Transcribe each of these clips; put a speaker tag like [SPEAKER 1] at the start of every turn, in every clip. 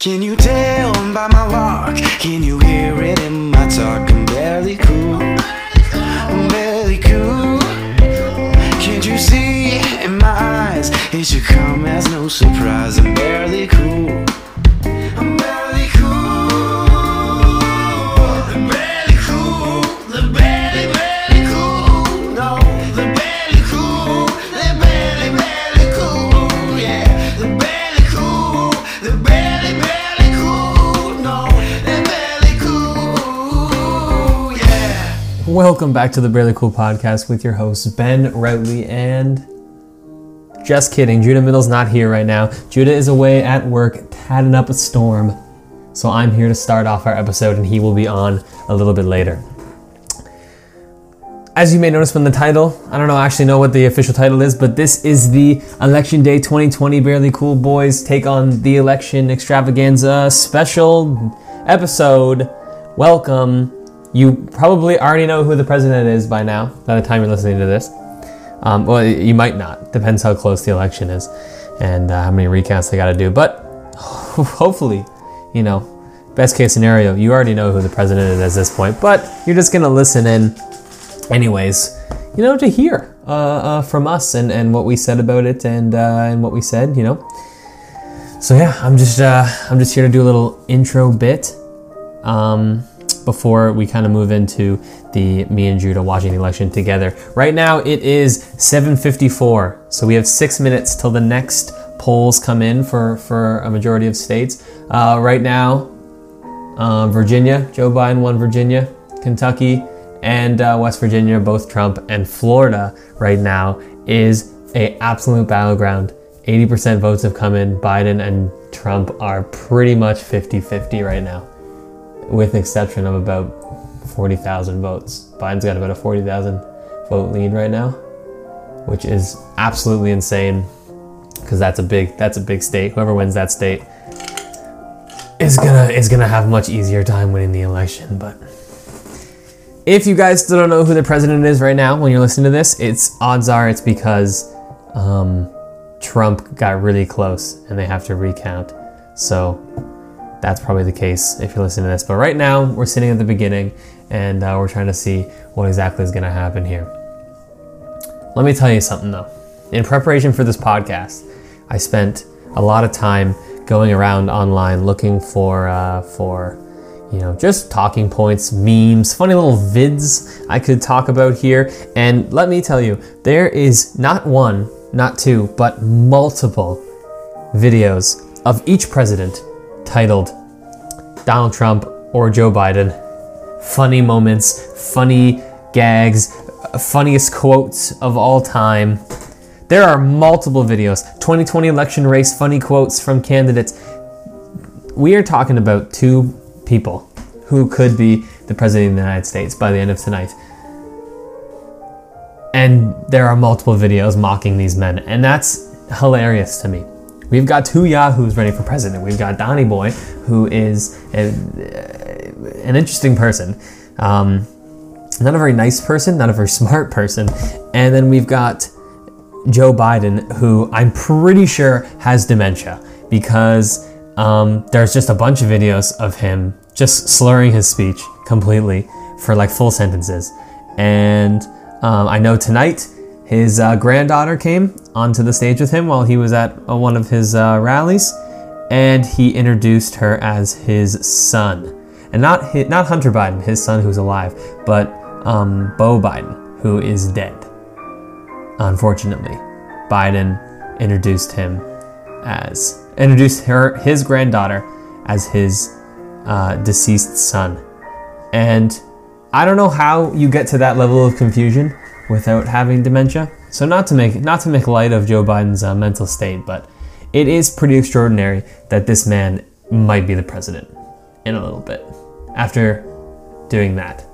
[SPEAKER 1] Can you tell by my walk? Can you hear it in my talk? I'm barely cool. I'm barely cool. Can't you see it in my eyes? It should come as no surprise. I'm barely cool. I'm barely cool. I'm barely cool. They're barely, barely cool. No, they're barely cool. They're barely, barely cool. Yeah, they're barely cool. They're barely, barely cool. No, they're barely cool. Yeah.
[SPEAKER 2] Welcome back to the Barely Cool Podcast with your hosts Ben Routley and just kidding, Judah Middle's not here right now. Judah is away at work tatting up a storm. So I'm here to start off our episode and he will be on a little bit later. As you may notice from the title, I don't know actually know what the official title is, but this is the Election Day 2020 Barely Cool Boys take on the election extravaganza special episode. Welcome. You probably already know who the president is by now, by the time you're listening to this. Um, well, you might not. Depends how close the election is and uh, how many recounts they got to do. But hopefully, you know, best case scenario, you already know who the president is at this point. But you're just going to listen in, anyways, you know, to hear uh, uh, from us and, and what we said about it and, uh, and what we said, you know. So yeah, I'm just uh, I'm just here to do a little intro bit um, before we kind of move into the me and Judah watching the election together. Right now it is 7:54, so we have six minutes till the next polls come in for for a majority of states. Uh, right now, uh, Virginia, Joe Biden won Virginia, Kentucky, and uh, West Virginia, both Trump, and Florida right now is a absolute battleground. 80% votes have come in. Biden and Trump are pretty much 50-50 right now with the exception of about 40,000 votes. Biden's got about a 40,000 vote lead right now, which is absolutely insane because that's a big that's a big state. Whoever wins that state is gonna is gonna have much easier time winning the election. But if you guys still don't know who the president is right now when you're listening to this, it's odds are it's because um, Trump got really close and they have to recount. So that's probably the case if you're listening to this. But right now, we're sitting at the beginning and uh, we're trying to see what exactly is going to happen here. Let me tell you something though. In preparation for this podcast, I spent a lot of time going around online looking for uh, for you know just talking points, memes, funny little vids I could talk about here. And let me tell you, there is not one, not two, but multiple videos of each president titled Donald Trump or Joe Biden. Funny moments, funny gags, funniest quotes of all time. There are multiple videos 2020 election race, funny quotes from candidates. We are talking about two people who could be the president of the United States by the end of tonight. And there are multiple videos mocking these men, and that's hilarious to me. We've got two Yahoos running for president. We've got Donny Boy, who is a, an interesting person, um, not a very nice person, not a very smart person, and then we've got Joe Biden, who I'm pretty sure has dementia because um, there's just a bunch of videos of him just slurring his speech completely for like full sentences. And um, I know tonight his uh, granddaughter came onto the stage with him while he was at uh, one of his uh, rallies, and he introduced her as his son. And not, hi not Hunter Biden, his son who's alive, but um, Bo Biden, who is dead unfortunately, Biden introduced him as introduced her his granddaughter as his uh, deceased son, and I don't know how you get to that level of confusion without having dementia. So not to make not to make light of Joe Biden's uh, mental state, but it is pretty extraordinary that this man might be the president in a little bit after doing that.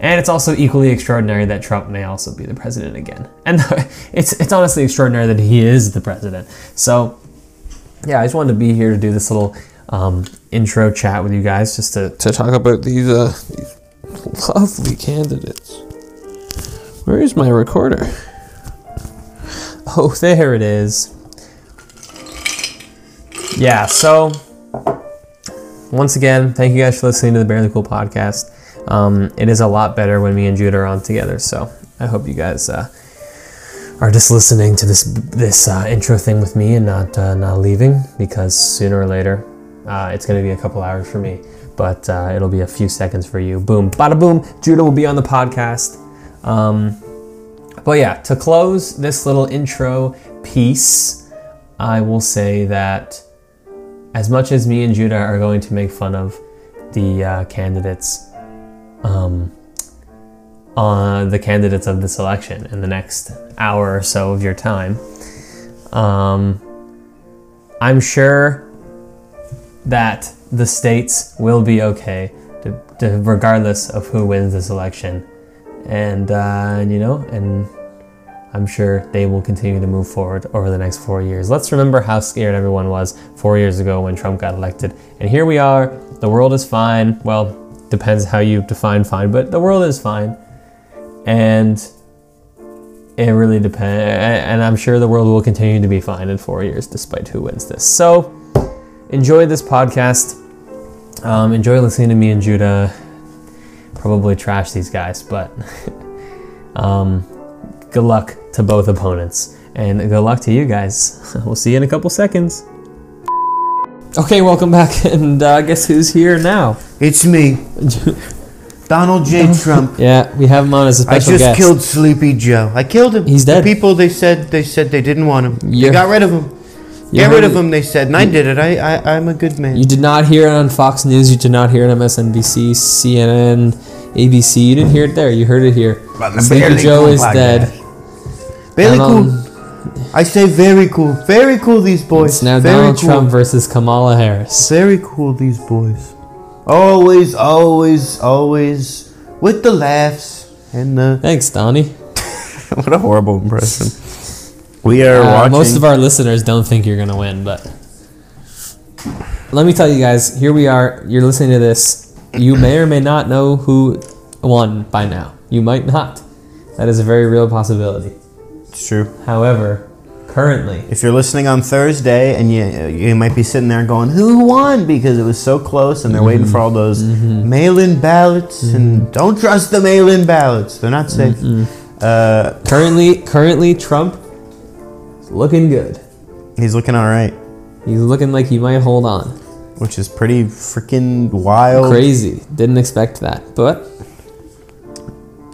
[SPEAKER 2] And it's also equally extraordinary that Trump may also be the president again. And it's it's honestly extraordinary that he is the president. So, yeah, I just wanted to be here to do this little um, intro chat with you guys, just to
[SPEAKER 3] to talk about these uh these lovely candidates. Where is my recorder?
[SPEAKER 2] oh, there it is. Yeah. So once again, thank you guys for listening to the Barely Cool podcast. Um, it is a lot better when me and Jude are on together. So I hope you guys uh, are just listening to this this uh, intro thing with me and not uh, not leaving because sooner or later uh, it's going to be a couple hours for me, but uh, it'll be a few seconds for you. Boom, bada boom. Judah will be on the podcast. Um, but yeah, to close this little intro piece, I will say that as much as me and Judah are going to make fun of the uh, candidates, um, uh, the candidates of this election in the next hour or so of your time, um, I'm sure that the states will be okay, to, to, regardless of who wins this election, and uh, and, you know, and I'm sure they will continue to move forward over the next four years. Let's remember how scared everyone was four years ago when Trump got elected. And here we are, the world is fine. Well, depends how you define fine, but the world is fine. And it really depends. And I'm sure the world will continue to be fine in four years despite who wins this. So enjoy this podcast. Um, enjoy listening to me and Judah. Probably trash these guys, but um, good luck to both opponents. And good luck to you guys. We'll see you in a couple seconds. Okay, welcome back. And uh, guess who's here now?
[SPEAKER 4] It's me, Donald J. Trump.
[SPEAKER 2] Yeah, we have him on as a
[SPEAKER 4] I
[SPEAKER 2] special
[SPEAKER 4] just
[SPEAKER 2] guest.
[SPEAKER 4] killed Sleepy Joe. I killed him.
[SPEAKER 2] He's dead.
[SPEAKER 4] The people they said they said they didn't want him.
[SPEAKER 2] Yeah.
[SPEAKER 4] They got rid of him.
[SPEAKER 2] You
[SPEAKER 4] Get
[SPEAKER 2] heard
[SPEAKER 4] rid of
[SPEAKER 2] it.
[SPEAKER 4] him. They said, and I did it. I, I I'm a good man.
[SPEAKER 2] You did not hear it on Fox News. You did not hear it on MSNBC, CNN, ABC. You didn't hear it there. You heard it here.
[SPEAKER 1] But the
[SPEAKER 2] Sleepy
[SPEAKER 1] Barely
[SPEAKER 2] Joe
[SPEAKER 1] Cool
[SPEAKER 2] is
[SPEAKER 1] podcast.
[SPEAKER 2] dead.
[SPEAKER 4] Very
[SPEAKER 2] Donald-
[SPEAKER 4] cool. I say very cool. Very cool. These boys.
[SPEAKER 2] um, It's now
[SPEAKER 4] very
[SPEAKER 2] Donald
[SPEAKER 4] cool.
[SPEAKER 2] Trump versus Kamala Harris.
[SPEAKER 4] Very cool. These boys. Always, always, always with the laughs and the.
[SPEAKER 2] Thanks, Donnie.
[SPEAKER 4] what a horrible impression. We are
[SPEAKER 2] Uh,
[SPEAKER 4] watching.
[SPEAKER 2] most of our listeners don't think you're gonna win, but let me tell you guys. Here we are. You're listening to this. You may or may not know who won by now. You might not. That is a very real possibility.
[SPEAKER 4] it's true.
[SPEAKER 2] However, currently,
[SPEAKER 4] If you're listening on Thursday and you you might be sitting there going, "Who won?" because it was so close, and they're waiting for all those
[SPEAKER 2] Mm-hmm.
[SPEAKER 4] mail-in ballots, and don't trust the mail-in ballots; they're not safe.
[SPEAKER 2] Mm-hmm.
[SPEAKER 4] Uh,
[SPEAKER 2] currently, currently, Trump is looking good.
[SPEAKER 4] he's looking all right,
[SPEAKER 2] He's looking like he might hold on.
[SPEAKER 4] which is pretty freaking wild.
[SPEAKER 2] Crazy. Didn't expect that, but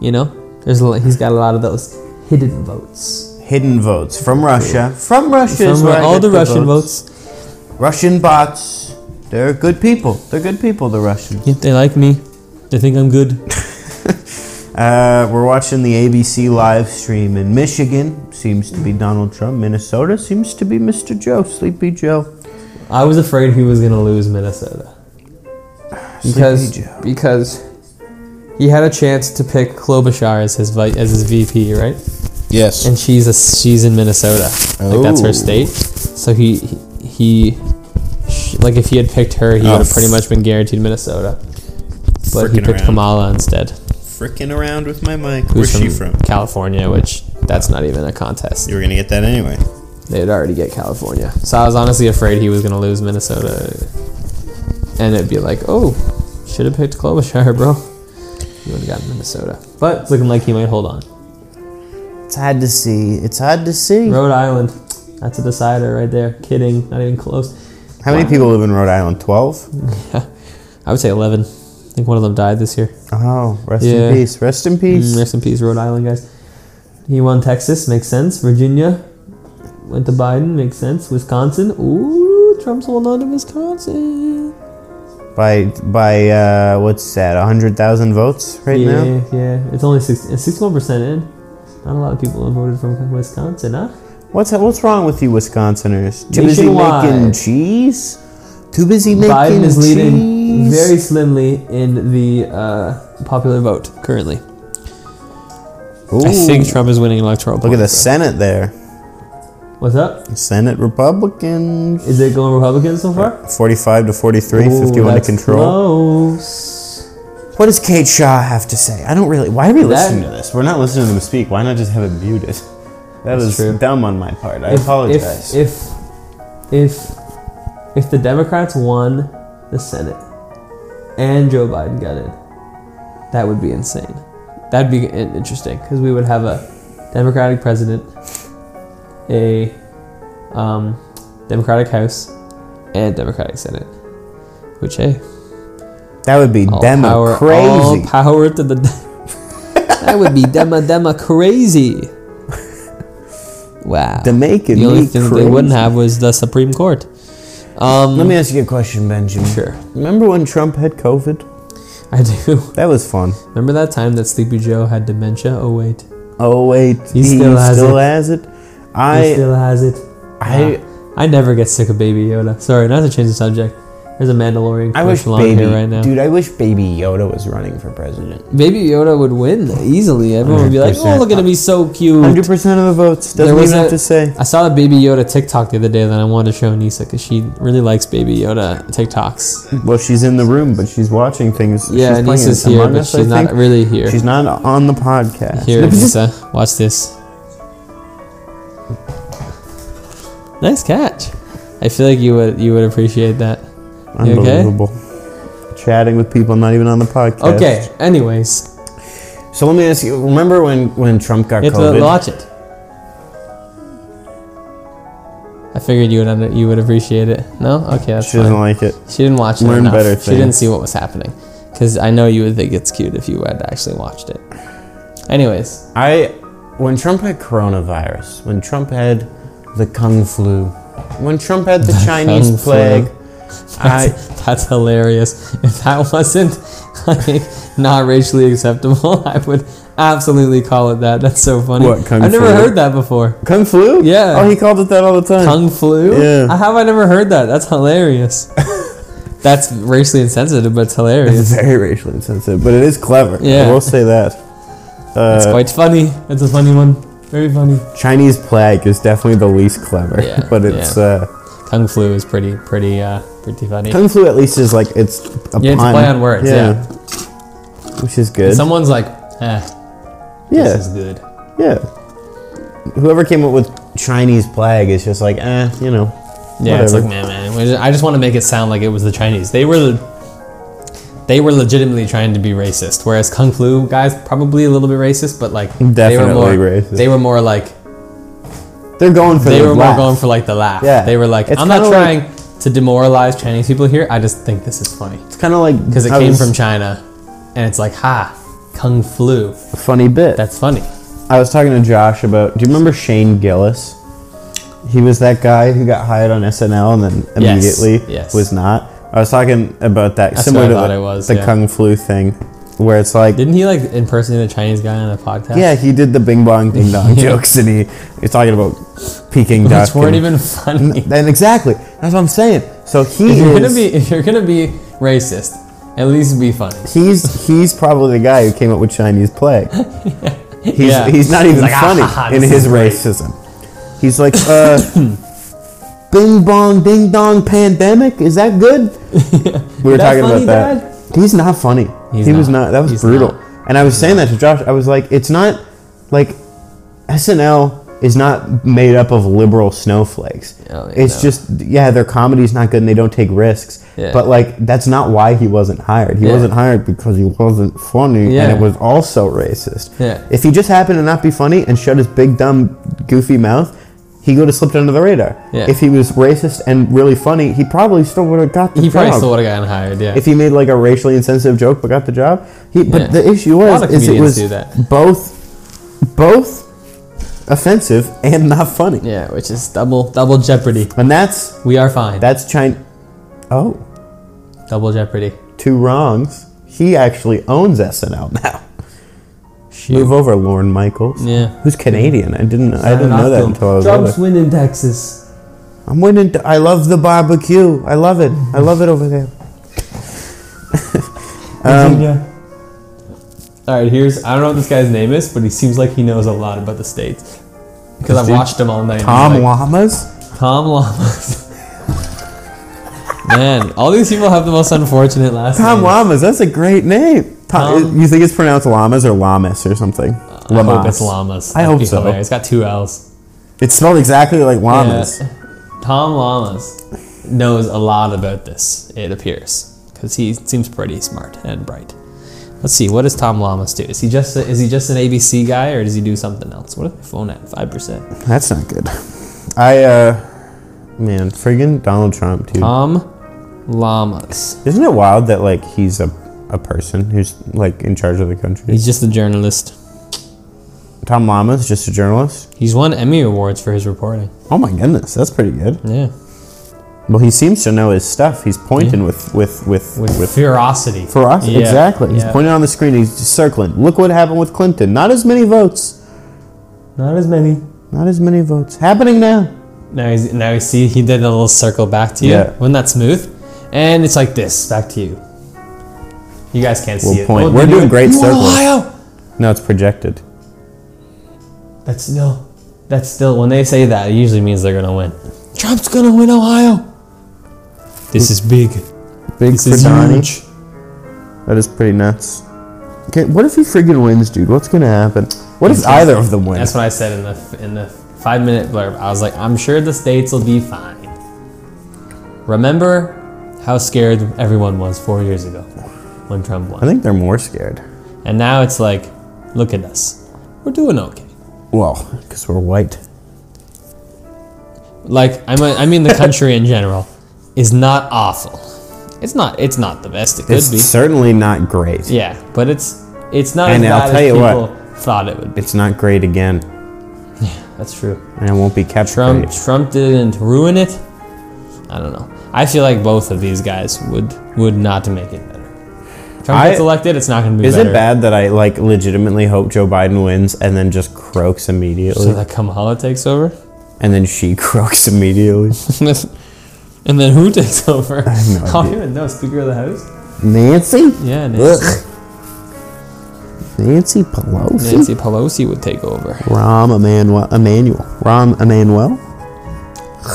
[SPEAKER 2] you know, there's a, lot- he's got a lot of those hidden votes.
[SPEAKER 4] Hidden votes from Russia. From Russia is
[SPEAKER 2] From
[SPEAKER 4] where I
[SPEAKER 2] all
[SPEAKER 4] get
[SPEAKER 2] the Russian votes.
[SPEAKER 4] Russian bots. They're good people. They're good people. The Russians.
[SPEAKER 2] Yep, they like me. They think I'm good.
[SPEAKER 4] Uh, we're watching the ABC live stream in Michigan. Seems to be Donald Trump. Minnesota seems to be Mr. Joe, Sleepy Joe.
[SPEAKER 2] I was afraid he was gonna lose Minnesota because
[SPEAKER 4] Sleepy Joe.
[SPEAKER 2] because he had a chance to pick Klobuchar as his vi- as his VP, right?
[SPEAKER 3] Yes.
[SPEAKER 2] And she's a she's in Minnesota, like that's her
[SPEAKER 4] Oh.
[SPEAKER 2] state. So he he, sh like if he had picked her, he
[SPEAKER 4] Oh,
[SPEAKER 2] would have pretty much been guaranteed Minnesota. But he
[SPEAKER 4] Frickin'
[SPEAKER 2] picked
[SPEAKER 4] around.
[SPEAKER 2] Kamala instead,
[SPEAKER 4] Frickin' around with my mic.
[SPEAKER 2] who's
[SPEAKER 4] Where's she from?
[SPEAKER 2] California, which that's not even a contest.
[SPEAKER 4] You were gonna get that anyway.
[SPEAKER 2] they'd already get California. So I was honestly afraid he was going to lose Minnesota. And it'd be like, oh, should have picked Klobuchar, bro. You would have gotten Minnesota. But it's looking like he might hold on.
[SPEAKER 4] It's hard to see. It's hard to see.
[SPEAKER 2] Rhode Island. That's a decider right there. Kidding. Not even close.
[SPEAKER 4] How many people live in Rhode Island? Twelve.
[SPEAKER 2] I would say 11. I think one of them died this year.
[SPEAKER 4] Oh, rest
[SPEAKER 2] Yeah.
[SPEAKER 4] in peace. Rest in peace.
[SPEAKER 2] Mm, rest in peace, Rhode Island, guys. He won Texas. Makes sense. Virginia. Went to Biden. Makes sense. Wisconsin. Ooh, Trump's holding on to Wisconsin.
[SPEAKER 4] By by, uh, what's that? hundred thousand votes right
[SPEAKER 2] yeah,
[SPEAKER 4] now.
[SPEAKER 2] Yeah, it's only 61 percent in. Not a lot of people have voted from Wisconsin, huh?
[SPEAKER 4] What's what's wrong with you, Wisconsiners? Too busy making
[SPEAKER 2] Nationwide.
[SPEAKER 4] cheese. Too busy making
[SPEAKER 2] Biden is leading
[SPEAKER 4] cheese?
[SPEAKER 2] very slimly in the uh, popular vote currently. I think
[SPEAKER 4] Ooh.
[SPEAKER 2] Trump is winning electoral.
[SPEAKER 4] Look at the
[SPEAKER 2] points,
[SPEAKER 4] Senate there.
[SPEAKER 2] though. What's up?
[SPEAKER 4] Senate Republicans.
[SPEAKER 2] Is it going Republican so far?
[SPEAKER 4] 45 to 43,
[SPEAKER 2] Ooh,
[SPEAKER 4] 51 to
[SPEAKER 2] that's
[SPEAKER 4] control.
[SPEAKER 2] Close.
[SPEAKER 4] What does Kate Shaw have to say? I don't really. Why are we listening
[SPEAKER 2] That-
[SPEAKER 4] to this? We're not listening to them speak. Why not just have it muted? That
[SPEAKER 2] That's
[SPEAKER 4] was
[SPEAKER 2] true.
[SPEAKER 4] dumb on my part. I
[SPEAKER 2] If-
[SPEAKER 4] apologize.
[SPEAKER 2] If if if if the Democrats won, the Senate, and Joe Biden got in, that would be insane. That'd be in- interesting because we would have a Democratic president, a um, Democratic House, and Democratic Senate. Which hey,
[SPEAKER 4] That would be
[SPEAKER 2] all
[SPEAKER 4] demo
[SPEAKER 2] power, all
[SPEAKER 4] crazy.
[SPEAKER 2] power to the. that would be demo demo crazy. Wow.
[SPEAKER 4] Jamaican.
[SPEAKER 2] the only thing that they wouldn't have was the Supreme Court. Um,
[SPEAKER 4] Let me ask you a question, Benjamin.
[SPEAKER 2] Sure.
[SPEAKER 4] Remember when Trump had COVID?
[SPEAKER 2] I do.
[SPEAKER 4] That was fun.
[SPEAKER 2] Remember that time that Sleepy Joe had dementia? Oh wait,
[SPEAKER 4] Oh wait,
[SPEAKER 2] He still has it. he
[SPEAKER 4] I
[SPEAKER 2] still has it.
[SPEAKER 4] I
[SPEAKER 2] I never get sick of Baby Yoda. Sorry, not to change the subject. There's a Mandalorian
[SPEAKER 4] I wish
[SPEAKER 2] commercial on
[SPEAKER 4] baby
[SPEAKER 2] here right now.
[SPEAKER 4] dude. I wish Baby Yoda was running for president.
[SPEAKER 2] Baby Yoda would win easily. Everyone would be like, "Oh,
[SPEAKER 4] 100%.
[SPEAKER 2] look at him, he's so cute."
[SPEAKER 4] Hundred percent of the votes.
[SPEAKER 2] There
[SPEAKER 4] Doesn't
[SPEAKER 2] was
[SPEAKER 4] even have
[SPEAKER 2] a-
[SPEAKER 4] to say.
[SPEAKER 2] I saw the Baby Yoda TikTok the other day that I wanted to show Nisa because she really likes Baby Yoda TikToks.
[SPEAKER 4] Well, she's in the room, but she's watching things.
[SPEAKER 2] Yeah,
[SPEAKER 4] she's playing
[SPEAKER 2] Nisa's
[SPEAKER 4] Among
[SPEAKER 2] here, but
[SPEAKER 4] Us, I
[SPEAKER 2] she's not
[SPEAKER 4] think.
[SPEAKER 2] really here.
[SPEAKER 4] She's not on the podcast.
[SPEAKER 2] Here, Nisa, watch this. Nice catch. I feel like you would you would appreciate that. You okay?
[SPEAKER 4] Unbelievable. Chatting with people not even on the podcast.
[SPEAKER 2] Okay. Anyways,
[SPEAKER 4] So let me ask you. Remember when when Trump got
[SPEAKER 2] you have
[SPEAKER 4] COVID?
[SPEAKER 2] to watch it. I figured you would under, you would appreciate it. No? Okay, that's
[SPEAKER 4] she
[SPEAKER 2] fine.
[SPEAKER 4] doesn't like it.
[SPEAKER 2] She didn't watch it
[SPEAKER 4] Learn
[SPEAKER 2] enough.
[SPEAKER 4] better
[SPEAKER 2] She didn't
[SPEAKER 4] things.
[SPEAKER 2] see what was happening. Because I know you would think it's cute if you had actually watched it. Anyways,
[SPEAKER 4] I when Trump had coronavirus, when Trump had the kung flu, when Trump had the,
[SPEAKER 2] kung
[SPEAKER 4] Chinese
[SPEAKER 2] flu.
[SPEAKER 4] plague, I
[SPEAKER 2] that's, that's hilarious. If that wasn't like not racially acceptable, I would absolutely call it that. That's so funny.
[SPEAKER 4] What, kung
[SPEAKER 2] I've never
[SPEAKER 4] flu?
[SPEAKER 2] heard that before.
[SPEAKER 4] kung flu.
[SPEAKER 2] Yeah.
[SPEAKER 4] Oh, he called it that all the time.
[SPEAKER 2] Kung flu?
[SPEAKER 4] Yeah.
[SPEAKER 2] How have I never heard that? That's hilarious. that's racially insensitive, but it's hilarious.
[SPEAKER 4] It's very racially insensitive, but it is clever.
[SPEAKER 2] Yeah.
[SPEAKER 4] I will say that.
[SPEAKER 2] It's
[SPEAKER 4] Uh,
[SPEAKER 2] quite funny. Oh, It's a funny one. Very funny.
[SPEAKER 4] Chinese plague is definitely the least clever,
[SPEAKER 2] Yeah,
[SPEAKER 4] but it's
[SPEAKER 2] yeah.
[SPEAKER 4] uh,
[SPEAKER 2] Kung flu is pretty, pretty, uh, pretty funny.
[SPEAKER 4] kung flu. At least is like it's a
[SPEAKER 2] Yeah, it's a
[SPEAKER 4] pun.
[SPEAKER 2] play on words, yeah.
[SPEAKER 4] which is good.
[SPEAKER 2] Someone's like, eh,
[SPEAKER 4] yeah,
[SPEAKER 2] this is good.
[SPEAKER 4] yeah. Whoever came up with Chinese plague is just like, eh, you know,
[SPEAKER 2] Yeah, it's
[SPEAKER 4] whatever.
[SPEAKER 2] like, man, man. we just- I just want to make it sound like it was the Chinese. They were, they were legitimately trying to be racist. Whereas Kung Flu guys probably a little bit racist, but like they were
[SPEAKER 4] Definitely
[SPEAKER 2] more
[SPEAKER 4] racist.
[SPEAKER 2] They were more like
[SPEAKER 4] They're going for
[SPEAKER 2] they
[SPEAKER 4] the
[SPEAKER 2] were
[SPEAKER 4] laugh.
[SPEAKER 2] more going for like the laugh.
[SPEAKER 4] Yeah.
[SPEAKER 2] they were like,
[SPEAKER 4] It's
[SPEAKER 2] I'm not
[SPEAKER 4] kinda like-
[SPEAKER 2] trying to demoralize Chinese people here. I just think this is funny
[SPEAKER 4] It's kind of like
[SPEAKER 2] because it
[SPEAKER 4] I
[SPEAKER 2] came
[SPEAKER 4] was-
[SPEAKER 2] from China, and it's like, ha, Kung Flu.
[SPEAKER 4] funny bit.
[SPEAKER 2] That's funny.
[SPEAKER 4] I was talking to Josh about. Do you remember Shane Gillis? He was that guy who got hired on SNL and then
[SPEAKER 2] Yes,
[SPEAKER 4] immediately
[SPEAKER 2] yes.
[SPEAKER 4] was not. I was talking about that
[SPEAKER 2] That's
[SPEAKER 4] similar
[SPEAKER 2] what I
[SPEAKER 4] to
[SPEAKER 2] thought
[SPEAKER 4] the,
[SPEAKER 2] it was,
[SPEAKER 4] the
[SPEAKER 2] yeah.
[SPEAKER 4] kung flu thing, where it's like,
[SPEAKER 2] Didn't he like impersonate a Chinese guy on a podcast?
[SPEAKER 4] yeah, he did the bing bong ding dong
[SPEAKER 2] Yeah.
[SPEAKER 4] jokes, and he he's talking about Peking duck.
[SPEAKER 2] which weren't
[SPEAKER 4] and-
[SPEAKER 2] even funny.
[SPEAKER 4] Then exactly, that's what I'm saying. So he
[SPEAKER 2] if you're
[SPEAKER 4] is.
[SPEAKER 2] gonna be if you're gonna be racist, at least be funny.
[SPEAKER 4] he's he's probably the guy who came up with Chinese plague. He's
[SPEAKER 2] Yeah.
[SPEAKER 4] he's not even
[SPEAKER 2] He's like, "Ah,
[SPEAKER 4] funny
[SPEAKER 2] ha, ha,
[SPEAKER 4] in
[SPEAKER 2] this
[SPEAKER 4] his
[SPEAKER 2] is great."
[SPEAKER 4] racism. He's like, uh, bing bong ding dong pandemic. Is that good? We were
[SPEAKER 2] That
[SPEAKER 4] talking
[SPEAKER 2] funny,
[SPEAKER 4] about that. He's not funny.
[SPEAKER 2] He's
[SPEAKER 4] he was
[SPEAKER 2] not.
[SPEAKER 4] not. That was
[SPEAKER 2] He's
[SPEAKER 4] brutal.
[SPEAKER 2] not.
[SPEAKER 4] And I was saying that to Josh. I was like, it's not like SNL is not made up of liberal snowflakes.
[SPEAKER 2] Oh, yeah,
[SPEAKER 4] it's
[SPEAKER 2] no.
[SPEAKER 4] just yeah, their comedy's not good and they don't take risks.
[SPEAKER 2] Yeah.
[SPEAKER 4] But like that's not why he wasn't hired. He
[SPEAKER 2] Yeah.
[SPEAKER 4] wasn't hired because he wasn't funny
[SPEAKER 2] Yeah.
[SPEAKER 4] and it was also racist.
[SPEAKER 2] Yeah.
[SPEAKER 4] If he just happened to not be funny and shut his big dumb goofy mouth, he would have slipped under the radar.
[SPEAKER 2] Yeah.
[SPEAKER 4] If he was racist and really funny, he probably still would have got the
[SPEAKER 2] He
[SPEAKER 4] job
[SPEAKER 2] probably still would have gotten hired. Yeah.
[SPEAKER 4] if he made like a racially insensitive joke but got the job. He,
[SPEAKER 2] Yeah.
[SPEAKER 4] But the issue
[SPEAKER 2] lot
[SPEAKER 4] was
[SPEAKER 2] of
[SPEAKER 4] is it
[SPEAKER 2] comedians
[SPEAKER 4] was
[SPEAKER 2] do that.
[SPEAKER 4] both both offensive and not funny.
[SPEAKER 2] yeah, which is double double jeopardy.
[SPEAKER 4] And that's
[SPEAKER 2] We are fine.
[SPEAKER 4] that's China. Oh,
[SPEAKER 2] double jeopardy.
[SPEAKER 4] two wrongs. He actually owns SNL now. Move over, Lorne Michaels.
[SPEAKER 2] Yeah.
[SPEAKER 4] Who's Canadian? I didn't. I didn't know that until I was older.
[SPEAKER 2] win in Texas.
[SPEAKER 4] I'm winning. T- I love the barbecue. I love it. I love it over there. Um,
[SPEAKER 2] All right, here's I don't know what this guy's name is, but he seems like he knows a lot about the states because I've
[SPEAKER 4] dude-
[SPEAKER 2] watched him all night. and
[SPEAKER 4] Tom
[SPEAKER 2] he's like,
[SPEAKER 4] Llamas.
[SPEAKER 2] Tom Llamas. Man, all these people have the most unfortunate last
[SPEAKER 4] Tom
[SPEAKER 2] names.
[SPEAKER 4] Llamas. That's a great name. Tom,
[SPEAKER 2] Mm. Tom-
[SPEAKER 4] You think it's pronounced Llamas or Llamas or something?
[SPEAKER 2] I hope it's llamas.
[SPEAKER 4] I
[SPEAKER 2] That'd
[SPEAKER 4] hope
[SPEAKER 2] be
[SPEAKER 4] so.
[SPEAKER 2] hilarious. It's got two L's.
[SPEAKER 4] It's spelled exactly like llamas.
[SPEAKER 2] Yeah. Tom Llamas. knows a lot about this, it appears, because he seems pretty smart and bright. Let's see, what does Tom Lamas do? Is he just is he just an ABC guy, or does he do something else? What is my phone at? Five percent.
[SPEAKER 4] That's not good. I, uh, man, friggin' Donald Trump, dude.
[SPEAKER 2] Tom Lamas.
[SPEAKER 4] Isn't it wild that, like, he's a, a person who's, like, in charge of the country?
[SPEAKER 2] He's just a journalist.
[SPEAKER 4] Tom Lama's just a journalist.
[SPEAKER 2] He's won Emmy awards for his reporting.
[SPEAKER 4] Oh my goodness, that's pretty good.
[SPEAKER 2] Yeah,
[SPEAKER 4] Well, he seems to know his stuff. He's pointing with, with, with,
[SPEAKER 2] with,
[SPEAKER 4] with,
[SPEAKER 2] ferocity.
[SPEAKER 4] for us.
[SPEAKER 2] Yeah,
[SPEAKER 4] Exactly. He's
[SPEAKER 2] yeah.
[SPEAKER 4] pointing on the screen. He's just circling. Look what happened with Clinton. Not as many votes.
[SPEAKER 2] Not as many.
[SPEAKER 4] Not as many votes. Happening now.
[SPEAKER 2] Now he's now you see he did a little circle back to you.
[SPEAKER 4] Yeah.
[SPEAKER 2] Wasn't that smooth? And it's like this back to you. You guys can't see
[SPEAKER 4] We'll
[SPEAKER 2] it.
[SPEAKER 4] point.
[SPEAKER 2] Oh,
[SPEAKER 4] We're
[SPEAKER 2] they
[SPEAKER 4] doing
[SPEAKER 2] it.
[SPEAKER 4] great
[SPEAKER 2] You
[SPEAKER 4] circles.
[SPEAKER 2] Ohio!
[SPEAKER 4] No, it's projected.
[SPEAKER 2] That's no. That's still when they say that it usually means they're gonna win. Trump's gonna win Ohio. This is big.
[SPEAKER 4] Big
[SPEAKER 2] This is
[SPEAKER 4] Donnie.
[SPEAKER 2] huge.
[SPEAKER 4] That is pretty nuts. Okay, what if he friggin' wins, dude? What's gonna happen? What if either of them wins?
[SPEAKER 2] That's what I said in the in the five minute blurb. I was like, I'm sure the states will be fine. Remember how scared everyone was four years ago when Trump won.
[SPEAKER 4] I think they're more scared.
[SPEAKER 2] And now it's like, look at us. We're doing okay.
[SPEAKER 4] Well, because we're white.
[SPEAKER 2] Like I'm a, I mean the country in general is not awful. It's not it's not the best it could
[SPEAKER 4] it's
[SPEAKER 2] be.
[SPEAKER 4] certainly not great.
[SPEAKER 2] yeah, but it's it's not
[SPEAKER 4] And
[SPEAKER 2] as
[SPEAKER 4] I'll
[SPEAKER 2] bad
[SPEAKER 4] tell
[SPEAKER 2] as
[SPEAKER 4] you what.
[SPEAKER 2] people thought it would be.
[SPEAKER 4] It's not great again,
[SPEAKER 2] That's true.
[SPEAKER 4] and it won't be kept
[SPEAKER 2] Trump
[SPEAKER 4] great.
[SPEAKER 2] Trump didn't ruin it. I don't know. I feel like both of these guys would would not make it better. Trump
[SPEAKER 4] I-
[SPEAKER 2] gets elected, it's not going to be
[SPEAKER 4] Is
[SPEAKER 2] better.
[SPEAKER 4] it bad that I like legitimately hope Joe Biden wins and then just croaks immediately,
[SPEAKER 2] So that Kamala takes over,
[SPEAKER 4] and then she croaks immediately?
[SPEAKER 2] and then who takes over? Oh, I
[SPEAKER 4] have no
[SPEAKER 2] don't
[SPEAKER 4] idea.
[SPEAKER 2] even know. Speaker of the House.
[SPEAKER 4] Nancy?
[SPEAKER 2] Yeah, Nancy,
[SPEAKER 4] Ugh. Nancy Pelosi.
[SPEAKER 2] Nancy Pelosi would take over.
[SPEAKER 4] Rahm Emanuel. Emmanuel. Rahm Emanuel.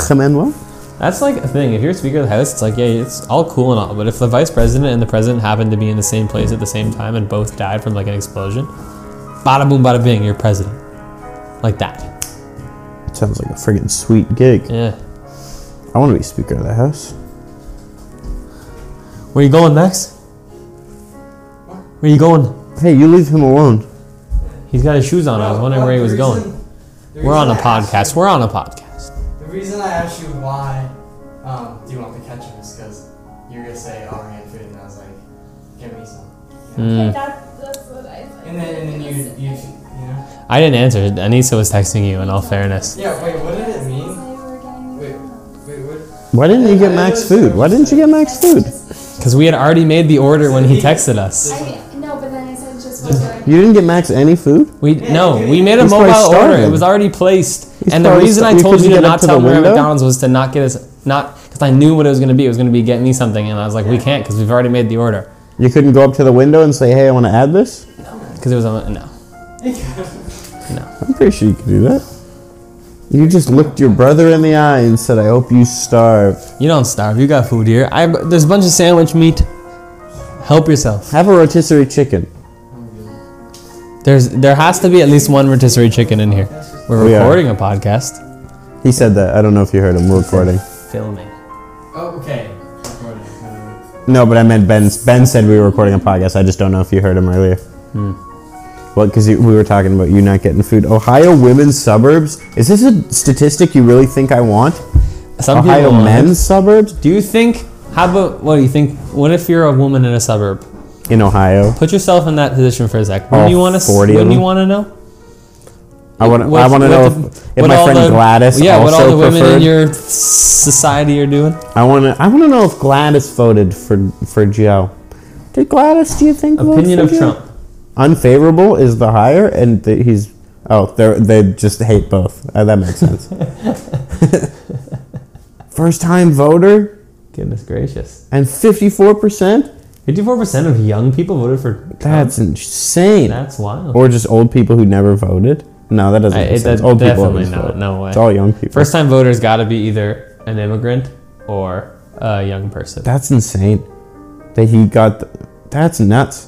[SPEAKER 4] Emanuel.
[SPEAKER 2] That's like a thing. If you're Speaker of the House, it's like, yeah, it's all cool and all. But if the Vice President and the President happen to be in the same place at the same time and both died from like an explosion, bada boom, bada bing, you're President. Like that.
[SPEAKER 4] Sounds like a friggin' sweet gig.
[SPEAKER 2] Yeah.
[SPEAKER 4] I want to be Speaker of the House.
[SPEAKER 2] Where you going next? Where you going?
[SPEAKER 4] Hey, you leave him alone.
[SPEAKER 2] He's got his shoes on. I was wondering where he was going.
[SPEAKER 5] going.
[SPEAKER 2] We're on a podcast. We're on a podcast.
[SPEAKER 5] The reason I asked you why um, do you want the ketchup is because you're gonna say Orient food, and I was like, give me some.
[SPEAKER 6] Okay, that, that's what I thought.
[SPEAKER 5] And then and then you you you know.
[SPEAKER 2] I didn't answer. Anissa was texting you. In all fairness,
[SPEAKER 5] Yeah. Wait. What did it mean? Wait.
[SPEAKER 6] mean?
[SPEAKER 5] Wait. What?
[SPEAKER 4] Why didn't you get Max food? Why didn't you get Max food?
[SPEAKER 2] because we had already made the order when he texted us.
[SPEAKER 6] I, no, but then I said just one word.
[SPEAKER 4] You didn't get Max any food?
[SPEAKER 2] We no, we made a
[SPEAKER 4] He's probably
[SPEAKER 2] mobile order. It
[SPEAKER 4] starving.
[SPEAKER 2] was already placed,
[SPEAKER 4] He's
[SPEAKER 2] and the
[SPEAKER 4] probably
[SPEAKER 2] reason
[SPEAKER 4] sta-
[SPEAKER 2] I
[SPEAKER 4] you
[SPEAKER 2] told
[SPEAKER 4] couldn't
[SPEAKER 2] you to
[SPEAKER 4] get up
[SPEAKER 2] not
[SPEAKER 4] to
[SPEAKER 2] tell
[SPEAKER 4] the
[SPEAKER 2] me at
[SPEAKER 4] window?
[SPEAKER 2] McDonald's was to not get us not because I knew what it was going to be. It was going to be get me something, and I was like, we can't because we've already made the order
[SPEAKER 4] You couldn't go up to the window and say, hey, I want to add this?
[SPEAKER 2] because it was on no.
[SPEAKER 4] I'm pretty sure you could do that. You just looked your brother in the eye and said, I hope you starve.
[SPEAKER 2] You don't starve. You got food here. I there's a bunch of sandwich meat. Help yourself.
[SPEAKER 4] Have a rotisserie chicken.
[SPEAKER 2] There's there has to be at least one rotisserie chicken in here. We're
[SPEAKER 4] We are.
[SPEAKER 2] recording a podcast.
[SPEAKER 4] He said that. I don't know if you heard him. We're recording.
[SPEAKER 2] Filming.
[SPEAKER 5] Oh. Okay. Recording. Uh,
[SPEAKER 4] No, but I meant Ben. Ben said we were recording a podcast. I just don't know if you heard him earlier.
[SPEAKER 2] Hmm.
[SPEAKER 4] Well, because we were talking about you not getting food. Ohio women's suburbs. Is this a statistic you really think I want?
[SPEAKER 2] Some people
[SPEAKER 4] Ohio
[SPEAKER 2] want it.
[SPEAKER 4] men's suburbs
[SPEAKER 2] Do you think? How about what do you think? What if you're a woman in a suburb?
[SPEAKER 4] in Ohio.
[SPEAKER 2] Put yourself in that position for a sec. When
[SPEAKER 4] All
[SPEAKER 2] you want to,
[SPEAKER 4] 40 of
[SPEAKER 2] when you
[SPEAKER 4] them?
[SPEAKER 2] want to know,
[SPEAKER 4] I want.
[SPEAKER 2] What-
[SPEAKER 4] I want to
[SPEAKER 2] what
[SPEAKER 4] know
[SPEAKER 2] the-
[SPEAKER 4] if, if
[SPEAKER 2] what
[SPEAKER 4] my
[SPEAKER 2] all
[SPEAKER 4] friend
[SPEAKER 2] the-
[SPEAKER 4] Gladys
[SPEAKER 2] Yeah,
[SPEAKER 4] also
[SPEAKER 2] what all the women
[SPEAKER 4] preferred.
[SPEAKER 2] in your society are doing.
[SPEAKER 4] I want to. I want to know if Gladys voted for for Joe. Did Gladys? Do you think vote
[SPEAKER 2] Opinion
[SPEAKER 4] for
[SPEAKER 2] of
[SPEAKER 4] Joe?
[SPEAKER 2] Trump.
[SPEAKER 4] Unfavorable is the higher, and the, he's. Oh, they they just hate both. Uh, that makes sense. First time voter.
[SPEAKER 2] Goodness gracious,
[SPEAKER 4] and 54%?
[SPEAKER 2] fifty-four percent of young people voted for Trump.
[SPEAKER 4] That's insane.
[SPEAKER 2] That's wild.
[SPEAKER 4] or just old people who never voted? No, that doesn't
[SPEAKER 2] I-
[SPEAKER 4] make
[SPEAKER 2] it-
[SPEAKER 4] sense.
[SPEAKER 2] that-
[SPEAKER 4] old people
[SPEAKER 2] definitely
[SPEAKER 4] always
[SPEAKER 2] not.
[SPEAKER 4] vote.
[SPEAKER 2] No way.
[SPEAKER 4] It's all young people.
[SPEAKER 2] First-time voters got to be either an immigrant or a young person.
[SPEAKER 4] That's insane. That he got. th- That's nuts.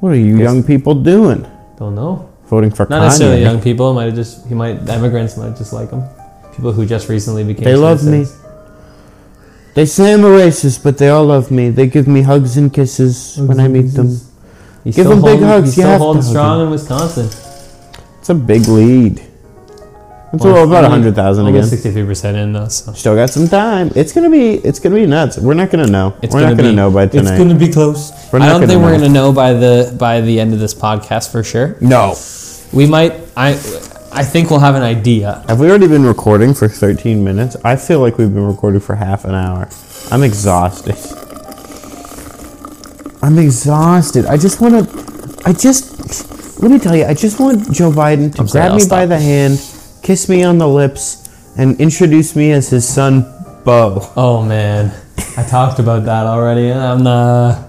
[SPEAKER 4] What are you young people doing?
[SPEAKER 2] Don't know.
[SPEAKER 4] Voting for
[SPEAKER 2] Not
[SPEAKER 4] Kanye?
[SPEAKER 2] necessarily young people. Might have just he might immigrants might just like him. People who just recently became
[SPEAKER 4] They love me.
[SPEAKER 2] citizens.
[SPEAKER 4] They say I'm a racist, but they all love me. They give me hugs and kisses when I meet them.
[SPEAKER 2] He's
[SPEAKER 4] Give
[SPEAKER 2] still
[SPEAKER 4] him big
[SPEAKER 2] holding-
[SPEAKER 4] hugs,
[SPEAKER 2] He's
[SPEAKER 4] you
[SPEAKER 2] still
[SPEAKER 4] have to
[SPEAKER 2] holding
[SPEAKER 4] hug
[SPEAKER 2] strong in Wisconsin.
[SPEAKER 4] It's a big lead. It's
[SPEAKER 2] Well,
[SPEAKER 4] well, about
[SPEAKER 2] only-
[SPEAKER 4] a hundred thousand
[SPEAKER 2] Only
[SPEAKER 4] again.
[SPEAKER 2] sixty-three percent in though. So.
[SPEAKER 4] Still got some time. It's gonna be. It's gonna be nuts. We're not gonna know.
[SPEAKER 2] It's
[SPEAKER 4] we're not gonna
[SPEAKER 2] be,
[SPEAKER 4] know by tonight.
[SPEAKER 2] It's gonna be close.
[SPEAKER 4] We're
[SPEAKER 2] I
[SPEAKER 4] not
[SPEAKER 2] don't
[SPEAKER 4] gonna
[SPEAKER 2] think we're
[SPEAKER 4] know.
[SPEAKER 2] gonna know by the by the end of this podcast for sure.
[SPEAKER 4] no.
[SPEAKER 2] We might. I I think we'll have an idea.
[SPEAKER 4] Have we already been recording for thirteen minutes? I feel like we've been recording for half an hour. I'm exhausted. I'm exhausted. I just want to. I just. Let me tell you. I just want Joe Biden to
[SPEAKER 2] I'm sorry,
[SPEAKER 4] grab
[SPEAKER 2] I'll
[SPEAKER 4] me by
[SPEAKER 2] stop.
[SPEAKER 4] the hand, kiss me on the lips, and introduce me as his son, Bo.
[SPEAKER 2] Oh man, I talked about that already. and I'm not.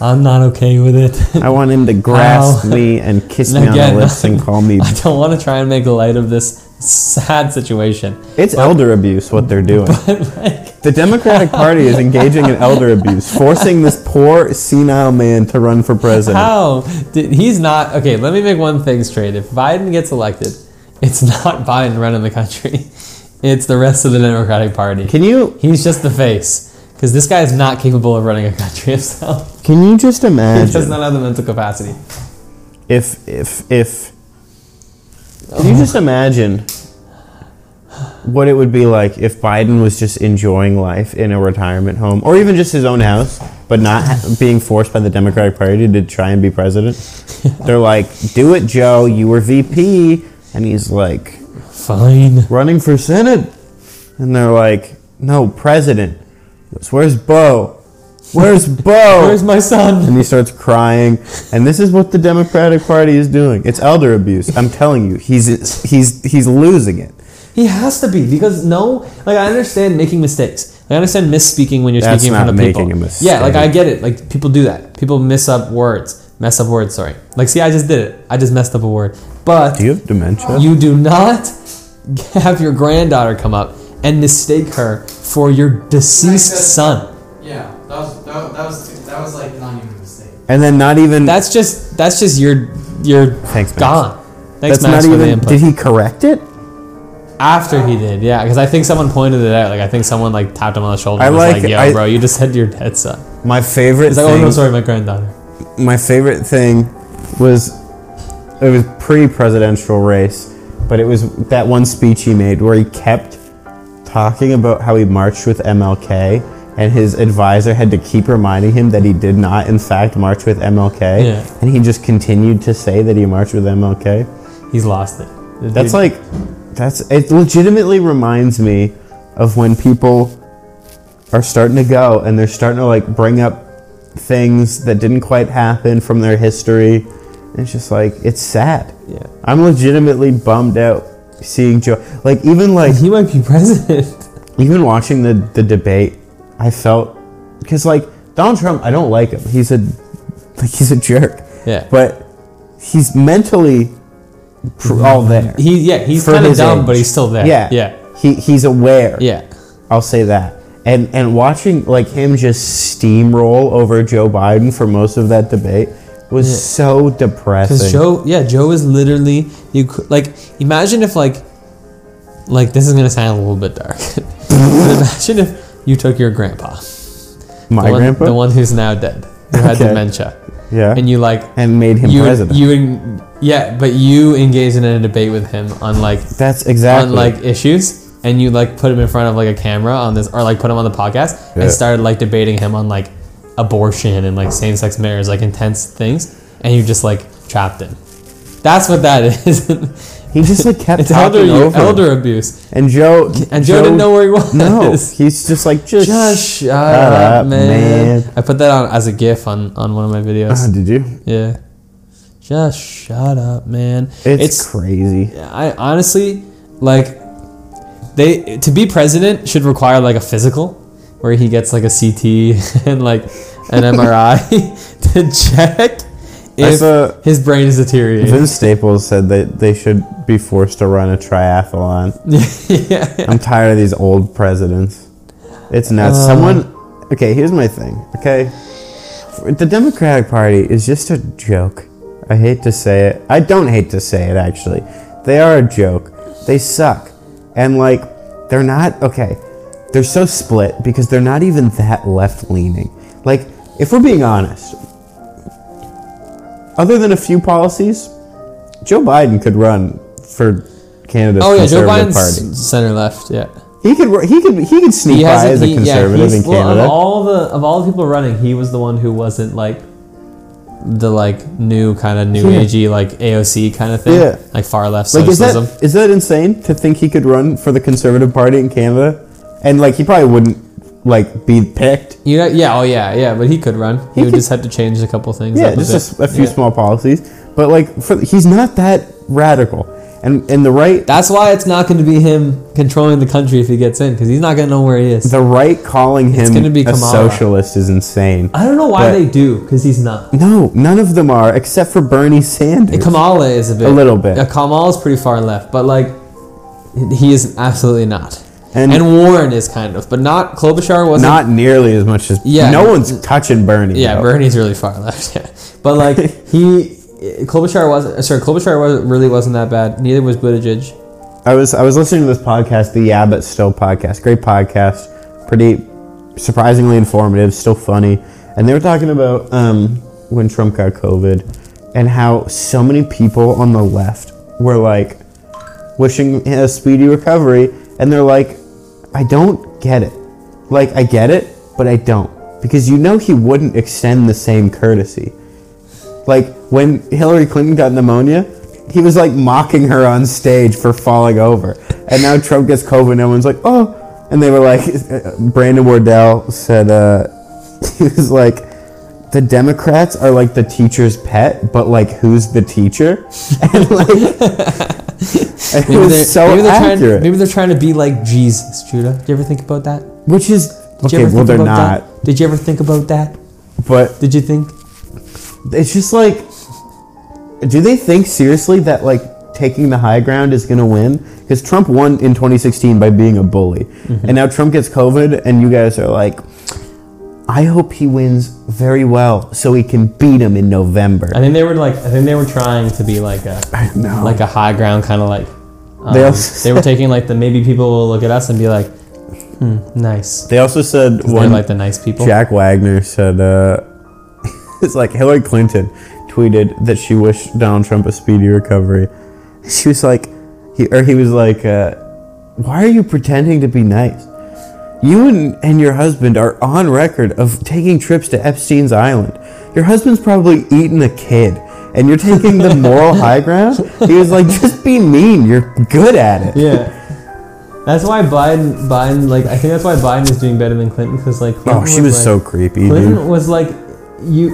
[SPEAKER 2] I'm not okay with it.
[SPEAKER 4] I want him to grasp
[SPEAKER 2] Ow.
[SPEAKER 4] me and kiss
[SPEAKER 2] And
[SPEAKER 4] me on
[SPEAKER 2] again,
[SPEAKER 4] the lips and call me.
[SPEAKER 2] I don't want to try and make light of this sad situation.
[SPEAKER 4] It's elder abuse what they're doing.
[SPEAKER 2] Like,
[SPEAKER 4] The Democratic Party is engaging in elder abuse, forcing this poor senile man to run for president.
[SPEAKER 2] how did he's not okay? Let me make one thing straight. If Biden gets elected, it's not Biden running the country. It's the rest of the Democratic Party.
[SPEAKER 4] Can you
[SPEAKER 2] He's just the face. Because this guy is not capable of running a country himself.
[SPEAKER 4] can you just
[SPEAKER 2] He does
[SPEAKER 4] imagine
[SPEAKER 2] not have the mental capacity.
[SPEAKER 4] if if if Can you just imagine what it would be like if Biden was just enjoying life in a retirement home or even just his own house, but not ha- being forced by the Democratic Party to try and be president? They're like, "Do it, Joe. You were VP." And he's like,
[SPEAKER 2] Fine.
[SPEAKER 4] running for Senate. And they're like, no, president. He goes, Where's Bo? Where's Bo?
[SPEAKER 2] Where's my son?
[SPEAKER 4] and he starts crying. And this is what the Democratic Party is doing. It's elder abuse. I'm telling you, he's he's he's losing it.
[SPEAKER 2] He has to be because no, like I understand making mistakes. Like, I understand misspeaking when you're
[SPEAKER 4] That's
[SPEAKER 2] speaking in front
[SPEAKER 4] not
[SPEAKER 2] of people.
[SPEAKER 4] making a mistake.
[SPEAKER 2] Yeah, like I get it. Like people do that. People miss up words, mess up words. Sorry. Like see, I just did it. I just messed up a word. But
[SPEAKER 4] Do you have dementia?
[SPEAKER 2] you do not have your granddaughter come up and mistake her for your deceased son.
[SPEAKER 5] Yeah, that was that, that was that was like not even a mistake.
[SPEAKER 4] and then not even
[SPEAKER 2] That's just that's just your your
[SPEAKER 4] Thanks, Max.
[SPEAKER 2] gone. Thanks,
[SPEAKER 4] that's
[SPEAKER 2] Max,
[SPEAKER 4] not
[SPEAKER 2] for the
[SPEAKER 4] even
[SPEAKER 2] input.
[SPEAKER 4] did he correct it?
[SPEAKER 2] After he did, yeah, because I think someone pointed it out. Like I think someone like tapped him on the shoulder.
[SPEAKER 4] I
[SPEAKER 2] and was
[SPEAKER 4] like-
[SPEAKER 2] like, "Yo,
[SPEAKER 4] I-
[SPEAKER 2] bro, you just said your dead son."
[SPEAKER 4] My favorite
[SPEAKER 2] He's like, "Oh no, sorry, my granddaughter."
[SPEAKER 4] my favorite thing was it was pre-presidential race, but it was that one speech he made where he kept talking about how he marched with MLK and his advisor had to keep reminding him that he did not in fact march with MLK
[SPEAKER 2] Yeah.
[SPEAKER 4] and he just continued to say that he marched with MLK.
[SPEAKER 2] He's lost it.
[SPEAKER 4] That's like that's it legitimately reminds me of when people are starting to go and they're starting to like bring up things that didn't quite happen from their history. And it's just like it's sad.
[SPEAKER 2] Yeah.
[SPEAKER 4] I'm legitimately bummed out seeing Joe like even like
[SPEAKER 2] he might be president.
[SPEAKER 4] even watching the the debate, I felt because like Donald Trump, I don't like him. He's a like he's a jerk.
[SPEAKER 2] Yeah.
[SPEAKER 4] But he's mentally pr-
[SPEAKER 2] Mm-hmm.
[SPEAKER 4] all there.
[SPEAKER 2] He yeah, he's
[SPEAKER 4] for
[SPEAKER 2] kind of
[SPEAKER 4] his
[SPEAKER 2] dumb,
[SPEAKER 4] age.
[SPEAKER 2] but he's still there.
[SPEAKER 4] Yeah,
[SPEAKER 2] yeah,
[SPEAKER 4] He he's aware.
[SPEAKER 2] yeah.
[SPEAKER 4] I'll say that. And and watching like him just steamroll over Joe Biden for most of that debate was so depressing.
[SPEAKER 2] Because Joe, yeah, Joe is literally you. cou- Like, imagine if like, like this is gonna sound a little bit dark. but imagine if you took your grandpa,
[SPEAKER 4] my
[SPEAKER 2] the one,
[SPEAKER 4] grandpa,
[SPEAKER 2] the one who's now dead, who had
[SPEAKER 4] Okay.
[SPEAKER 2] dementia,
[SPEAKER 4] yeah, and,
[SPEAKER 2] and you like
[SPEAKER 4] made him
[SPEAKER 2] you
[SPEAKER 4] president.
[SPEAKER 2] you en- yeah, but you engage in a debate with him on like
[SPEAKER 4] That's
[SPEAKER 2] on
[SPEAKER 4] exactly
[SPEAKER 2] like issues. And you like put him in front of like a camera on this, or like put him on the podcast,
[SPEAKER 4] Yeah.
[SPEAKER 2] and started like debating him on like abortion and like same-sex marriage, like intense things, and you just like trapped him. That's what that is.
[SPEAKER 4] he just like kept
[SPEAKER 2] It's
[SPEAKER 4] talking
[SPEAKER 2] elder,
[SPEAKER 4] over him.
[SPEAKER 2] elder abuse.
[SPEAKER 4] and Joe
[SPEAKER 2] And Joe, didn't know where he was.
[SPEAKER 4] No, he's just like just.
[SPEAKER 2] Just shut
[SPEAKER 4] shut
[SPEAKER 2] up,
[SPEAKER 4] up,
[SPEAKER 2] man.
[SPEAKER 4] man.
[SPEAKER 2] I put that on as a GIF on, on one of my videos.
[SPEAKER 4] Ah, did you?
[SPEAKER 2] yeah. Just shut up, man.
[SPEAKER 4] It's, crazy.
[SPEAKER 2] I honestly like they to be president should require like a physical where he gets like a CT and like an MRI to check
[SPEAKER 4] I
[SPEAKER 2] if
[SPEAKER 4] saw-
[SPEAKER 2] his brain is deteriorating.
[SPEAKER 4] Vince Staples said that they should be forced to run a triathlon.
[SPEAKER 2] yeah.
[SPEAKER 4] I'm tired of these old presidents. It's nuts. Someone. Okay, here's my thing. Okay, the Democratic Party is just a joke. I hate to say it. I don't hate to say it actually. They are a joke. They suck, and like they're not okay. they're so split because they're not even that left leaning. Like, if we're being honest, other than a few policies, Joe Biden could run for Canada's
[SPEAKER 2] Oh yeah, Joe
[SPEAKER 4] Conservative
[SPEAKER 2] Biden's
[SPEAKER 4] Party.
[SPEAKER 2] center left. Yeah,
[SPEAKER 4] He could ru- he could he could sneak by as a
[SPEAKER 2] he-
[SPEAKER 4] conservative
[SPEAKER 2] he's-
[SPEAKER 4] in
[SPEAKER 2] well,
[SPEAKER 4] Canada.
[SPEAKER 2] Of all the of all the people running, he was the one who wasn't like the like new kind of new
[SPEAKER 4] Yeah.
[SPEAKER 2] agey like AOC kind of thing.
[SPEAKER 4] Yeah.
[SPEAKER 2] like far left
[SPEAKER 4] like is
[SPEAKER 2] socialism.
[SPEAKER 4] that is that insane to think he could run for the Conservative Party in Canada? And like he probably wouldn't like be picked.
[SPEAKER 2] you know, yeah, oh yeah, yeah. But he could run. He, would
[SPEAKER 4] could-
[SPEAKER 2] just have to change a couple things.
[SPEAKER 4] Yeah,
[SPEAKER 2] up
[SPEAKER 4] just a, s-
[SPEAKER 2] bit.
[SPEAKER 4] a few
[SPEAKER 2] Yeah.
[SPEAKER 4] small policies, but like for, he's not that radical. And and the right
[SPEAKER 2] That's why it's not going to be him controlling the country if he gets in because he's not going to know where he is.
[SPEAKER 4] the right calling him
[SPEAKER 2] gonna be
[SPEAKER 4] a
[SPEAKER 2] Kamala.
[SPEAKER 4] socialist is insane.
[SPEAKER 2] I don't know why
[SPEAKER 4] But-
[SPEAKER 2] they do because he's not.
[SPEAKER 4] No, none of them are except for Bernie Sanders.
[SPEAKER 2] Kamala is a bit,
[SPEAKER 4] A little bit.
[SPEAKER 2] Yeah, Kamala is pretty far left, but like he is absolutely not.
[SPEAKER 4] And-
[SPEAKER 2] And, Warren is kind of, but not Klobuchar wasn't.
[SPEAKER 4] Not nearly as much as
[SPEAKER 2] Yeah.
[SPEAKER 4] no one's touching Bernie.
[SPEAKER 2] yeah,
[SPEAKER 4] though.
[SPEAKER 2] Bernie's really far left. Yeah, but like he, Klobuchar wasn't. Sorry, Klobuchar was really wasn't that bad. Neither was Buttigieg.
[SPEAKER 4] I was I was listening to this podcast, the Yeah But Still podcast. Great podcast, pretty surprisingly informative, still funny. And they were talking about um, when Trump got COVID and how so many people on the left were like wishing a speedy recovery, and they're like, I don't get it. Like I get it, but I don't because you know he wouldn't extend the same courtesy. Like when Hillary Clinton got pneumonia, he was like mocking her on stage for falling over. And now Trump gets COVID, and everyone's like, oh. And they were like, Brandon Wardell said, uh, he was like, the Democrats are like the teacher's pet, but like, who's the teacher? And like, and it was so
[SPEAKER 2] maybe they're
[SPEAKER 4] accurate.
[SPEAKER 2] Trying, maybe they're trying to be like Jesus, Judah. Did you ever think about that? Did
[SPEAKER 4] which is,
[SPEAKER 2] you
[SPEAKER 4] okay,
[SPEAKER 2] ever
[SPEAKER 4] well,
[SPEAKER 2] think
[SPEAKER 4] they're
[SPEAKER 2] about
[SPEAKER 4] not.
[SPEAKER 2] That? Did you ever think about that?
[SPEAKER 4] But
[SPEAKER 2] Did you think?
[SPEAKER 4] it's just like do they think seriously that like taking the high ground is going to win because trump won in 2016 by being a bully
[SPEAKER 2] Mm-hmm.
[SPEAKER 4] and now trump gets covid and you guys are like i hope he wins very well so we can beat him in november
[SPEAKER 2] I think they were like I think they were trying to be like a
[SPEAKER 4] no
[SPEAKER 2] like a high ground kind of like um,
[SPEAKER 4] Oh. They
[SPEAKER 2] they,
[SPEAKER 4] also
[SPEAKER 2] were taking like the maybe people will look at us and be like hmm nice
[SPEAKER 4] they also said
[SPEAKER 2] they're
[SPEAKER 4] one
[SPEAKER 2] like the nice people
[SPEAKER 4] Jack Wagner said, uh, it's like Hillary Clinton tweeted that she wished Donald Trump a speedy recovery. She was like, he, or he was like, uh, why are you pretending to be nice? You and, and your husband are on record of taking trips to Epstein's Island. Your husband's probably eaten a kid, and you're taking the moral high ground? He was like, just be mean. You're good at it.
[SPEAKER 2] yeah that's why Biden Biden like I think that's why Biden is doing better than Clinton because like
[SPEAKER 4] Oh,
[SPEAKER 2] Clinton
[SPEAKER 4] she was
[SPEAKER 2] like-
[SPEAKER 4] so creepy,
[SPEAKER 2] Clinton
[SPEAKER 4] dude.
[SPEAKER 2] was like you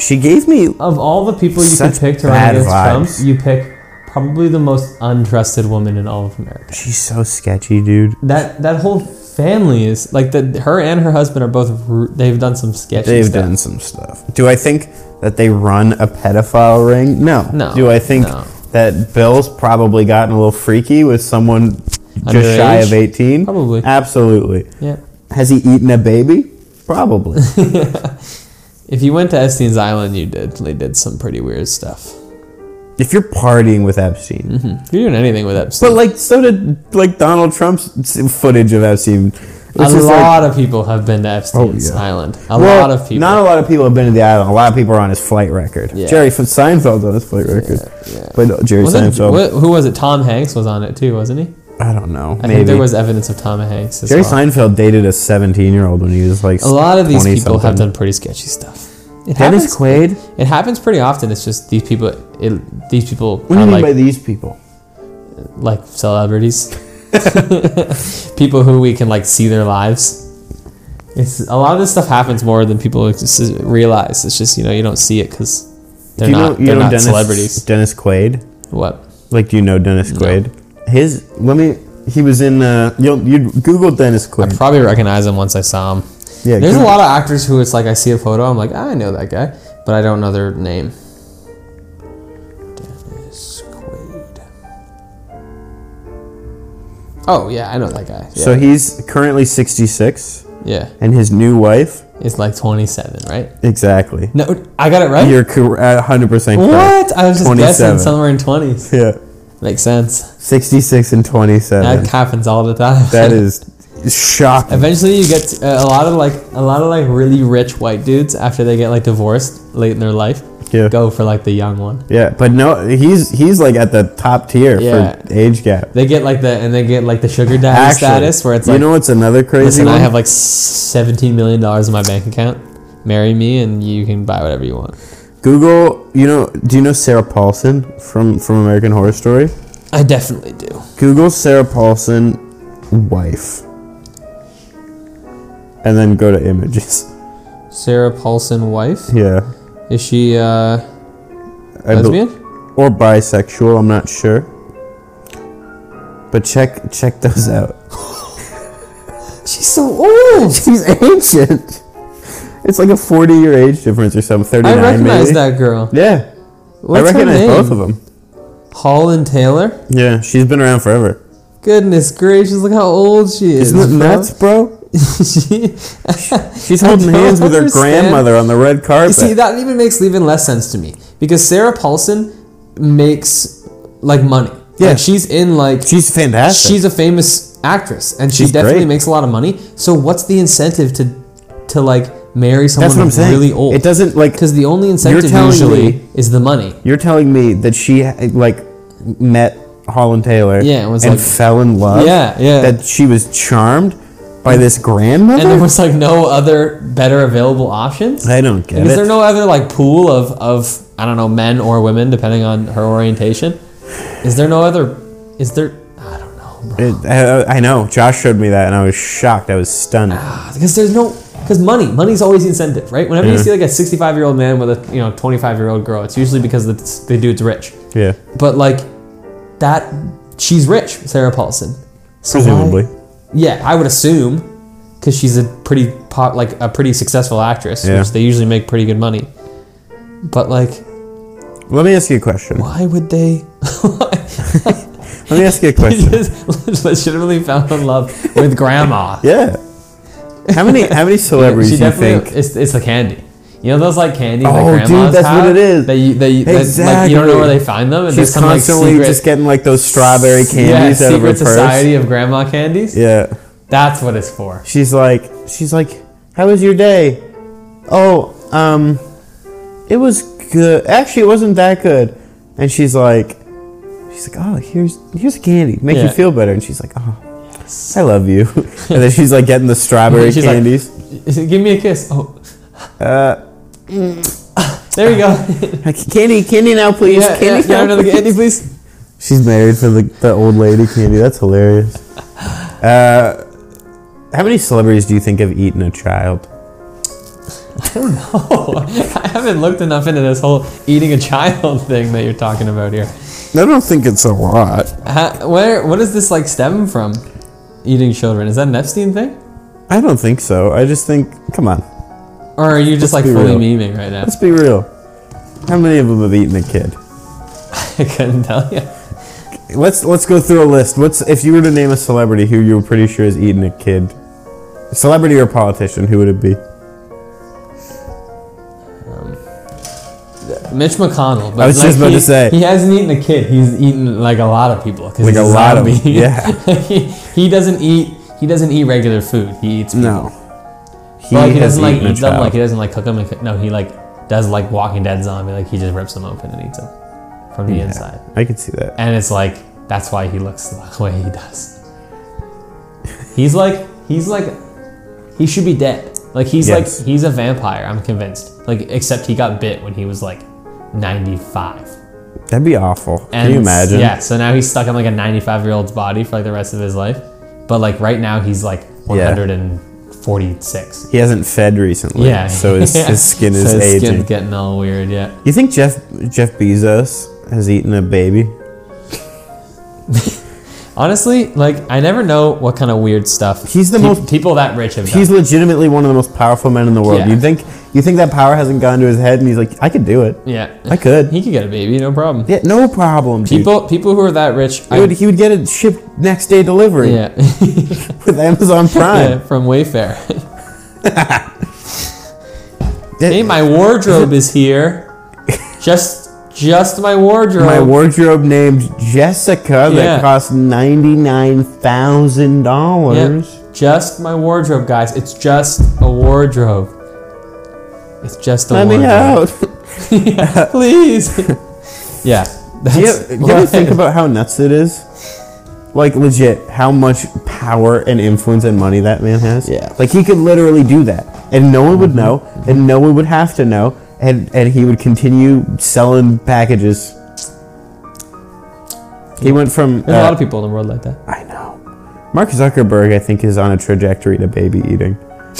[SPEAKER 4] She gave me
[SPEAKER 2] of all the people you
[SPEAKER 4] Such
[SPEAKER 2] could pick to
[SPEAKER 4] bad
[SPEAKER 2] run against
[SPEAKER 4] vibes.
[SPEAKER 2] Trump you pick probably the most untrusted woman in all of America
[SPEAKER 4] She's so sketchy, dude.
[SPEAKER 2] that that whole family is like the her and her husband are both ru- they've done some sketchy
[SPEAKER 4] They've
[SPEAKER 2] stuff.
[SPEAKER 4] done some stuff. Do I think that they run a pedophile ring? No.
[SPEAKER 2] No,
[SPEAKER 4] Do I think
[SPEAKER 2] no.
[SPEAKER 4] that Bill's probably gotten a little freaky with someone just shy
[SPEAKER 2] Underage?
[SPEAKER 4] of 18?
[SPEAKER 2] Probably.
[SPEAKER 4] Absolutely.
[SPEAKER 2] yeah
[SPEAKER 4] Has he eaten a baby? Probably.
[SPEAKER 2] If you went to Epstein's Island, you did. They did some pretty weird stuff.
[SPEAKER 4] if you're partying with Epstein.
[SPEAKER 2] You're doing anything with Epstein.
[SPEAKER 4] But like so did like Donald Trump's s- footage of Epstein.
[SPEAKER 2] a
[SPEAKER 4] which is, like- Oh,
[SPEAKER 2] lot of people have been to Epstein's
[SPEAKER 4] yeah.
[SPEAKER 2] Island. A
[SPEAKER 4] Well,
[SPEAKER 2] lot of people.
[SPEAKER 4] Not a lot of people have been to the island. A lot of people are on his flight record.
[SPEAKER 2] Yeah.
[SPEAKER 4] Jerry F- Seinfeld's on his flight record. But uh, Jerry
[SPEAKER 2] was it,
[SPEAKER 4] Seinfeld.
[SPEAKER 2] what, who was it? Tom Hanks was on it too, wasn't he?
[SPEAKER 4] I don't know.
[SPEAKER 2] I
[SPEAKER 4] maybe
[SPEAKER 2] think there was evidence of Tom Hanks. As
[SPEAKER 4] Jerry
[SPEAKER 2] well.
[SPEAKER 4] Seinfeld dated a 17 year old when he was like
[SPEAKER 2] A lot of these
[SPEAKER 4] 20
[SPEAKER 2] people have
[SPEAKER 4] something.
[SPEAKER 2] done pretty sketchy stuff. It
[SPEAKER 4] Dennis
[SPEAKER 2] happens.
[SPEAKER 4] Quaid.
[SPEAKER 2] It happens pretty often. It's just these people. It, these people
[SPEAKER 4] What do you
[SPEAKER 2] are
[SPEAKER 4] mean
[SPEAKER 2] like
[SPEAKER 4] by these people?
[SPEAKER 2] like celebrities, people who we can like see their lives. It's a lot of this stuff happens more than people s- realize. It's just you know you don't see it because they're
[SPEAKER 4] do you
[SPEAKER 2] not
[SPEAKER 4] know, you
[SPEAKER 2] they're
[SPEAKER 4] know
[SPEAKER 2] not
[SPEAKER 4] Dennis,
[SPEAKER 2] celebrities.
[SPEAKER 4] Dennis Quaid.
[SPEAKER 2] What?
[SPEAKER 4] Like, do you know Dennis Quaid? His let me. He was in. Uh, you'll you Google Dennis Quaid.
[SPEAKER 2] Probably recognize him once I saw him.
[SPEAKER 4] Yeah,
[SPEAKER 2] There's a
[SPEAKER 4] Google-
[SPEAKER 2] lot of actors who it's like I see a photo, I'm like "Ah, I know that guy, but I don't know their name. Dennis Quaid. Oh yeah, I know that guy. Yeah,
[SPEAKER 4] So he's currently 66,
[SPEAKER 2] yeah.
[SPEAKER 4] and his new wife.
[SPEAKER 2] it's like 27, right?
[SPEAKER 4] Exactly.
[SPEAKER 2] No, I got it right.
[SPEAKER 4] You're cor- uh, 100 percent correct.
[SPEAKER 2] What? I was just
[SPEAKER 4] 27.
[SPEAKER 2] guessing somewhere in twenties.
[SPEAKER 4] Yeah,
[SPEAKER 2] Makes sense.
[SPEAKER 4] 66 and
[SPEAKER 2] That
[SPEAKER 4] 27.
[SPEAKER 2] happens all the time.
[SPEAKER 4] that is
[SPEAKER 3] It's shocking.
[SPEAKER 2] Eventually, you get uh, a lot of like a lot of like really rich white dudes after they get like divorced late in their life.
[SPEAKER 4] Yeah.
[SPEAKER 2] Go for like the young one.
[SPEAKER 4] Yeah, but no, he's he's like at the top tier
[SPEAKER 2] Yeah.
[SPEAKER 4] for age gap.
[SPEAKER 2] They get like the and they get like the sugar daddy
[SPEAKER 4] Actually,
[SPEAKER 2] status where it's like
[SPEAKER 4] you know what's another crazy
[SPEAKER 2] listen,
[SPEAKER 4] one?
[SPEAKER 2] I have like seventeen million dollars in my bank account. Marry me and you can buy whatever you want.
[SPEAKER 4] Google. You know, do you know Sarah Paulson from from American Horror Story?
[SPEAKER 2] I definitely do.
[SPEAKER 4] Google Sarah Paulson wife, and then go to images.
[SPEAKER 2] Sarah Paulson wife
[SPEAKER 4] Yeah,
[SPEAKER 2] is she uh,
[SPEAKER 4] I bel-
[SPEAKER 2] lesbian?
[SPEAKER 4] or bisexual. I'm not sure, but check check those out.
[SPEAKER 2] She's so old.
[SPEAKER 4] She's ancient. It's like a 40 year age difference or something. 39
[SPEAKER 2] I recognize
[SPEAKER 4] maybe.
[SPEAKER 2] that girl.
[SPEAKER 4] Yeah,
[SPEAKER 2] What's
[SPEAKER 4] I recognize
[SPEAKER 2] her name?
[SPEAKER 4] both of them.
[SPEAKER 2] Hall and Taylor.
[SPEAKER 4] Yeah, she's been around forever.
[SPEAKER 2] Goodness gracious, look how old she is.
[SPEAKER 4] Isn't it
[SPEAKER 2] bro.
[SPEAKER 4] nuts, bro?
[SPEAKER 2] She-
[SPEAKER 4] She's
[SPEAKER 2] I
[SPEAKER 4] holding
[SPEAKER 2] don't
[SPEAKER 4] hands with her
[SPEAKER 2] understand.
[SPEAKER 4] grandmother on the red carpet.
[SPEAKER 2] You see, that even makes even less sense to me because Sarah Paulson makes like money.
[SPEAKER 4] Yeah.
[SPEAKER 2] Like, she's in like
[SPEAKER 4] she's fantastic.
[SPEAKER 2] she's a famous actress and she
[SPEAKER 4] She's
[SPEAKER 2] definitely
[SPEAKER 4] great.
[SPEAKER 2] makes a lot of money. So what's the incentive to to like marry someone
[SPEAKER 4] that's what I'm saying.
[SPEAKER 2] really old?
[SPEAKER 4] It doesn't like
[SPEAKER 2] because the only incentive
[SPEAKER 4] telling
[SPEAKER 2] usually
[SPEAKER 4] me-
[SPEAKER 2] is the money.
[SPEAKER 4] you're telling me that she like met Holland Taylor.
[SPEAKER 2] Yeah, it was
[SPEAKER 4] and
[SPEAKER 2] like-
[SPEAKER 4] fell in love.
[SPEAKER 2] Yeah, yeah.
[SPEAKER 4] That she was charmed by this grandmother.
[SPEAKER 2] And there was like no other better available options.
[SPEAKER 4] I don't get
[SPEAKER 2] Like, is
[SPEAKER 4] it.
[SPEAKER 2] there no other like pool of of I don't know men or women depending on her orientation? Is there no other? Is there? ah, I don't know, bro.
[SPEAKER 4] It- I, I know. Josh showed me that, and I was shocked. I was stunned.
[SPEAKER 2] because there's no because money money's always the incentive right whenever you
[SPEAKER 4] Yeah.
[SPEAKER 2] see like a 65 year old man with a you know 25 year old girl it's usually because the, the dude's rich
[SPEAKER 4] yeah,
[SPEAKER 2] but like that she's rich sarah paulson so why-
[SPEAKER 4] presumably.
[SPEAKER 2] yeah i would assume because she's a pretty pop like a pretty successful actress
[SPEAKER 4] Yeah.
[SPEAKER 2] which they usually make pretty good money but like
[SPEAKER 4] Let me ask you a question.
[SPEAKER 2] why would they
[SPEAKER 4] Let me ask you a
[SPEAKER 2] He
[SPEAKER 4] question.
[SPEAKER 2] just legitimately fell in love with grandma
[SPEAKER 4] yeah. How many how many celebrities
[SPEAKER 2] she
[SPEAKER 4] do you
[SPEAKER 2] definitely
[SPEAKER 4] think
[SPEAKER 2] it's, it's the candy. You know those like candies that
[SPEAKER 4] Oh, dude,
[SPEAKER 2] grandmas
[SPEAKER 4] that's
[SPEAKER 2] have?
[SPEAKER 4] what it is.
[SPEAKER 2] That you, that you, that, like, you don't know where
[SPEAKER 4] Exactly.
[SPEAKER 2] they find them. And there's
[SPEAKER 4] She's
[SPEAKER 2] some,
[SPEAKER 4] constantly
[SPEAKER 2] like, secret,
[SPEAKER 4] just getting like those strawberry candies
[SPEAKER 2] yeah,
[SPEAKER 4] out of her
[SPEAKER 2] secret
[SPEAKER 4] purse.
[SPEAKER 2] society of grandma candies.
[SPEAKER 4] Yeah.
[SPEAKER 2] That's what it's for.
[SPEAKER 4] She's like she's like, How was your day? Oh, um it was good actually it wasn't that good. And she's like she's like, Oh, here's here's a candy. Make
[SPEAKER 2] Yeah.
[SPEAKER 4] you feel better and she's like, Oh I love you. and then she's like getting the strawberry
[SPEAKER 2] She's like-
[SPEAKER 4] candies.
[SPEAKER 2] Give me a kiss. Oh,
[SPEAKER 4] uh
[SPEAKER 2] there you go.
[SPEAKER 4] like, candy, candy now please.
[SPEAKER 2] yeah, yeah,
[SPEAKER 4] candy
[SPEAKER 2] yeah,
[SPEAKER 4] now.
[SPEAKER 2] another candy, please.
[SPEAKER 4] She's married to the, the old lady candy. That's hilarious. Uh, how many celebrities do you think have eaten a child?
[SPEAKER 2] Oh, I haven't looked enough into this whole eating a child thing that you're talking about here.
[SPEAKER 3] I don't think it's a lot.
[SPEAKER 2] Ha where? What does this like stem from? Eating children is that an Epstein thing,
[SPEAKER 4] I don't think so. I just think, come on,
[SPEAKER 2] or are you just like
[SPEAKER 4] be
[SPEAKER 2] fully
[SPEAKER 4] real.
[SPEAKER 2] memeing right now?
[SPEAKER 4] let's be real. How many of them have eaten a kid?
[SPEAKER 2] I couldn't tell you.
[SPEAKER 4] Let's let's go through a list. What's if you were to name a celebrity who you were pretty sure has eaten a kid? Celebrity or politician? Who would it be?
[SPEAKER 2] Mitch McConnell. But
[SPEAKER 4] I was just about
[SPEAKER 2] he,
[SPEAKER 4] to say.
[SPEAKER 2] he hasn't eaten a kid. He's eaten like a lot of people. 'cause
[SPEAKER 4] Like
[SPEAKER 2] he's
[SPEAKER 4] a lot of-
[SPEAKER 2] zombie.
[SPEAKER 4] yeah.
[SPEAKER 2] he, he doesn't eat. He doesn't eat regular food. He eats. People.
[SPEAKER 4] He,
[SPEAKER 2] But, like, he,
[SPEAKER 4] has
[SPEAKER 2] doesn't like
[SPEAKER 4] eaten a
[SPEAKER 2] eat them. Like
[SPEAKER 4] child.
[SPEAKER 2] he doesn't like cook them. And cook, no, he like does like Walking Dead zombie. Like he just rips them open and eats them from the
[SPEAKER 4] Yeah,
[SPEAKER 2] inside.
[SPEAKER 4] I can see that.
[SPEAKER 2] And it's like that's why he looks the way he does. He's like he's like he should be dead. Like he's
[SPEAKER 4] Yes.
[SPEAKER 2] like he's a vampire. I'm convinced. Like except he got bit when he was like 95.
[SPEAKER 4] That'd be awful.
[SPEAKER 2] And
[SPEAKER 4] Can you imagine?
[SPEAKER 2] Yeah, so now he's stuck in like a 95 year old's body for like the rest of his life. But like right now he's like 146.
[SPEAKER 4] He hasn't fed recently.
[SPEAKER 2] Yeah.
[SPEAKER 4] So his,
[SPEAKER 2] yeah.
[SPEAKER 4] his skin is
[SPEAKER 2] so his
[SPEAKER 4] aging.
[SPEAKER 2] skin's getting all weird, yeah.
[SPEAKER 4] You think Jeff Jeff Bezos has eaten a baby?
[SPEAKER 2] Honestly, like I never know what kind of weird stuff
[SPEAKER 4] He's the
[SPEAKER 2] peop-
[SPEAKER 4] most-
[SPEAKER 2] people that rich have
[SPEAKER 4] He's
[SPEAKER 2] done.
[SPEAKER 4] legitimately one of the most powerful men in the world.
[SPEAKER 2] Yeah.
[SPEAKER 4] You think you think that power hasn't gone to his head, and he's like, I could do it.
[SPEAKER 2] Yeah.
[SPEAKER 4] I could.
[SPEAKER 2] He could get a baby, no problem.
[SPEAKER 4] Yeah, no problem. Dude.
[SPEAKER 2] People people who are that rich
[SPEAKER 4] he
[SPEAKER 2] I-
[SPEAKER 4] would, he would get it shipped next day delivery
[SPEAKER 2] yeah.
[SPEAKER 4] with Amazon
[SPEAKER 2] yeah,
[SPEAKER 4] Prime.
[SPEAKER 2] from Wayfair.
[SPEAKER 4] That-
[SPEAKER 2] hey, my wardrobe is here. Just just my wardrobe.
[SPEAKER 4] my wardrobe named Jessica that
[SPEAKER 2] Yeah.
[SPEAKER 4] cost ninety nine thousand dollars.
[SPEAKER 2] Just my wardrobe, guys. It's just a wardrobe. It's just a
[SPEAKER 4] Let
[SPEAKER 2] wardrobe.
[SPEAKER 4] me out.
[SPEAKER 2] Yes, please. yeah.
[SPEAKER 4] Do you,
[SPEAKER 2] That's
[SPEAKER 4] do you ever think about how nuts it is? Like legit, how much power and influence and money that man has?
[SPEAKER 3] Yeah.
[SPEAKER 4] Like he could literally do that, and no one
[SPEAKER 2] Mm-hmm.
[SPEAKER 4] would know, and no one would have to know, and and he would continue selling packages. He went from
[SPEAKER 2] There's a
[SPEAKER 4] uh,
[SPEAKER 2] lot of people in the world like that.
[SPEAKER 4] I know. Mark Zuckerberg, I think, is on a trajectory to baby eating.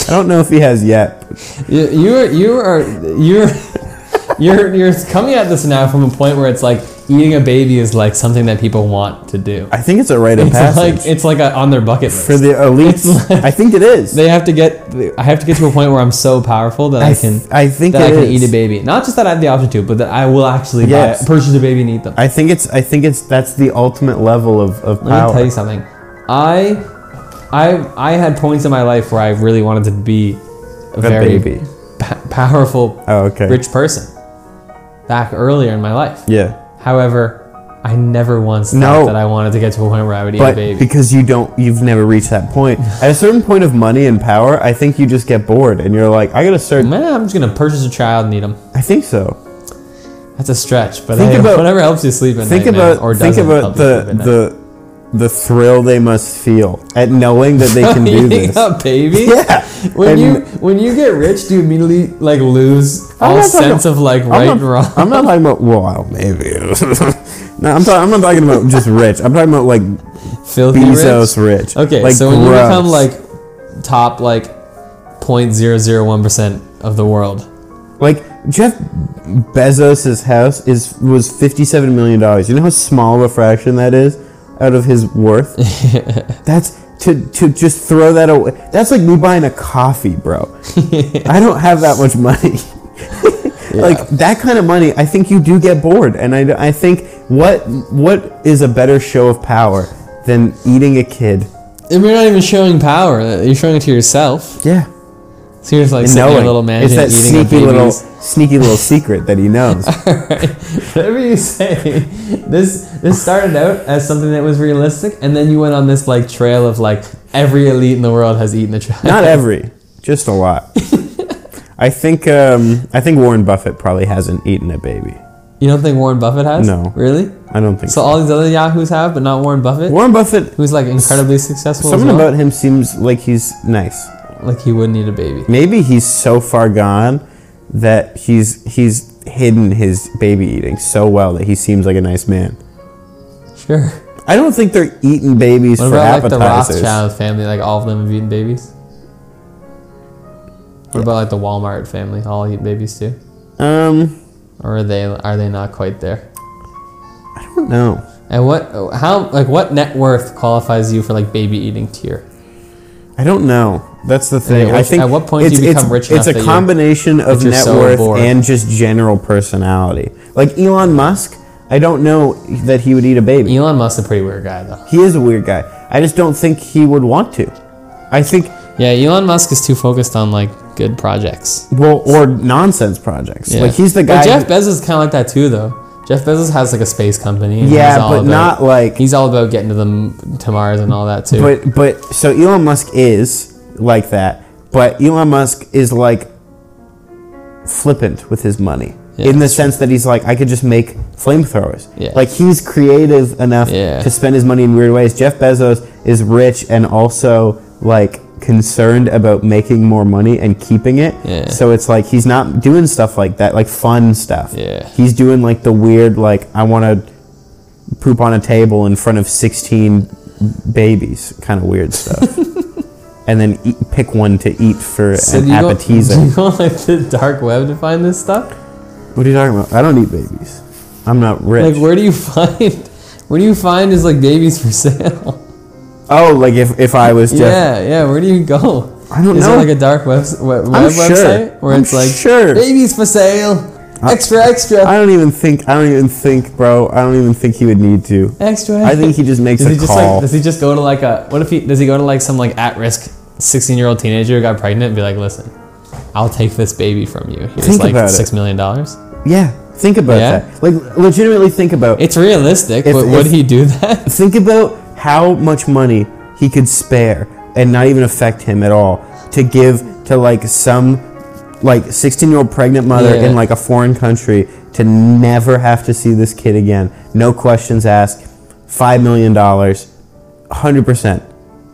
[SPEAKER 4] I don't know if he has yet.
[SPEAKER 2] You, you are you are you're you're you're coming at this now from a point where it's like eating a baby is like something that people want to do.
[SPEAKER 4] I think it's a rite of
[SPEAKER 2] It's
[SPEAKER 4] passage
[SPEAKER 2] like it's like a, on their bucket list.
[SPEAKER 4] for the elites. I think it is.
[SPEAKER 2] they have to get. I have to get to a point where I'm so powerful that I,
[SPEAKER 4] I,
[SPEAKER 2] can
[SPEAKER 4] th- I think
[SPEAKER 2] that I
[SPEAKER 4] it
[SPEAKER 2] can
[SPEAKER 4] is.
[SPEAKER 2] eat a baby. Not just that I have the option to, but that I will actually
[SPEAKER 4] Yes.
[SPEAKER 2] buy, purchase a baby and eat them.
[SPEAKER 4] I think it's I think it's that's the ultimate level of, of
[SPEAKER 2] Let me tell
[SPEAKER 4] power.
[SPEAKER 2] you something. I, I, I had points in my life where I really wanted to be a
[SPEAKER 4] The
[SPEAKER 2] very
[SPEAKER 4] baby.
[SPEAKER 2] pa- powerful,
[SPEAKER 4] Oh, okay.
[SPEAKER 2] rich person. Back earlier in my life.
[SPEAKER 4] Yeah.
[SPEAKER 2] However, I never once thought
[SPEAKER 4] No.
[SPEAKER 2] that I wanted to get to a point where I would eat a
[SPEAKER 4] But
[SPEAKER 2] baby.
[SPEAKER 4] because you don't you've never reached that point. At a certain point of money and power, I think you just get bored and you're like, I gotta start
[SPEAKER 2] Man, I'm just gonna purchase a child and eat him.
[SPEAKER 4] I think so.
[SPEAKER 2] That's a stretch, but
[SPEAKER 4] Think
[SPEAKER 2] hey,
[SPEAKER 4] about-
[SPEAKER 2] whatever helps you sleep at
[SPEAKER 4] Think
[SPEAKER 2] night, man,
[SPEAKER 4] about
[SPEAKER 2] or doesn't
[SPEAKER 4] think about
[SPEAKER 2] help you sleep
[SPEAKER 4] the
[SPEAKER 2] at night.
[SPEAKER 4] the the thrill they must feel at knowing that they can do
[SPEAKER 2] Eating
[SPEAKER 4] this.
[SPEAKER 2] a baby.
[SPEAKER 4] Yeah.
[SPEAKER 2] When
[SPEAKER 4] And-
[SPEAKER 2] you when you get rich, do you immediately like lose
[SPEAKER 4] I'm
[SPEAKER 2] all
[SPEAKER 4] not talking-
[SPEAKER 2] sense of like right
[SPEAKER 4] I'm
[SPEAKER 2] and wrong?
[SPEAKER 4] not, I'm not talking about well, maybe. no, I'm, ta- I'm not talking about just rich. I'm talking about like
[SPEAKER 2] filthy
[SPEAKER 4] Bezos rich.
[SPEAKER 2] Okay,
[SPEAKER 4] like,
[SPEAKER 2] so when you
[SPEAKER 4] gross.
[SPEAKER 2] become like top like 0.001 percent of the world,
[SPEAKER 4] Like Jeff Bezos' house is was fifty seven million dollars. You know how small of a fraction that is out of his worth? that's to to just throw that away that's like me buying a coffee, bro. I don't have that much money. Like that kind of money, I think you do get bored, and I, I think what what is a better show of power than eating a kid?
[SPEAKER 2] and you're not even showing power. You're showing it to yourself.
[SPEAKER 4] Yeah,
[SPEAKER 2] So you're just like
[SPEAKER 4] and
[SPEAKER 2] sitting in a
[SPEAKER 4] knowing
[SPEAKER 2] little
[SPEAKER 4] it's
[SPEAKER 2] mansion
[SPEAKER 4] that
[SPEAKER 2] eating a
[SPEAKER 4] sneaky
[SPEAKER 2] baby.
[SPEAKER 4] little sneaky little secret that he knows.
[SPEAKER 2] Whatever you say, this this started out as something that was realistic, and then you went on this like trail of like every elite in the world has eaten a child.
[SPEAKER 4] Not every, just a lot. I think um, I think Warren Buffett probably hasn't eaten a baby.
[SPEAKER 2] You don't think Warren Buffett has?
[SPEAKER 4] No.
[SPEAKER 2] Really?
[SPEAKER 4] I don't think
[SPEAKER 2] So
[SPEAKER 4] so.
[SPEAKER 2] all these other Yahoos have, but not Warren Buffett,
[SPEAKER 4] Warren Buffett,
[SPEAKER 2] who's like incredibly successful. as
[SPEAKER 4] something
[SPEAKER 2] well?
[SPEAKER 4] about him seems like he's nice.
[SPEAKER 2] like he wouldn't eat a baby.
[SPEAKER 4] Maybe he's so far gone that he's he's hidden his baby eating so well that he seems like a nice man.
[SPEAKER 2] Sure.
[SPEAKER 4] I don't think they're eating babies
[SPEAKER 2] What
[SPEAKER 4] for
[SPEAKER 2] about like the
[SPEAKER 4] appetizers.
[SPEAKER 2] Rothschild family? Like all of them have eaten babies. What about like the Walmart family? All eat babies too,
[SPEAKER 4] um,
[SPEAKER 2] or are they are they not quite there?
[SPEAKER 4] I don't know.
[SPEAKER 2] And what how like what net worth qualifies you for like baby eating tier?
[SPEAKER 4] I don't know. That's the thing.
[SPEAKER 2] at
[SPEAKER 4] I
[SPEAKER 2] which-
[SPEAKER 4] think
[SPEAKER 2] at what point do you
[SPEAKER 4] it's-
[SPEAKER 2] become rich
[SPEAKER 4] It's
[SPEAKER 2] enough
[SPEAKER 4] a
[SPEAKER 2] that you're-
[SPEAKER 4] combination of
[SPEAKER 2] that you're
[SPEAKER 4] net
[SPEAKER 2] so
[SPEAKER 4] worth
[SPEAKER 2] bored?
[SPEAKER 4] and just general personality. Like Elon Musk, I don't know that he would eat a baby.
[SPEAKER 2] Elon Musk's a pretty weird guy though.
[SPEAKER 4] he is a weird guy. I just don't think he would want to. I think
[SPEAKER 2] Yeah, Elon Musk is too focused on like good projects.
[SPEAKER 4] well, or nonsense projects.
[SPEAKER 2] Yeah.
[SPEAKER 4] Like he's the
[SPEAKER 2] But
[SPEAKER 4] guy.
[SPEAKER 2] Jeff
[SPEAKER 4] who-
[SPEAKER 2] Bezos is kind of like that too though. Jeff Bezos has like a space company. and
[SPEAKER 4] yeah,
[SPEAKER 2] he's all
[SPEAKER 4] but
[SPEAKER 2] about-
[SPEAKER 4] not like.
[SPEAKER 2] He's all about getting to the m- to Mars and all that too.
[SPEAKER 4] But but so Elon Musk is like that. But Elon Musk is like flippant with his money.
[SPEAKER 2] Yeah,
[SPEAKER 4] in the
[SPEAKER 2] that's
[SPEAKER 4] sense that he's like, I could just make flamethrowers.
[SPEAKER 2] Yeah.
[SPEAKER 4] Like he's creative enough
[SPEAKER 2] Yeah.
[SPEAKER 4] to spend his money in weird ways. Jeff Bezos is rich and also like concerned about making more money and keeping it.
[SPEAKER 2] Yeah.
[SPEAKER 4] So it's like he's not doing stuff like that, like fun stuff.
[SPEAKER 2] Yeah.
[SPEAKER 4] He's doing like the weird, like I want to poop on a table in front of sixteen babies, kind of weird stuff. and then eat, pick one to eat for an
[SPEAKER 2] do you go-
[SPEAKER 4] appetizer.
[SPEAKER 2] do you go on like the dark web to find this stuff?
[SPEAKER 4] What are you talking about? I don't eat babies. I'm not rich.
[SPEAKER 2] Like, where do you find? Where do you find is like babies for sale?
[SPEAKER 4] oh, like if, if I was Jeff.
[SPEAKER 2] Yeah, yeah. Where do you go?
[SPEAKER 4] I don't
[SPEAKER 2] Is
[SPEAKER 4] know.
[SPEAKER 2] there like a dark web, web,
[SPEAKER 4] I'm
[SPEAKER 2] web
[SPEAKER 4] sure.
[SPEAKER 2] website where
[SPEAKER 4] I'm
[SPEAKER 2] it's like
[SPEAKER 4] sure.
[SPEAKER 2] babies for sale, extra, extra,
[SPEAKER 4] I don't even think. I don't even think, bro. I don't even think he would need to.
[SPEAKER 2] extra?
[SPEAKER 4] I think he just makes
[SPEAKER 2] does
[SPEAKER 4] a
[SPEAKER 2] he just
[SPEAKER 4] call.
[SPEAKER 2] like does he just go to like a what if he does he go to like some like at risk sixteen year old teenager who got pregnant and be like listen, I'll take this baby from you. Here's
[SPEAKER 4] Think
[SPEAKER 2] like
[SPEAKER 4] about it.
[SPEAKER 2] six million dollars.
[SPEAKER 4] yeah, think about
[SPEAKER 2] Yeah?
[SPEAKER 4] that. Like legitimately think about.
[SPEAKER 2] It's realistic,
[SPEAKER 4] If-
[SPEAKER 2] but would
[SPEAKER 4] if-
[SPEAKER 2] he do that?
[SPEAKER 4] think about how much money he could spare and not even affect him at all to give to like some like 16 year old pregnant mother
[SPEAKER 2] Yeah.
[SPEAKER 4] in like a foreign country to never have to see this kid again. No questions asked. Five million dollars, hundred percent.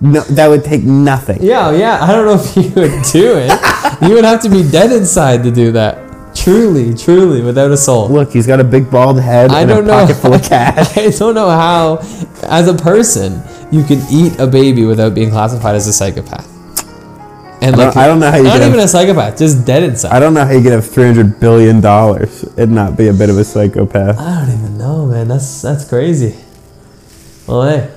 [SPEAKER 4] No, that would take nothing.
[SPEAKER 2] Yeah, yeah. I don't know if you would do it. you would have to be dead inside to do that. Truly, truly, without a soul.
[SPEAKER 4] Look, he's got a big bald head
[SPEAKER 2] I
[SPEAKER 4] and
[SPEAKER 2] don't
[SPEAKER 4] a
[SPEAKER 2] know.
[SPEAKER 4] pocket full of cash.
[SPEAKER 2] I don't know how, as a person, you can eat a baby without being classified as a psychopath. And
[SPEAKER 4] don't- I don't know how you
[SPEAKER 2] Not
[SPEAKER 4] can-
[SPEAKER 2] even a psychopath, just dead inside.
[SPEAKER 4] I don't know how you could have three hundred billion dollars and not be a bit of a psychopath.
[SPEAKER 2] I don't even know, man. That's that's crazy. Well, hey.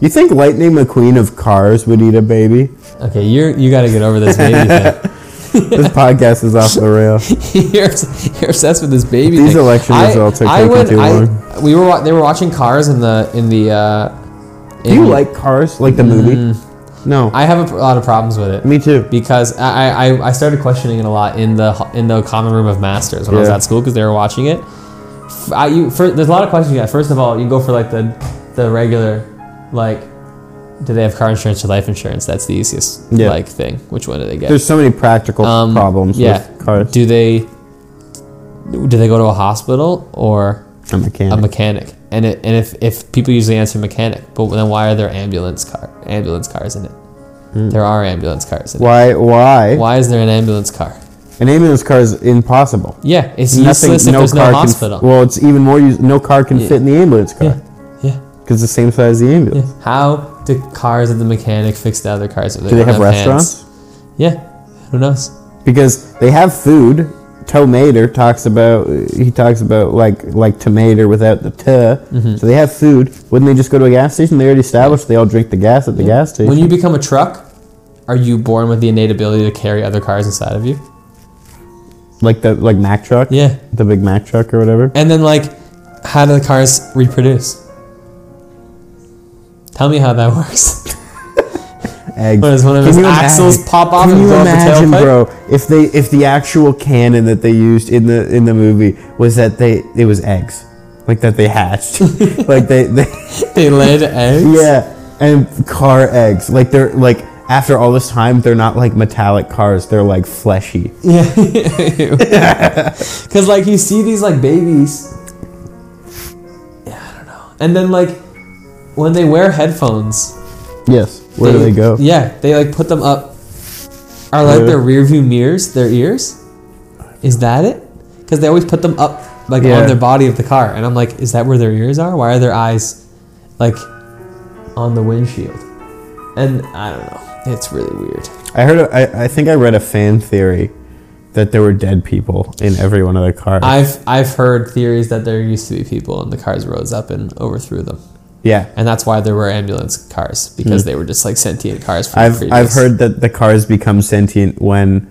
[SPEAKER 4] You think Lightning McQueen of Cars would eat a baby?
[SPEAKER 2] Okay, you're you got to get over this baby thing.
[SPEAKER 4] This podcast is off the rail.
[SPEAKER 2] you're, obs- you're obsessed with this baby.
[SPEAKER 4] These
[SPEAKER 2] thing.
[SPEAKER 4] election
[SPEAKER 2] I-
[SPEAKER 4] results are
[SPEAKER 2] I
[SPEAKER 4] taking
[SPEAKER 2] went-
[SPEAKER 4] too
[SPEAKER 2] I-
[SPEAKER 4] long.
[SPEAKER 2] We were wa- they were watching Cars in the in the. Uh,
[SPEAKER 4] Do you
[SPEAKER 2] in-
[SPEAKER 4] like Cars, like the movie? No.
[SPEAKER 2] Mm. I have a pr- lot of problems with it.
[SPEAKER 4] Me too.
[SPEAKER 2] because I, I, I started questioning it a lot in the in the common room of masters when I was
[SPEAKER 4] Yeah.
[SPEAKER 2] at school because they were watching it. F- I, you, fir- there's a lot of questions you got. First of all, you go for like the the regular, like, do they have car insurance or life insurance? That's the easiest
[SPEAKER 4] Yeah.
[SPEAKER 2] like thing. Which one do they get?
[SPEAKER 4] There's so many practical
[SPEAKER 2] Um,
[SPEAKER 4] problems
[SPEAKER 2] yeah.
[SPEAKER 4] with Cars.
[SPEAKER 2] Do they do they go to a hospital or
[SPEAKER 4] a mechanic.
[SPEAKER 2] a mechanic? And it, and if, if people usually answer mechanic, but then why are there ambulance car ambulance cars in it? There are ambulance cars. In it.
[SPEAKER 4] Hmm. why? Why?
[SPEAKER 2] Why is there an ambulance car?
[SPEAKER 4] An ambulance car is impossible.
[SPEAKER 2] Yeah, it's useless if there's no
[SPEAKER 4] car
[SPEAKER 2] hospital.
[SPEAKER 4] Can, well, it's even more. Use, no car can fit in the ambulance car
[SPEAKER 2] yeah,
[SPEAKER 4] because
[SPEAKER 2] yeah,
[SPEAKER 4] it's the same size as the ambulance.
[SPEAKER 2] yeah. How do cars at the mechanic fix the other cars? If
[SPEAKER 4] Do they
[SPEAKER 2] don't
[SPEAKER 4] have
[SPEAKER 2] hands?
[SPEAKER 4] restaurants?
[SPEAKER 2] Yeah, who knows?
[SPEAKER 4] Because they have food. Tomater talks about he talks about like like tomato without the t.
[SPEAKER 2] Mm-hmm.
[SPEAKER 4] So they have food. Wouldn't they just go to a gas station? They already established they all drink the gas at the gas station.
[SPEAKER 2] When you become a truck, are you born with the innate ability to carry other cars inside of you?
[SPEAKER 4] like the like Mack truck.
[SPEAKER 2] Yeah,
[SPEAKER 4] The big Mack truck or whatever.
[SPEAKER 2] and then like, how do the cars reproduce? Tell me how that works.
[SPEAKER 4] Eggs.
[SPEAKER 2] What is one of
[SPEAKER 4] Can
[SPEAKER 2] his
[SPEAKER 4] you
[SPEAKER 2] axles
[SPEAKER 4] imagine-
[SPEAKER 2] pop off
[SPEAKER 4] Can
[SPEAKER 2] and
[SPEAKER 4] you
[SPEAKER 2] blow up the
[SPEAKER 4] imagine,
[SPEAKER 2] tailpipe?
[SPEAKER 4] bro? If they if the actual cannon that they used in the in the movie was that they it was eggs, like that they hatched, like they they.
[SPEAKER 2] they laid eggs.
[SPEAKER 4] Yeah, and car eggs. Like they're like after all this time, they're not like metallic cars. They're like fleshy.
[SPEAKER 2] Yeah. Because, like, you see these, like, babies. Yeah, I don't know. And then, like, when they wear headphones.
[SPEAKER 4] Yes. Where do they go?
[SPEAKER 2] Yeah, they, like, put them up. Are, like,
[SPEAKER 4] Yeah.
[SPEAKER 2] their rear view mirrors their ears? Is that it? Because they always put them up, like,
[SPEAKER 4] Yeah.
[SPEAKER 2] on their body of the car. And I'm like, is that where their ears are? Why are their eyes, like, on the windshield? And I don't know. It's really weird.
[SPEAKER 4] I heard. a- I I think I read a fan theory that there were dead people in every one of the cars.
[SPEAKER 2] I've I've heard theories that there used to be people and the cars rose up and overthrew them,
[SPEAKER 4] yeah.
[SPEAKER 2] and that's why there were ambulance cars because they were just like sentient cars. From the
[SPEAKER 4] Hmm. I've I've
[SPEAKER 2] previous-
[SPEAKER 4] heard that the cars become sentient when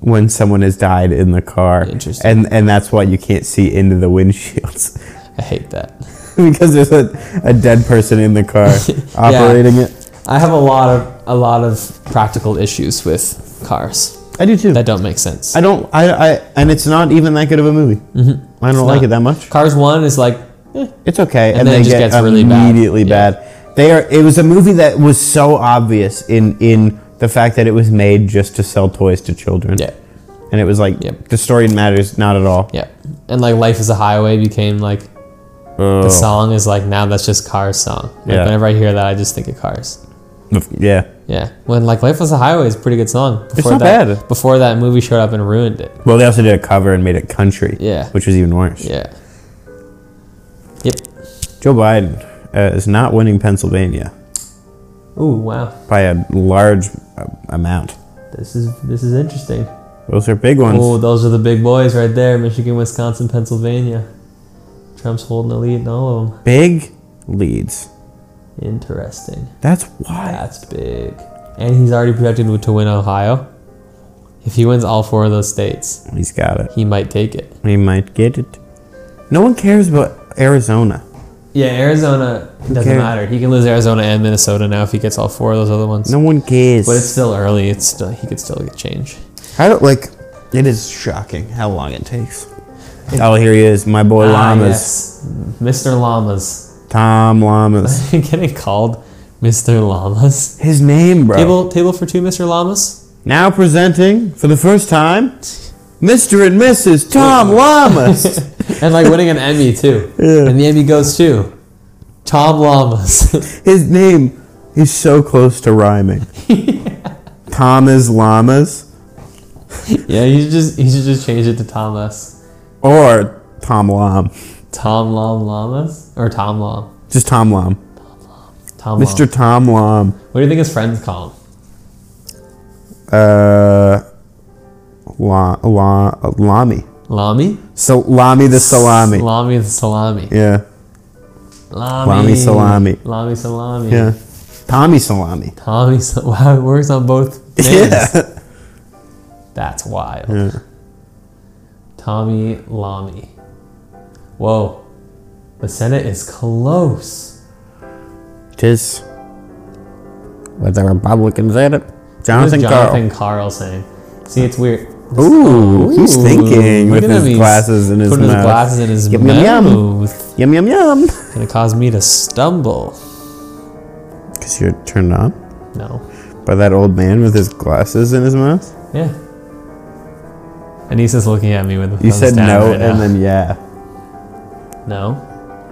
[SPEAKER 4] when someone has died in the car.
[SPEAKER 2] Interesting.
[SPEAKER 4] And and that's why you can't see into the windshields
[SPEAKER 2] I hate that.
[SPEAKER 4] because there's a, a dead person in the car operating it.
[SPEAKER 2] I have a lot of a lot of practical issues with cars
[SPEAKER 4] I do too.
[SPEAKER 2] that don't make sense.
[SPEAKER 4] I don't. I, I. And it's not even that good of a movie. Mm-hmm. I don't like
[SPEAKER 2] not.
[SPEAKER 4] it that much.
[SPEAKER 2] Cars one is like
[SPEAKER 4] It's okay,
[SPEAKER 2] then
[SPEAKER 4] and, they
[SPEAKER 2] it just
[SPEAKER 4] get
[SPEAKER 2] gets really bad.
[SPEAKER 4] immediately
[SPEAKER 2] Yeah.
[SPEAKER 4] bad. They are. It was a movie that was so obvious in in the fact that it was made just to sell toys to children.
[SPEAKER 2] yeah
[SPEAKER 4] And it was like
[SPEAKER 2] Yep.
[SPEAKER 4] the story matters not at all.
[SPEAKER 2] yeah, and like life is a highway became like the
[SPEAKER 4] Oh.
[SPEAKER 2] song is like now that's just cars song. Like
[SPEAKER 4] Yeah.
[SPEAKER 2] whenever I hear that, I just think of cars.
[SPEAKER 4] Yeah.
[SPEAKER 2] Yeah, when like Life Was a Highway is a pretty good song. Before
[SPEAKER 4] not
[SPEAKER 2] that,
[SPEAKER 4] bad.
[SPEAKER 2] Before that movie showed up and ruined it.
[SPEAKER 4] Well, they also did a cover and made it country.
[SPEAKER 2] Yeah.
[SPEAKER 4] Which was even worse.
[SPEAKER 2] Yeah. Yep.
[SPEAKER 4] Joe Biden uh, is not winning Pennsylvania
[SPEAKER 2] Ooh, wow.
[SPEAKER 4] by a large uh, amount.
[SPEAKER 2] This is this is interesting.
[SPEAKER 4] Those are big ones.
[SPEAKER 2] Ooh, those are the big boys right there: Michigan, Wisconsin, Pennsylvania. Trump's holding the lead in all of them.
[SPEAKER 4] Big leads.
[SPEAKER 2] Interesting.
[SPEAKER 4] That's why.
[SPEAKER 2] That's big. And he's already projected to win Ohio. If he wins all four of those states,
[SPEAKER 4] He's got it.
[SPEAKER 2] he might take it.
[SPEAKER 4] We might get it. No one cares about Arizona.
[SPEAKER 2] Yeah, Arizona doesn't
[SPEAKER 4] cares?
[SPEAKER 2] matter. He can lose Arizona and Minnesota now if he gets all four of those other ones.
[SPEAKER 4] No one cares.
[SPEAKER 2] But it's still early. It's still he could still get change.
[SPEAKER 4] I don't like. It is shocking how long it takes. Oh, here he is, my boy Llamas,
[SPEAKER 2] yes. Mr. Ah, Llamas.
[SPEAKER 4] Tom Llamas.
[SPEAKER 2] Getting called Mr. Llamas.
[SPEAKER 4] His name, bro.
[SPEAKER 2] Table table for two, Mr. Llamas.
[SPEAKER 4] Now presenting for the first time, Mr. and Mrs. Tom Llamas.
[SPEAKER 2] And like winning an Emmy too. And the Emmy goes to Tom Llamas.
[SPEAKER 4] His name is so close to rhyming. Thomas Llamas
[SPEAKER 2] yeah, you should just you should just change it to Thomas.
[SPEAKER 4] or Tom Lam.
[SPEAKER 2] Tom Lom Llamas? Or Tom Lom.
[SPEAKER 4] Just Tom Lam.
[SPEAKER 2] Tom Lom.
[SPEAKER 4] Mr. Tom Lam.
[SPEAKER 2] What do you think his friends call him?
[SPEAKER 4] Uh, la, la, Lami.
[SPEAKER 2] Lami?
[SPEAKER 4] So Lami the salami.
[SPEAKER 2] Lami the salami.
[SPEAKER 4] Yeah,
[SPEAKER 2] Lami.
[SPEAKER 4] Lami salami.
[SPEAKER 2] Lami salami.
[SPEAKER 4] yeah. Tommy salami.
[SPEAKER 2] Tommy. Sa- wow, it works on both names.
[SPEAKER 4] Yeah.
[SPEAKER 2] That's wild.
[SPEAKER 4] Yeah.
[SPEAKER 2] Tommy Lami. Whoa. The Senate is close.
[SPEAKER 4] Tis with the Republicans in it.
[SPEAKER 2] What is
[SPEAKER 4] Jonathan,
[SPEAKER 2] Jonathan Carl saying? See, it's weird.
[SPEAKER 4] Carl. Ooh, he's
[SPEAKER 2] Ooh,
[SPEAKER 4] thinking
[SPEAKER 2] look
[SPEAKER 4] with
[SPEAKER 2] at him.
[SPEAKER 4] his
[SPEAKER 2] He's
[SPEAKER 4] glasses in his
[SPEAKER 2] putting his
[SPEAKER 4] mouth.
[SPEAKER 2] glasses in his
[SPEAKER 4] Yum, yum, yum.
[SPEAKER 2] mouth.
[SPEAKER 4] Yum yum yum.
[SPEAKER 2] Gonna cause me to stumble.
[SPEAKER 4] Because you're turned on
[SPEAKER 2] No.
[SPEAKER 4] by that old man with his glasses in his mouth.
[SPEAKER 2] Yeah. Anissa's looking at me with a
[SPEAKER 4] You
[SPEAKER 2] thumbs
[SPEAKER 4] said
[SPEAKER 2] down
[SPEAKER 4] no
[SPEAKER 2] right
[SPEAKER 4] and
[SPEAKER 2] now.
[SPEAKER 4] then yeah.
[SPEAKER 2] no.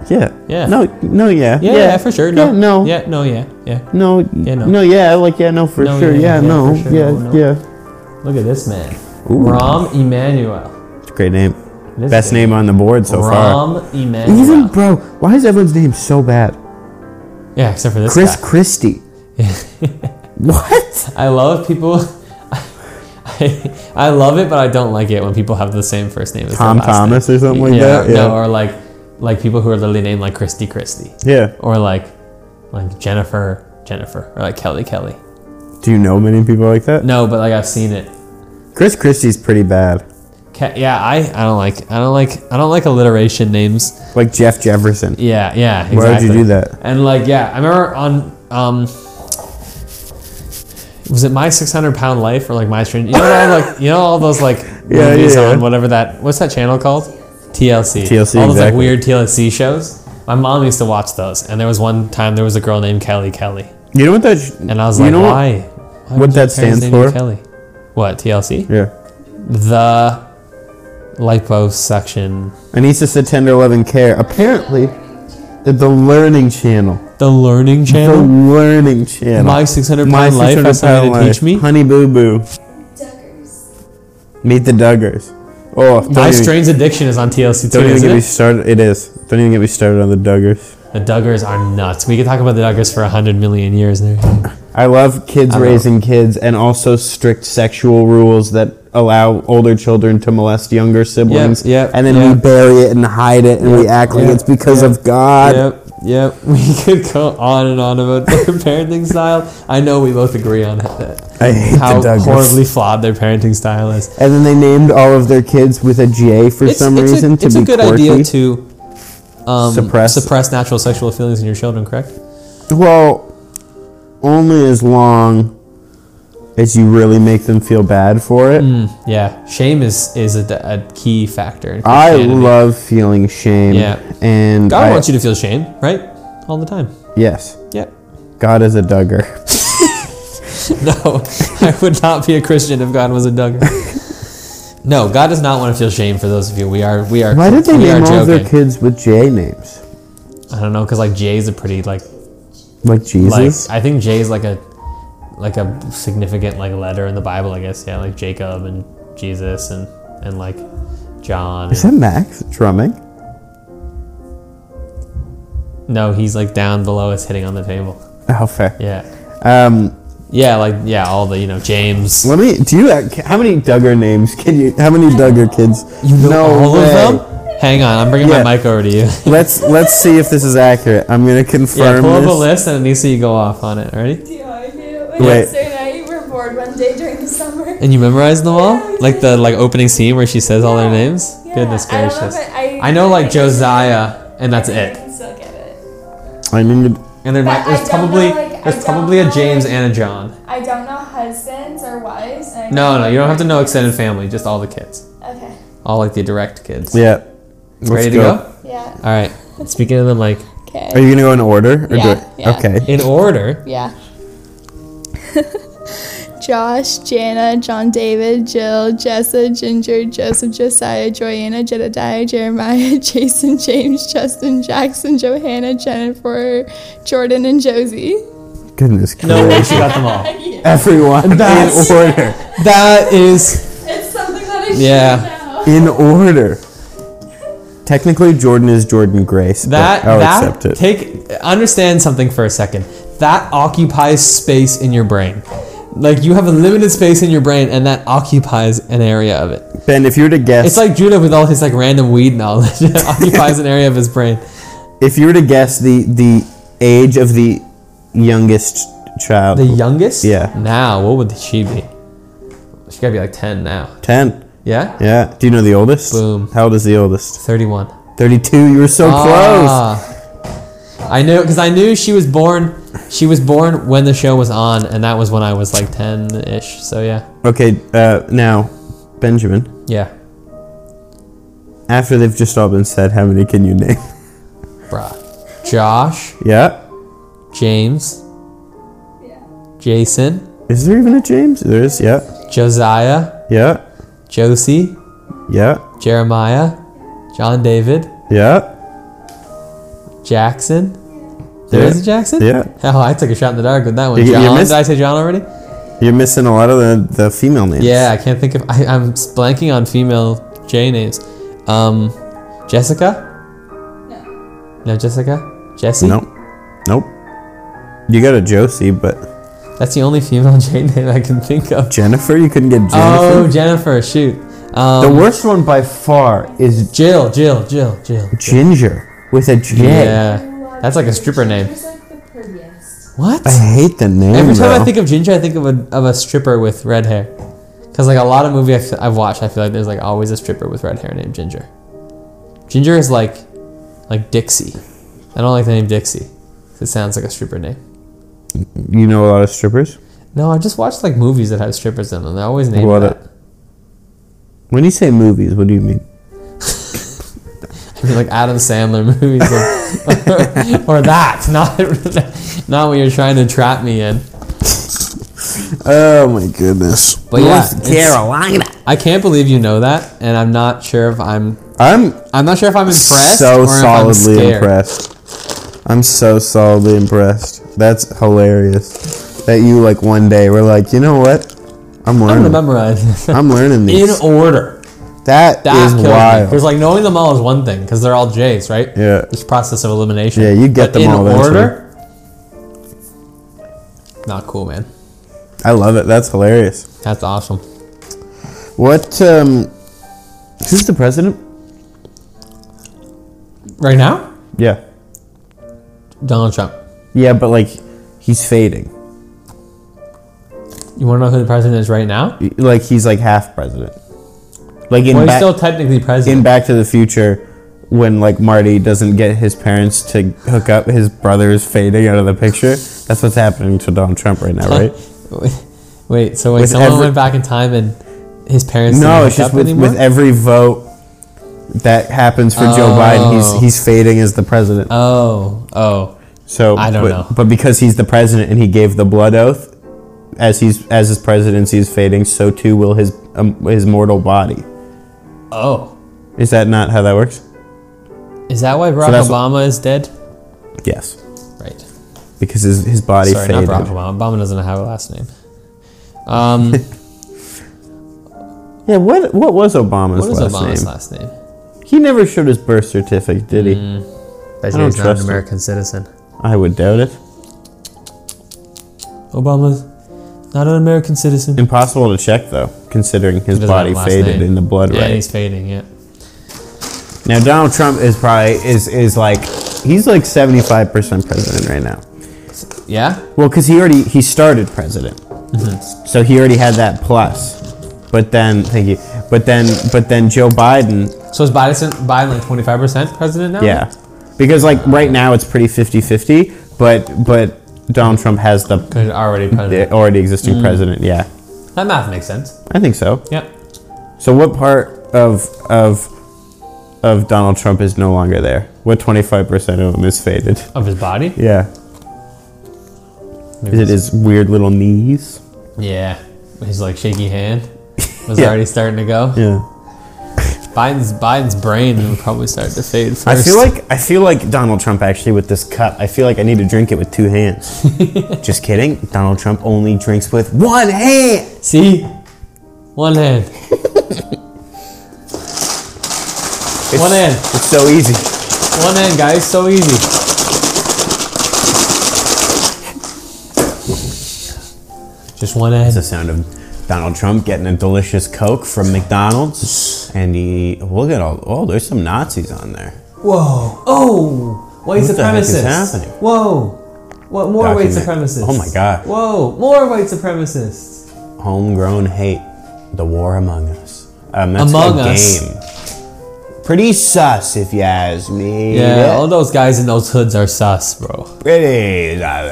[SPEAKER 4] Yeah.
[SPEAKER 2] Yeah.
[SPEAKER 4] No, no, yeah.
[SPEAKER 2] Yeah, yeah, for sure. No.
[SPEAKER 4] Yeah, no.
[SPEAKER 2] Yeah, no, yeah, yeah.
[SPEAKER 4] No,
[SPEAKER 2] no.
[SPEAKER 4] no. yeah, like, yeah, no, for
[SPEAKER 2] No,
[SPEAKER 4] sure.
[SPEAKER 2] yeah,
[SPEAKER 4] Yeah,
[SPEAKER 2] yeah,
[SPEAKER 4] no.
[SPEAKER 2] for sure,
[SPEAKER 4] yeah,
[SPEAKER 2] no, no.
[SPEAKER 4] yeah.
[SPEAKER 2] Look at this man.
[SPEAKER 4] Ooh.
[SPEAKER 2] Rom Emmanuel.
[SPEAKER 4] It's a great name.
[SPEAKER 2] This
[SPEAKER 4] Best
[SPEAKER 2] dude.
[SPEAKER 4] name on the board so far.
[SPEAKER 2] Rom Emmanuel.
[SPEAKER 4] Even, bro, why is everyone's name so bad?
[SPEAKER 2] yeah, except for this
[SPEAKER 4] Chris
[SPEAKER 2] guy.
[SPEAKER 4] Christie. what?
[SPEAKER 2] I love people. I, I love it, but I don't like it when people have the same first name as
[SPEAKER 4] Tom
[SPEAKER 2] their last
[SPEAKER 4] Thomas
[SPEAKER 2] name.
[SPEAKER 4] or something like
[SPEAKER 2] yeah,
[SPEAKER 4] that? Yeah.
[SPEAKER 2] No, or like like people who are literally named like Christy Christie,
[SPEAKER 4] Yeah.
[SPEAKER 2] or like like Jennifer Jennifer, or like Kelly Kelly.
[SPEAKER 4] Do you know many people like that?
[SPEAKER 2] No, but like I've seen it.
[SPEAKER 4] Chris Christie's pretty bad.
[SPEAKER 2] Ca- yeah, I, I don't like I don't like I don't like alliteration names.
[SPEAKER 4] Like Jeff Jefferson.
[SPEAKER 2] Yeah, yeah. Exactly.
[SPEAKER 4] Why would you do that?
[SPEAKER 2] And like, yeah, I remember on um, was it my six hundred pound life or like my strange? You know, all like you know all those like
[SPEAKER 4] Yeah,
[SPEAKER 2] movies
[SPEAKER 4] yeah, yeah.
[SPEAKER 2] on whatever that what's that channel called? TLC.
[SPEAKER 4] TLC,
[SPEAKER 2] All those like
[SPEAKER 4] exactly.
[SPEAKER 2] weird TLC shows. My mom used to watch those, and there was one time there was a girl named Kelly Kelly,
[SPEAKER 4] You know what that?
[SPEAKER 2] and I was
[SPEAKER 4] you
[SPEAKER 2] like,
[SPEAKER 4] know what-
[SPEAKER 2] why? Why
[SPEAKER 4] what
[SPEAKER 2] would your parents
[SPEAKER 4] that stands
[SPEAKER 2] name you
[SPEAKER 4] for?
[SPEAKER 2] Kelly. What TLC?
[SPEAKER 4] Yeah.
[SPEAKER 2] The liposuction,
[SPEAKER 4] Anissa said tender love and care. Apparently, the, the learning channel.
[SPEAKER 2] the learning
[SPEAKER 4] The
[SPEAKER 2] channel,
[SPEAKER 4] learning channel.
[SPEAKER 2] my six hundred pound life has
[SPEAKER 4] 600
[SPEAKER 2] something
[SPEAKER 4] pound
[SPEAKER 2] to teach
[SPEAKER 4] life.
[SPEAKER 2] me.
[SPEAKER 4] Honey Boo Boo.
[SPEAKER 6] Duggers.
[SPEAKER 4] Meet the Duggars. Oh, don't,
[SPEAKER 2] My
[SPEAKER 4] even,
[SPEAKER 2] Strange Addiction is on TLC too,
[SPEAKER 4] don't even
[SPEAKER 2] isn't
[SPEAKER 4] get me
[SPEAKER 2] it?
[SPEAKER 4] started. It is. Don't even get me started on the Duggars.
[SPEAKER 2] The Duggars are nuts. We could talk about the Duggars for 100 million years. and everything.
[SPEAKER 4] I love kids
[SPEAKER 2] I know.
[SPEAKER 4] raising kids and also strict sexual rules that allow older children to molest younger siblings.
[SPEAKER 2] yep,
[SPEAKER 4] and then we
[SPEAKER 2] yep.
[SPEAKER 4] bury it and hide it and we act like
[SPEAKER 2] yep,
[SPEAKER 4] it's because
[SPEAKER 2] yep,
[SPEAKER 4] of God.
[SPEAKER 2] Yep, yep. We could go on and on about their parenting style. I know we both agree on that.
[SPEAKER 4] I hate
[SPEAKER 2] How
[SPEAKER 4] the Duggars.
[SPEAKER 2] horribly flawed their parenting style is.
[SPEAKER 4] And then they named all of their kids with a J for some reason
[SPEAKER 2] a,
[SPEAKER 4] to
[SPEAKER 2] it's
[SPEAKER 4] be
[SPEAKER 2] a good
[SPEAKER 4] quirky.
[SPEAKER 2] idea to um, suppress.
[SPEAKER 4] Suppress-
[SPEAKER 2] natural sexual feelings in your children, correct?
[SPEAKER 4] Well, only as long as you really make them feel bad for
[SPEAKER 2] Mm.
[SPEAKER 4] it.
[SPEAKER 2] Hmm, Yeah. Shame is, is a, a key factor. in
[SPEAKER 4] I
[SPEAKER 2] Christianity.
[SPEAKER 4] love feeling shame.
[SPEAKER 2] Yeah.
[SPEAKER 4] And
[SPEAKER 2] God
[SPEAKER 4] I,
[SPEAKER 2] wants you to feel shame, right? All the time.
[SPEAKER 4] Yes.
[SPEAKER 2] Yeah.
[SPEAKER 4] God is a Duggar.
[SPEAKER 2] No, I would not be a Christian if God was a Duggar. No, God does not want to feel shame for those of you. We are, we are.
[SPEAKER 4] Why did they
[SPEAKER 2] we
[SPEAKER 4] name
[SPEAKER 2] are
[SPEAKER 4] all of their
[SPEAKER 2] joking.
[SPEAKER 4] kids with J names?
[SPEAKER 2] I don't know, cause like Jay is a pretty like
[SPEAKER 4] Like
[SPEAKER 2] like
[SPEAKER 4] Jesus?
[SPEAKER 2] I think Jay is like a like a significant like letter in the Bible, I guess. Yeah, like Jacob and Jesus and and like John.
[SPEAKER 4] is that Max drumming?
[SPEAKER 2] no, he's like down below us hitting on the table.
[SPEAKER 4] Oh, fair.
[SPEAKER 2] Yeah,
[SPEAKER 4] Um,
[SPEAKER 2] yeah, like yeah, all the you know James.
[SPEAKER 4] let me. Do you? ac- How many Duggar names can you? How many Duggar kids? You
[SPEAKER 2] all of them. Hang on, I'm bringing
[SPEAKER 4] Yeah.
[SPEAKER 2] my mic over to you.
[SPEAKER 4] Let's let's see if this is accurate. I'm gonna confirm
[SPEAKER 2] yeah, pull up
[SPEAKER 4] this.
[SPEAKER 2] a list and Anissa, you go off on it. Ready?
[SPEAKER 6] Do I do?
[SPEAKER 4] Wait.
[SPEAKER 6] So now you were bored one day during the summer.
[SPEAKER 2] And you memorized them all?
[SPEAKER 6] Yeah.
[SPEAKER 2] Like the like opening scene where she says all their names?
[SPEAKER 6] Yeah,
[SPEAKER 2] Goodness
[SPEAKER 6] I don't know
[SPEAKER 2] gracious.
[SPEAKER 6] if I,
[SPEAKER 2] I know like Josiah and that's
[SPEAKER 6] I
[SPEAKER 2] it.
[SPEAKER 6] can still get it.
[SPEAKER 4] I mean,
[SPEAKER 2] And there might
[SPEAKER 6] But
[SPEAKER 2] there's
[SPEAKER 6] I don't
[SPEAKER 2] probably
[SPEAKER 6] know, like, I
[SPEAKER 2] there's
[SPEAKER 6] don't
[SPEAKER 2] probably a
[SPEAKER 6] know,
[SPEAKER 2] James
[SPEAKER 6] like-
[SPEAKER 2] and a John.
[SPEAKER 6] I don't know husbands or wives. And I
[SPEAKER 2] No, no, you don't have to know extended family, just all the kids.
[SPEAKER 6] Okay.
[SPEAKER 2] All like the direct kids.
[SPEAKER 4] yeah. Let's
[SPEAKER 2] Ready to go?
[SPEAKER 6] Yeah.
[SPEAKER 2] Alright. Speaking of them like
[SPEAKER 6] Okay.
[SPEAKER 4] Are you gonna go in order? Or
[SPEAKER 6] Yeah,
[SPEAKER 4] do I-
[SPEAKER 6] yeah.
[SPEAKER 4] Okay.
[SPEAKER 2] In order.
[SPEAKER 6] Yeah. Josh, Jana, John David, Jill, Jessa, Ginger, Joseph, Josiah, Joanna, Jedediah, Jeremiah, Jason, James, Justin, Jackson, Johanna, Jennifer, Jordan, and Josie.
[SPEAKER 4] Goodness
[SPEAKER 2] No way
[SPEAKER 4] gracious.
[SPEAKER 2] she got them all.
[SPEAKER 4] Everyone
[SPEAKER 2] That's-
[SPEAKER 4] in order.
[SPEAKER 2] That is.
[SPEAKER 6] It's something that I should
[SPEAKER 2] Yeah.
[SPEAKER 6] know.
[SPEAKER 4] In order. Technically, Jordan is Jordan Grace. but
[SPEAKER 2] That.
[SPEAKER 4] I'll
[SPEAKER 2] that.
[SPEAKER 4] accept it.
[SPEAKER 2] Take. Understand something for a second. That occupies space in your brain. Like you have a limited space in your brain, and that occupies an area of it.
[SPEAKER 4] ben, if you were to guess,
[SPEAKER 2] It's like Judah with all his like random weed knowledge. it occupies an area of his brain.
[SPEAKER 4] if you were to guess the the age of the youngest child,
[SPEAKER 2] The youngest?
[SPEAKER 4] Yeah.
[SPEAKER 2] Now, what would she be? She gotta be like 10 now.
[SPEAKER 4] ten.
[SPEAKER 2] Yeah?
[SPEAKER 4] Yeah. Do you know the oldest?
[SPEAKER 2] Boom.
[SPEAKER 4] How old is the oldest?
[SPEAKER 2] 31.
[SPEAKER 4] Thirty-two. You were so
[SPEAKER 2] Ah. I knew, because I knew she was born, she was born when the show was on, and that was when I was like 10 ish. So yeah.
[SPEAKER 4] close. Okay. Uh, now, Benjamin.
[SPEAKER 2] Yeah.
[SPEAKER 4] After they've just all been said, how many can you name?
[SPEAKER 2] Bruh. Josh,
[SPEAKER 4] yeah.
[SPEAKER 2] James,
[SPEAKER 6] Yeah.
[SPEAKER 2] Jason,
[SPEAKER 4] Is there even a James? There is. Yeah.
[SPEAKER 2] Josiah,
[SPEAKER 4] Yeah.
[SPEAKER 2] Josie,
[SPEAKER 4] Yeah.
[SPEAKER 2] Jeremiah, John David,
[SPEAKER 4] Yeah.
[SPEAKER 2] Jackson. There is a Jackson?
[SPEAKER 4] Yeah.
[SPEAKER 2] Oh, I took a shot in the dark with that one.
[SPEAKER 4] You- you
[SPEAKER 2] John,
[SPEAKER 4] missed-
[SPEAKER 2] did I say John already?
[SPEAKER 4] You're missing a lot of the, the female names.
[SPEAKER 2] Yeah, I can't think of. I, I'm blanking on female J names. Um, Jessica.
[SPEAKER 6] No.
[SPEAKER 2] No, Jessica. Jesse.
[SPEAKER 4] Nope. Nope. You got a Josie, but
[SPEAKER 2] That's the only female J name I can think of.
[SPEAKER 4] Jennifer, you couldn't get Jennifer.
[SPEAKER 2] Oh, Jennifer. Shoot. Um,
[SPEAKER 4] the worst one by far is
[SPEAKER 2] Jill. Jill. Jill. Jill.
[SPEAKER 4] Ginger with a J. I
[SPEAKER 2] Yeah. That's like a stripper name.
[SPEAKER 6] She's like the prettiest.
[SPEAKER 2] What?
[SPEAKER 4] hate the name.
[SPEAKER 2] Every time I
[SPEAKER 4] though.
[SPEAKER 2] think of Ginger, I think of a, of a stripper with red hair. Cause like a lot of movie I've, I've watched, I feel like there's like always a stripper with red hair named Ginger. Ginger is like, like Dixie. I don't like the name Dixie. 'cause It sounds like a stripper name.
[SPEAKER 4] you know a lot of strippers.
[SPEAKER 2] No, I just watched like movies that have strippers in them. They're always named
[SPEAKER 4] What
[SPEAKER 2] that.
[SPEAKER 4] When you say movies, what do you mean?
[SPEAKER 2] I mean, like Adam Sandler movies, or, or that. Not, not what you're trying to trap me in.
[SPEAKER 4] Oh my goodness.
[SPEAKER 2] But yeah, Carolina. I can't believe you know that, and I'm not sure if I'm.
[SPEAKER 4] I'm
[SPEAKER 2] I'm not sure if I'm impressed
[SPEAKER 4] so
[SPEAKER 2] or if I'm
[SPEAKER 4] solidly
[SPEAKER 2] scared.
[SPEAKER 4] impressed. I'm so solidly impressed. That's hilarious. That you like one day were like, you know what? I'm
[SPEAKER 2] I'm gonna
[SPEAKER 4] learning.
[SPEAKER 2] memorize this.
[SPEAKER 4] I'm learning
[SPEAKER 2] in
[SPEAKER 4] these.
[SPEAKER 2] order.
[SPEAKER 4] That
[SPEAKER 2] That
[SPEAKER 4] is
[SPEAKER 2] kills me.
[SPEAKER 4] wild.
[SPEAKER 2] Because like knowing them all is one thing, because they're all J's, right?
[SPEAKER 4] Yeah.
[SPEAKER 2] This process of elimination.
[SPEAKER 4] Yeah, you get
[SPEAKER 2] But
[SPEAKER 4] them all
[SPEAKER 2] in
[SPEAKER 4] eventually.
[SPEAKER 2] order. Not cool, man.
[SPEAKER 4] I love it. That's hilarious.
[SPEAKER 2] That's awesome.
[SPEAKER 4] What? um Who's the president?
[SPEAKER 2] Right now,
[SPEAKER 4] Yeah.
[SPEAKER 2] Donald Trump.
[SPEAKER 4] Yeah, but like, he's fading.
[SPEAKER 2] You want to know who the president is right now?
[SPEAKER 4] Like he's like half president. Like in
[SPEAKER 2] Well, he's
[SPEAKER 4] Ba-
[SPEAKER 2] still technically president.
[SPEAKER 4] in Back to the Future, when like Marty doesn't get his parents to hook up, his brother is fading out of the picture. That's what's happening to Donald Trump right now, right?
[SPEAKER 2] Wait, so wait,
[SPEAKER 4] With
[SPEAKER 2] someone
[SPEAKER 4] every-
[SPEAKER 2] went back in time and his parents
[SPEAKER 4] no,
[SPEAKER 2] didn't
[SPEAKER 4] it's
[SPEAKER 2] hook
[SPEAKER 4] just
[SPEAKER 2] up
[SPEAKER 4] with,
[SPEAKER 2] anymore?
[SPEAKER 4] with every vote that happens for Joe Biden, he's he's fading as the president.
[SPEAKER 2] oh, oh,
[SPEAKER 4] So
[SPEAKER 2] I don't
[SPEAKER 4] but,
[SPEAKER 2] know.
[SPEAKER 4] But because he's the president and he gave the blood oath, as he's as his presidency is fading, so too will his um, his mortal body.
[SPEAKER 2] oh.
[SPEAKER 4] Is that not how that works?
[SPEAKER 2] Is that why Barack
[SPEAKER 4] that's-
[SPEAKER 2] Obama is dead?
[SPEAKER 4] Yes,
[SPEAKER 2] Right.
[SPEAKER 4] because his his body
[SPEAKER 2] Sorry,
[SPEAKER 4] faded.
[SPEAKER 2] not Barack Obama. Obama doesn't have a last name. Um,
[SPEAKER 4] yeah, what what was Obama's
[SPEAKER 2] what is
[SPEAKER 4] last
[SPEAKER 2] Obama's
[SPEAKER 4] name?
[SPEAKER 2] last Mm. name?
[SPEAKER 4] He never showed his birth certificate, did he?
[SPEAKER 2] That
[SPEAKER 4] I don't he's not an trust him.
[SPEAKER 2] American citizen.
[SPEAKER 4] I would doubt it.
[SPEAKER 2] Obama's not an American citizen.
[SPEAKER 4] Impossible to check though, considering his
[SPEAKER 2] He doesn't
[SPEAKER 4] body
[SPEAKER 2] have a last
[SPEAKER 4] faded
[SPEAKER 2] name.
[SPEAKER 4] in the blood
[SPEAKER 2] Yeah,
[SPEAKER 4] right.
[SPEAKER 2] and he's fading. Yeah.
[SPEAKER 4] Now Donald Trump is probably is is like he's like seventy five percent president right now.
[SPEAKER 2] Yeah. Mm-hmm.
[SPEAKER 4] Well, because he already he started president, so he already had that plus. But then, thank you. But then, but then Joe Biden,
[SPEAKER 2] So is Biden Biden like twenty five percent president now?
[SPEAKER 4] yeah, because like right now it's pretty 50-50, But but Donald Trump has the,
[SPEAKER 2] He's already president.
[SPEAKER 4] the already existing president. Yeah,
[SPEAKER 2] That math makes sense.
[SPEAKER 4] I think so.
[SPEAKER 2] Yeah.
[SPEAKER 4] So what part of of of Donald Trump is no longer there? What 25% of him is faded?
[SPEAKER 2] Of his body?
[SPEAKER 4] Yeah. Is it his weird little knees?
[SPEAKER 2] Yeah. His like shaky hand was
[SPEAKER 4] Yeah.
[SPEAKER 2] already starting to go.
[SPEAKER 4] Yeah.
[SPEAKER 2] Biden's Biden's brain would probably start to fade first.
[SPEAKER 4] I feel like I feel like Donald Trump actually with this cup. I feel like I need to drink it with two hands. Just kidding. Donald Trump only drinks with one hand.
[SPEAKER 2] See? One hand.
[SPEAKER 4] It's,
[SPEAKER 2] One hand.
[SPEAKER 4] It's so easy.
[SPEAKER 2] One hand, guys. So easy. Just one
[SPEAKER 4] It's the
[SPEAKER 2] hand.
[SPEAKER 4] sound of Donald Trump getting a delicious Coke from McDonald's, and he look at all. Oh, there's some Nazis on there.
[SPEAKER 2] Whoa. Oh. White
[SPEAKER 4] What the heck is
[SPEAKER 2] supremacists.
[SPEAKER 4] happening?
[SPEAKER 2] Whoa. What more white
[SPEAKER 4] Document.
[SPEAKER 2] supremacists?
[SPEAKER 4] Oh my God.
[SPEAKER 2] Whoa. More white supremacists.
[SPEAKER 4] Homegrown hate, the war among us. Um, that's
[SPEAKER 2] Among
[SPEAKER 4] a
[SPEAKER 2] Us.
[SPEAKER 4] game. Pretty sus, if you ask me.
[SPEAKER 2] Yeah, all those guys in those hoods are sus, bro.
[SPEAKER 4] Pretty.
[SPEAKER 2] uh,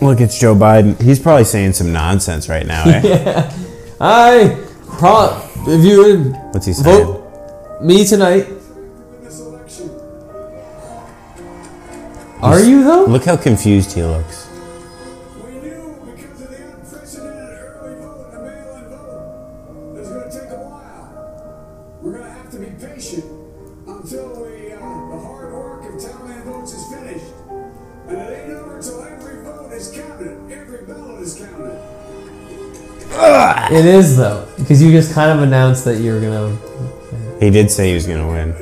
[SPEAKER 4] Look, it's Joe Biden. He's probably saying some nonsense right now. Eh?
[SPEAKER 2] I pro if you would
[SPEAKER 4] What's he saying?
[SPEAKER 2] vote me tonight. Are you though?
[SPEAKER 4] Look how confused he looks.
[SPEAKER 7] We knew because of the unprecedented early vote and the mail-in vote, it was going to take a while. We're going to have to be patient until we, uh, the hard work of tallying votes is finished. And it ain't over till every vote is counted, every ballot is counted.
[SPEAKER 2] It is though, because you just kind of announced that you were gonna.
[SPEAKER 4] He did say he was going to win.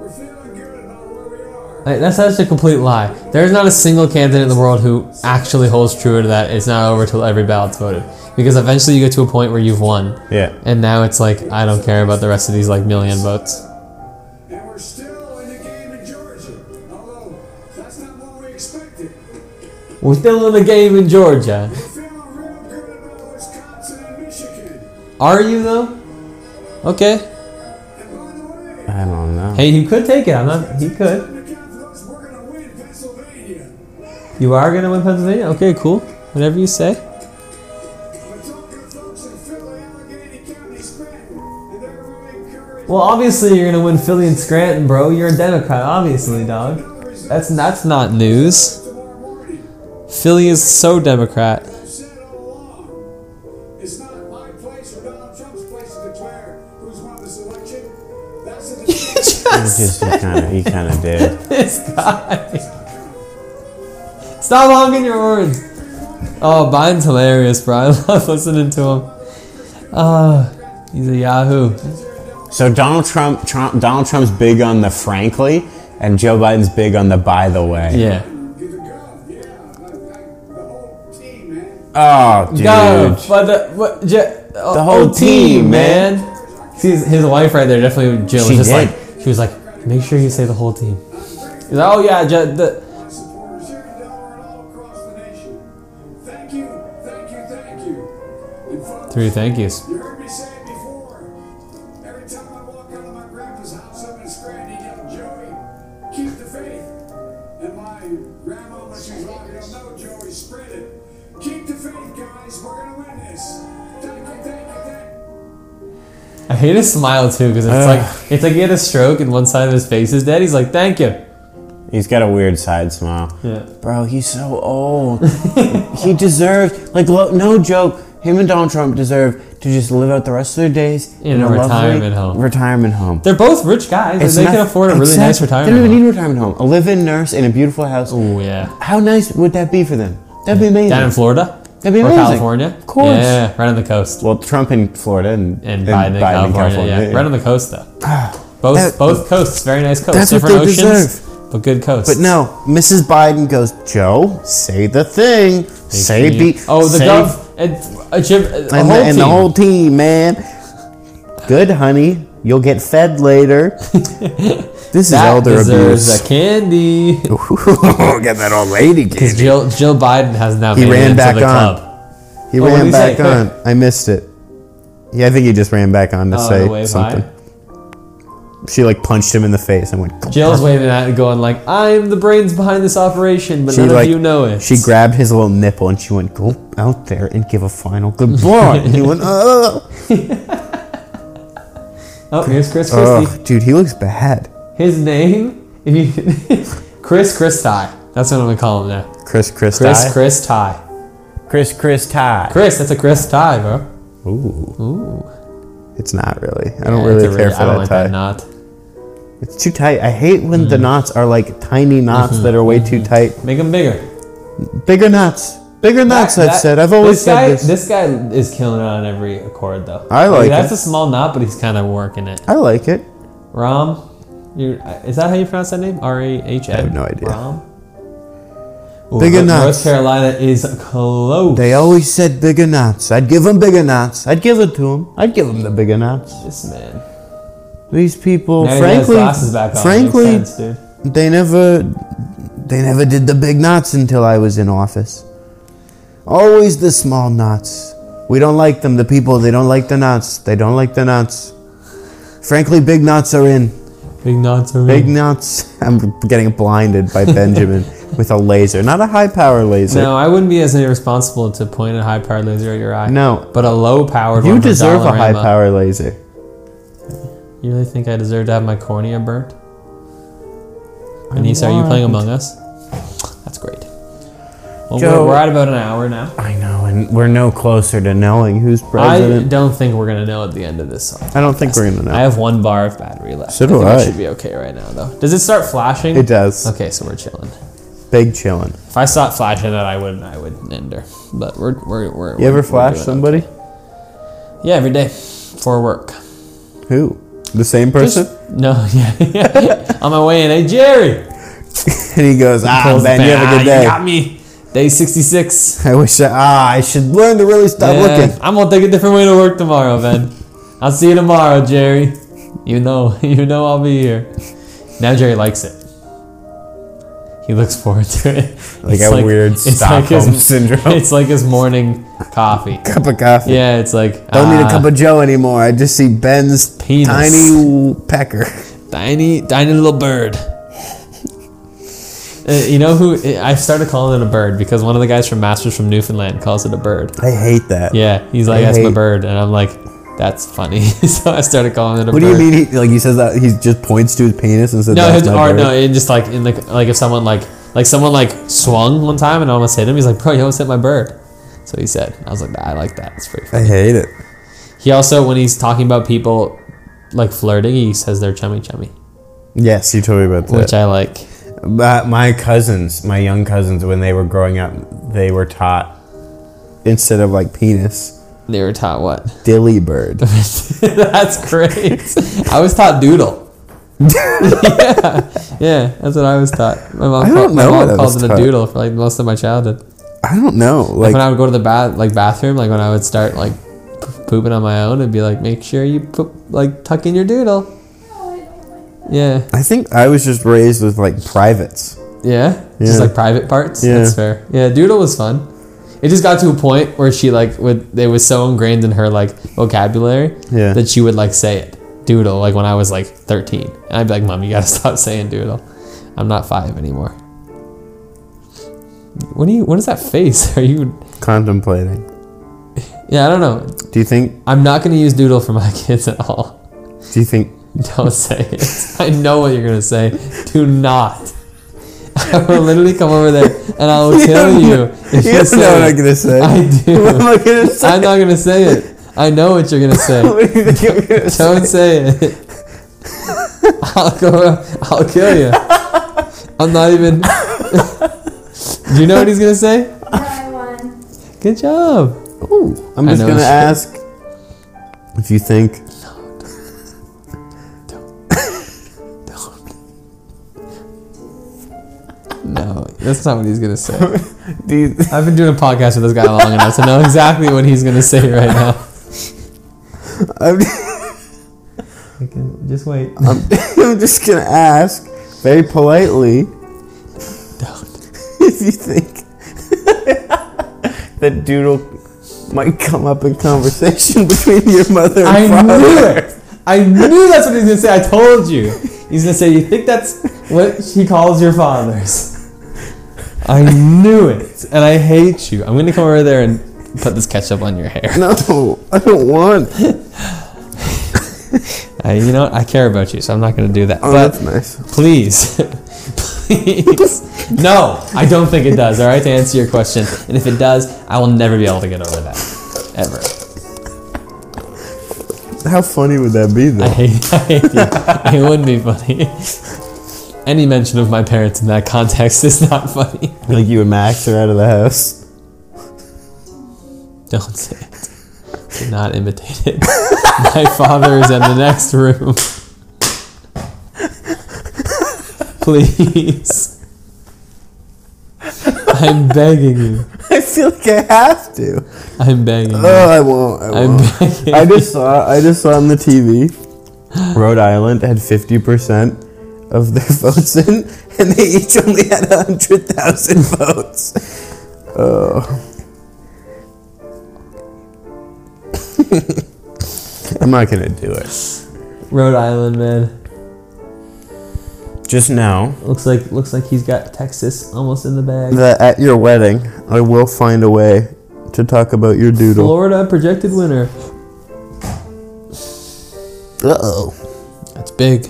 [SPEAKER 7] We're feeling good about where we are.
[SPEAKER 2] Like, that's such a complete lie. There's not a single candidate in the world who actually holds true to that. It's not over till every ballot's voted, because eventually you get to a point where you've won,
[SPEAKER 4] Yeah.
[SPEAKER 2] and now it's like I don't care about the rest of these like million votes.
[SPEAKER 7] And we're still in the game in Georgia, although that's not what we expected.
[SPEAKER 2] We're still in the game in Georgia.
[SPEAKER 7] We're feeling real good about Wisconsin and Michigan.
[SPEAKER 2] Are you though? Okay.
[SPEAKER 7] And by the way,
[SPEAKER 4] I don't know.
[SPEAKER 2] Hey, he could take it. I'm not. He could. You are gonna win Pennsylvania? Okay, cool. Whatever you say. Well, obviously you're gonna win Philly and Scranton, bro. You're a Democrat, obviously, dog. That's that's not news. Philly is so Democrat.
[SPEAKER 7] It's not my place or Donald Trump's place to declare who's won this election. That's a decision.
[SPEAKER 4] Just- he kind of he kind of did.
[SPEAKER 2] This guy. Stop hogging your words. Oh, Biden's hilarious, bro. I love listening to him. Ah, he's a Yahoo.
[SPEAKER 4] So Donald Trump, Trump Donald Trump's big on the frankly, and Joe Biden's big on the by the way.
[SPEAKER 2] Yeah.
[SPEAKER 7] Get the
[SPEAKER 4] Oh,
[SPEAKER 7] gov, yeah. like, like, The whole team, man.
[SPEAKER 4] dude.
[SPEAKER 2] Go, but the what, Je-
[SPEAKER 4] The whole team,
[SPEAKER 2] man. See, his, his wife right there, definitely Jill.
[SPEAKER 4] She
[SPEAKER 2] was just
[SPEAKER 4] did.
[SPEAKER 2] like she was like, make sure you say the whole team. He's like, oh yeah, Je- the,
[SPEAKER 7] My supporters here in Delaware and all across the nation. Thank you, thank you, thank you. And folks,
[SPEAKER 2] three thank yous.
[SPEAKER 7] You heard me say it before. Every time I walk out of my grandpa's house up in Scranton, he yelled, Joey, keep the faith. And my grandma, when she was walking up, no, Joey, spread it. Keep the faith, guys. We're going to win this. Thank you, thank you, thank you.
[SPEAKER 2] I hate his smile too because it's like it's like he had a stroke and one side of his face is dead. He's like, thank you.
[SPEAKER 4] He's got a weird side smile.
[SPEAKER 2] Yeah.
[SPEAKER 4] Bro, he's so old. he deserved like lo- no joke. Him and Donald Trump deserve to just live out the rest of their days
[SPEAKER 2] In a
[SPEAKER 4] lovely
[SPEAKER 2] retirement home.
[SPEAKER 4] Retirement home.
[SPEAKER 2] They're both rich guys. and
[SPEAKER 4] It's
[SPEAKER 2] they
[SPEAKER 4] not-
[SPEAKER 2] can afford a really
[SPEAKER 4] exact-
[SPEAKER 2] nice retirement.
[SPEAKER 4] They don't even
[SPEAKER 2] home.
[SPEAKER 4] need a retirement home. A live-in nurse in a beautiful house.
[SPEAKER 2] Oh yeah,
[SPEAKER 4] How nice would that be for them? That'd be amazing.
[SPEAKER 2] down in Florida
[SPEAKER 4] That'd be
[SPEAKER 2] or
[SPEAKER 4] amazing.
[SPEAKER 2] California,
[SPEAKER 4] Of course.
[SPEAKER 2] Yeah, right on the coast.
[SPEAKER 4] Well, Trump in Florida and,
[SPEAKER 2] And, Biden, in California, yeah. right on the coast though. Both
[SPEAKER 4] Ah. That-
[SPEAKER 2] both coasts, very nice coasts,
[SPEAKER 4] that's what
[SPEAKER 2] different
[SPEAKER 4] they
[SPEAKER 2] oceans, but good coasts.
[SPEAKER 4] But no, Mrs. Biden goes, Joe, say the thing. say the
[SPEAKER 2] oh the
[SPEAKER 4] say,
[SPEAKER 2] gov and a, gym, a
[SPEAKER 4] and,
[SPEAKER 2] whole
[SPEAKER 4] the, and the
[SPEAKER 2] team.
[SPEAKER 4] whole team, man. Good, honey. You'll get fed later. this is
[SPEAKER 2] that
[SPEAKER 4] elder
[SPEAKER 2] deserves
[SPEAKER 4] abuse.
[SPEAKER 2] a candy.
[SPEAKER 4] get that old lady
[SPEAKER 2] Because
[SPEAKER 4] kid.
[SPEAKER 2] Jill Jill Biden has now made
[SPEAKER 4] ran
[SPEAKER 2] it into
[SPEAKER 4] back
[SPEAKER 2] the
[SPEAKER 4] on.
[SPEAKER 2] club.
[SPEAKER 4] He
[SPEAKER 2] Oh, what'd
[SPEAKER 4] ran
[SPEAKER 2] he
[SPEAKER 4] back
[SPEAKER 2] say?
[SPEAKER 4] on. I missed it. Yeah, I think he just ran back on to
[SPEAKER 2] Oh, the
[SPEAKER 4] say
[SPEAKER 2] wave
[SPEAKER 4] something.
[SPEAKER 2] high.
[SPEAKER 4] She like punched him in the face and went.
[SPEAKER 2] Jill's waving at it, going like, "I'm the brains behind this operation, but
[SPEAKER 4] She,
[SPEAKER 2] none
[SPEAKER 4] like-
[SPEAKER 2] of you know it."
[SPEAKER 4] She grabbed his little nipple and she went, "Go out there and give a final goodbye." and he went, "Oh."
[SPEAKER 2] Oh, here's Chris Christie.
[SPEAKER 4] Ugh, dude, he looks bad.
[SPEAKER 2] His name, if you, Chris Christie. That's what I'm gonna call him now.
[SPEAKER 4] Chris Chris
[SPEAKER 2] Chris
[SPEAKER 4] Ty.
[SPEAKER 2] Chris Ty.
[SPEAKER 4] Chris Chris Ty.
[SPEAKER 2] Chris, that's a Chris Ty, bro.
[SPEAKER 4] Ooh,
[SPEAKER 2] Ooh.
[SPEAKER 4] it's not really. I don't
[SPEAKER 2] Yeah,
[SPEAKER 4] really
[SPEAKER 2] it's a
[SPEAKER 4] care
[SPEAKER 2] really-
[SPEAKER 4] for
[SPEAKER 2] I don't
[SPEAKER 4] that
[SPEAKER 2] like
[SPEAKER 4] tie.
[SPEAKER 2] that knot.
[SPEAKER 4] It's too tight. I hate when
[SPEAKER 2] Mm.
[SPEAKER 4] the knots are like tiny knots
[SPEAKER 2] Mm-hmm.
[SPEAKER 4] that are way too tight.
[SPEAKER 2] Make him bigger.
[SPEAKER 4] Bigger knots. Bigger knots. I've
[SPEAKER 2] That-
[SPEAKER 4] said. I've always said
[SPEAKER 2] guy,
[SPEAKER 4] this.
[SPEAKER 2] guy is killing it on every chord, though.
[SPEAKER 4] I like
[SPEAKER 2] That's
[SPEAKER 4] it.
[SPEAKER 2] a small knot, but he's kind of working it.
[SPEAKER 4] I like it.
[SPEAKER 2] Rom, you is that how you pronounce that name? R A H M.
[SPEAKER 4] I have no idea.
[SPEAKER 2] Rom. Ooh,
[SPEAKER 4] Big
[SPEAKER 2] North-
[SPEAKER 4] enough.
[SPEAKER 2] North Carolina is close.
[SPEAKER 4] They always said bigger knots. I'd give them bigger knots. I'd give it to them. I'd give them the bigger knots.
[SPEAKER 2] this man.
[SPEAKER 4] These people,
[SPEAKER 2] Now he has
[SPEAKER 4] frankly,
[SPEAKER 2] glasses back on.
[SPEAKER 4] frankly,
[SPEAKER 2] Makes sense, dude.
[SPEAKER 4] they never, they never did the big knots until I was in office. Always the small knots. We don't like them. The people, they don't like the knots. They don't like the knots. Frankly, big knots are in.
[SPEAKER 2] Big knots are
[SPEAKER 4] Big
[SPEAKER 2] in.
[SPEAKER 4] knots. I'm getting blinded by Benjamin with a laser, not a high power laser.
[SPEAKER 2] No, I wouldn't be as irresponsible to point a high powered laser at your eye.
[SPEAKER 4] No.
[SPEAKER 2] But a low powered
[SPEAKER 4] you
[SPEAKER 2] one. from
[SPEAKER 4] deserve a high
[SPEAKER 2] Dollarama.
[SPEAKER 4] power laser.
[SPEAKER 2] You really think I deserve to have my cornea burnt? Anissa, are you playing Among Us? That's great. Well,
[SPEAKER 4] Joe-
[SPEAKER 2] we're, we're at about an hour now.
[SPEAKER 4] I know, and we're no closer to knowing who's
[SPEAKER 2] I
[SPEAKER 4] president.
[SPEAKER 2] don't think we're gonna know at the end of this song.
[SPEAKER 4] I, don't think we're gonna know.
[SPEAKER 2] I have one bar of battery left.
[SPEAKER 4] So
[SPEAKER 2] I
[SPEAKER 4] do
[SPEAKER 2] think
[SPEAKER 4] I.
[SPEAKER 2] should be okay right now, though. Does it start flashing?
[SPEAKER 4] it does.
[SPEAKER 2] Okay, so we're chilling.
[SPEAKER 4] Big chillin'.
[SPEAKER 2] If I saw it flashing, that I would I would end her. But we're we're we're.
[SPEAKER 4] You
[SPEAKER 2] we're
[SPEAKER 4] ever flash
[SPEAKER 2] doing
[SPEAKER 4] somebody?
[SPEAKER 2] okay. Yeah, every day for work.
[SPEAKER 4] Who? The same person?
[SPEAKER 2] Just- no, yeah, yeah. On my way in, hey Jerry.
[SPEAKER 4] and he goes, ah,
[SPEAKER 2] Pulls the
[SPEAKER 4] man, you
[SPEAKER 2] fan,
[SPEAKER 4] have a
[SPEAKER 2] "Ah,
[SPEAKER 4] good
[SPEAKER 2] You
[SPEAKER 4] day.
[SPEAKER 2] got me. Day sixty six.
[SPEAKER 4] I wish I, ah, I should learn to really stop
[SPEAKER 2] Yeah,
[SPEAKER 4] looking.
[SPEAKER 2] I'm gonna take a different way to work tomorrow, Ben. I'll see you tomorrow, Jerry. You know, you know I'll be here. Now Jerry likes it. He looks forward to it.
[SPEAKER 4] Like
[SPEAKER 2] It's
[SPEAKER 4] a weird
[SPEAKER 2] it's
[SPEAKER 4] Stockholm syndrome.
[SPEAKER 2] It's like his morning coffee.
[SPEAKER 4] Cup of coffee.
[SPEAKER 2] Yeah, it's like
[SPEAKER 4] Don't need a
[SPEAKER 2] ah,
[SPEAKER 4] cup of Joe anymore. I just see Ben's
[SPEAKER 2] Penis.
[SPEAKER 4] tiny pecker.
[SPEAKER 2] tiny, tiny little bird. Uh, you know who? I started calling it a bird because one of the guys from Masters from Newfoundland calls it a bird.
[SPEAKER 4] I hate that.
[SPEAKER 2] Yeah, he's
[SPEAKER 4] I
[SPEAKER 2] like, that's my
[SPEAKER 4] hate-
[SPEAKER 2] bird. And I'm like, that's funny. so I started calling it a
[SPEAKER 4] What
[SPEAKER 2] bird.
[SPEAKER 4] do you mean? He, like he says that he just points to his penis and says,
[SPEAKER 2] No,
[SPEAKER 4] "That's
[SPEAKER 2] his,
[SPEAKER 4] my
[SPEAKER 2] or
[SPEAKER 4] bird."
[SPEAKER 2] no, and just like in the like if someone like like someone like swung one time and almost hit him, he's like, bro, you almost hit my bird. So he said, I was like, nah, I like that. It's pretty.
[SPEAKER 4] I
[SPEAKER 2] Funny.
[SPEAKER 4] hate it.
[SPEAKER 2] He also, when he's talking about people like flirting, he says they're chummy chummy,
[SPEAKER 4] Yes, you told me about that.
[SPEAKER 2] which I like.
[SPEAKER 4] My, my cousins, my young cousins, when they were growing up, they were taught instead of like penis,
[SPEAKER 2] They were taught what?
[SPEAKER 4] dilly bird.
[SPEAKER 2] that's great. I was taught doodle. yeah, yeah, that's what I was taught. My mom,
[SPEAKER 4] I
[SPEAKER 2] called-
[SPEAKER 4] don't
[SPEAKER 2] my
[SPEAKER 4] know
[SPEAKER 2] mom
[SPEAKER 4] what I
[SPEAKER 2] called
[SPEAKER 4] was
[SPEAKER 2] it
[SPEAKER 4] taught.
[SPEAKER 2] a doodle for like most of my childhood.
[SPEAKER 4] I don't know. Like,
[SPEAKER 2] when I would go to the bath, like bathroom, like when I would start like p- pooping on my own, it'd be like, make sure you poop, like tuck in your doodle.
[SPEAKER 6] Oh,
[SPEAKER 2] Yeah,
[SPEAKER 4] I think I was just raised with like privates.
[SPEAKER 2] yeah,
[SPEAKER 4] Yeah.
[SPEAKER 2] just like private parts.
[SPEAKER 4] Yeah.
[SPEAKER 2] That's fair. Yeah, doodle was fun. It just got to a point where she like would it was so ingrained in her like vocabulary
[SPEAKER 4] Yeah.
[SPEAKER 2] that she would like say it doodle like when I was like 13, and I'd be like, mom, you gotta stop saying doodle. I'm not five anymore. What do you? What is that face? Are you?
[SPEAKER 4] Contemplating.
[SPEAKER 2] Yeah, I don't know.
[SPEAKER 4] Do you think?
[SPEAKER 2] I'm not going to use doodle for my kids at all.
[SPEAKER 4] Do you think?
[SPEAKER 2] Don't say it. I know what you're going to say. Do not. I will literally come over there and I will kill
[SPEAKER 4] don't
[SPEAKER 2] you. If
[SPEAKER 4] You don't know
[SPEAKER 2] say
[SPEAKER 4] what I'm
[SPEAKER 2] it.
[SPEAKER 4] gonna say.
[SPEAKER 2] I do.
[SPEAKER 4] What am I gonna say?
[SPEAKER 2] I'm not going to say it. I know what you're going to say.
[SPEAKER 4] What do you think I'm gonna say?
[SPEAKER 2] Don't say it. I'll go. I'll kill you. I'm not even. Do you know what he's going to say? Good job.
[SPEAKER 4] Ooh, I'm
[SPEAKER 2] I
[SPEAKER 4] just
[SPEAKER 2] know
[SPEAKER 4] gonna
[SPEAKER 2] it's-
[SPEAKER 4] ask if you think.
[SPEAKER 2] No, that's not what he's going to say.
[SPEAKER 4] Do you,
[SPEAKER 2] I've been doing a podcast with this guy long enough to know exactly what he's gonna say right now.
[SPEAKER 4] I'm,
[SPEAKER 2] Just wait.
[SPEAKER 4] I'm, I'm just gonna ask very politely
[SPEAKER 2] Don't.
[SPEAKER 4] if you think that doodle might come up in conversation between your mother and
[SPEAKER 2] I
[SPEAKER 4] father.
[SPEAKER 2] knew it. I knew that's what he's gonna say. I told you. He's gonna say you think that's what he calls your fathers. I knew it, and I hate you. I'm gonna come over there and
[SPEAKER 4] Oh,
[SPEAKER 2] put this ketchup on your hair.
[SPEAKER 4] No, I don't want.
[SPEAKER 2] I, Uh, you know, what? I care about you, so I'm not going to do that.
[SPEAKER 4] Oh,
[SPEAKER 2] but
[SPEAKER 4] that's nice.
[SPEAKER 2] please, please, no, I don't think it does. All right, to answer your question, and if it does, I will never be able to get over that, ever.
[SPEAKER 4] How funny would that be,
[SPEAKER 2] I
[SPEAKER 4] though?
[SPEAKER 2] hate, I hate you. it wouldn't be funny. Any mention of my parents in that context is not funny.
[SPEAKER 8] Like you and Max are out of the house.
[SPEAKER 2] Don't say it. Do not imitate it. My father is in the next room. Please. I'm begging you.
[SPEAKER 4] I feel like I have to.
[SPEAKER 2] I'm begging you.
[SPEAKER 4] Oh, I won't. I
[SPEAKER 2] I'm
[SPEAKER 4] won't.
[SPEAKER 2] begging
[SPEAKER 4] Oh. I just saw. I just saw on the TV.
[SPEAKER 8] Rhode Island had 50%.
[SPEAKER 4] of their votes in, and they each only had 100,000 votes. Oh.
[SPEAKER 8] I'm not gonna do it.
[SPEAKER 2] Rhode Island man.
[SPEAKER 8] Just know
[SPEAKER 2] Looks like looks like he's got Texas almost in the bag.
[SPEAKER 4] That at your wedding, I will find a way to talk about your doodle.
[SPEAKER 2] Florida projected winner.
[SPEAKER 4] Uh oh.
[SPEAKER 2] That's big.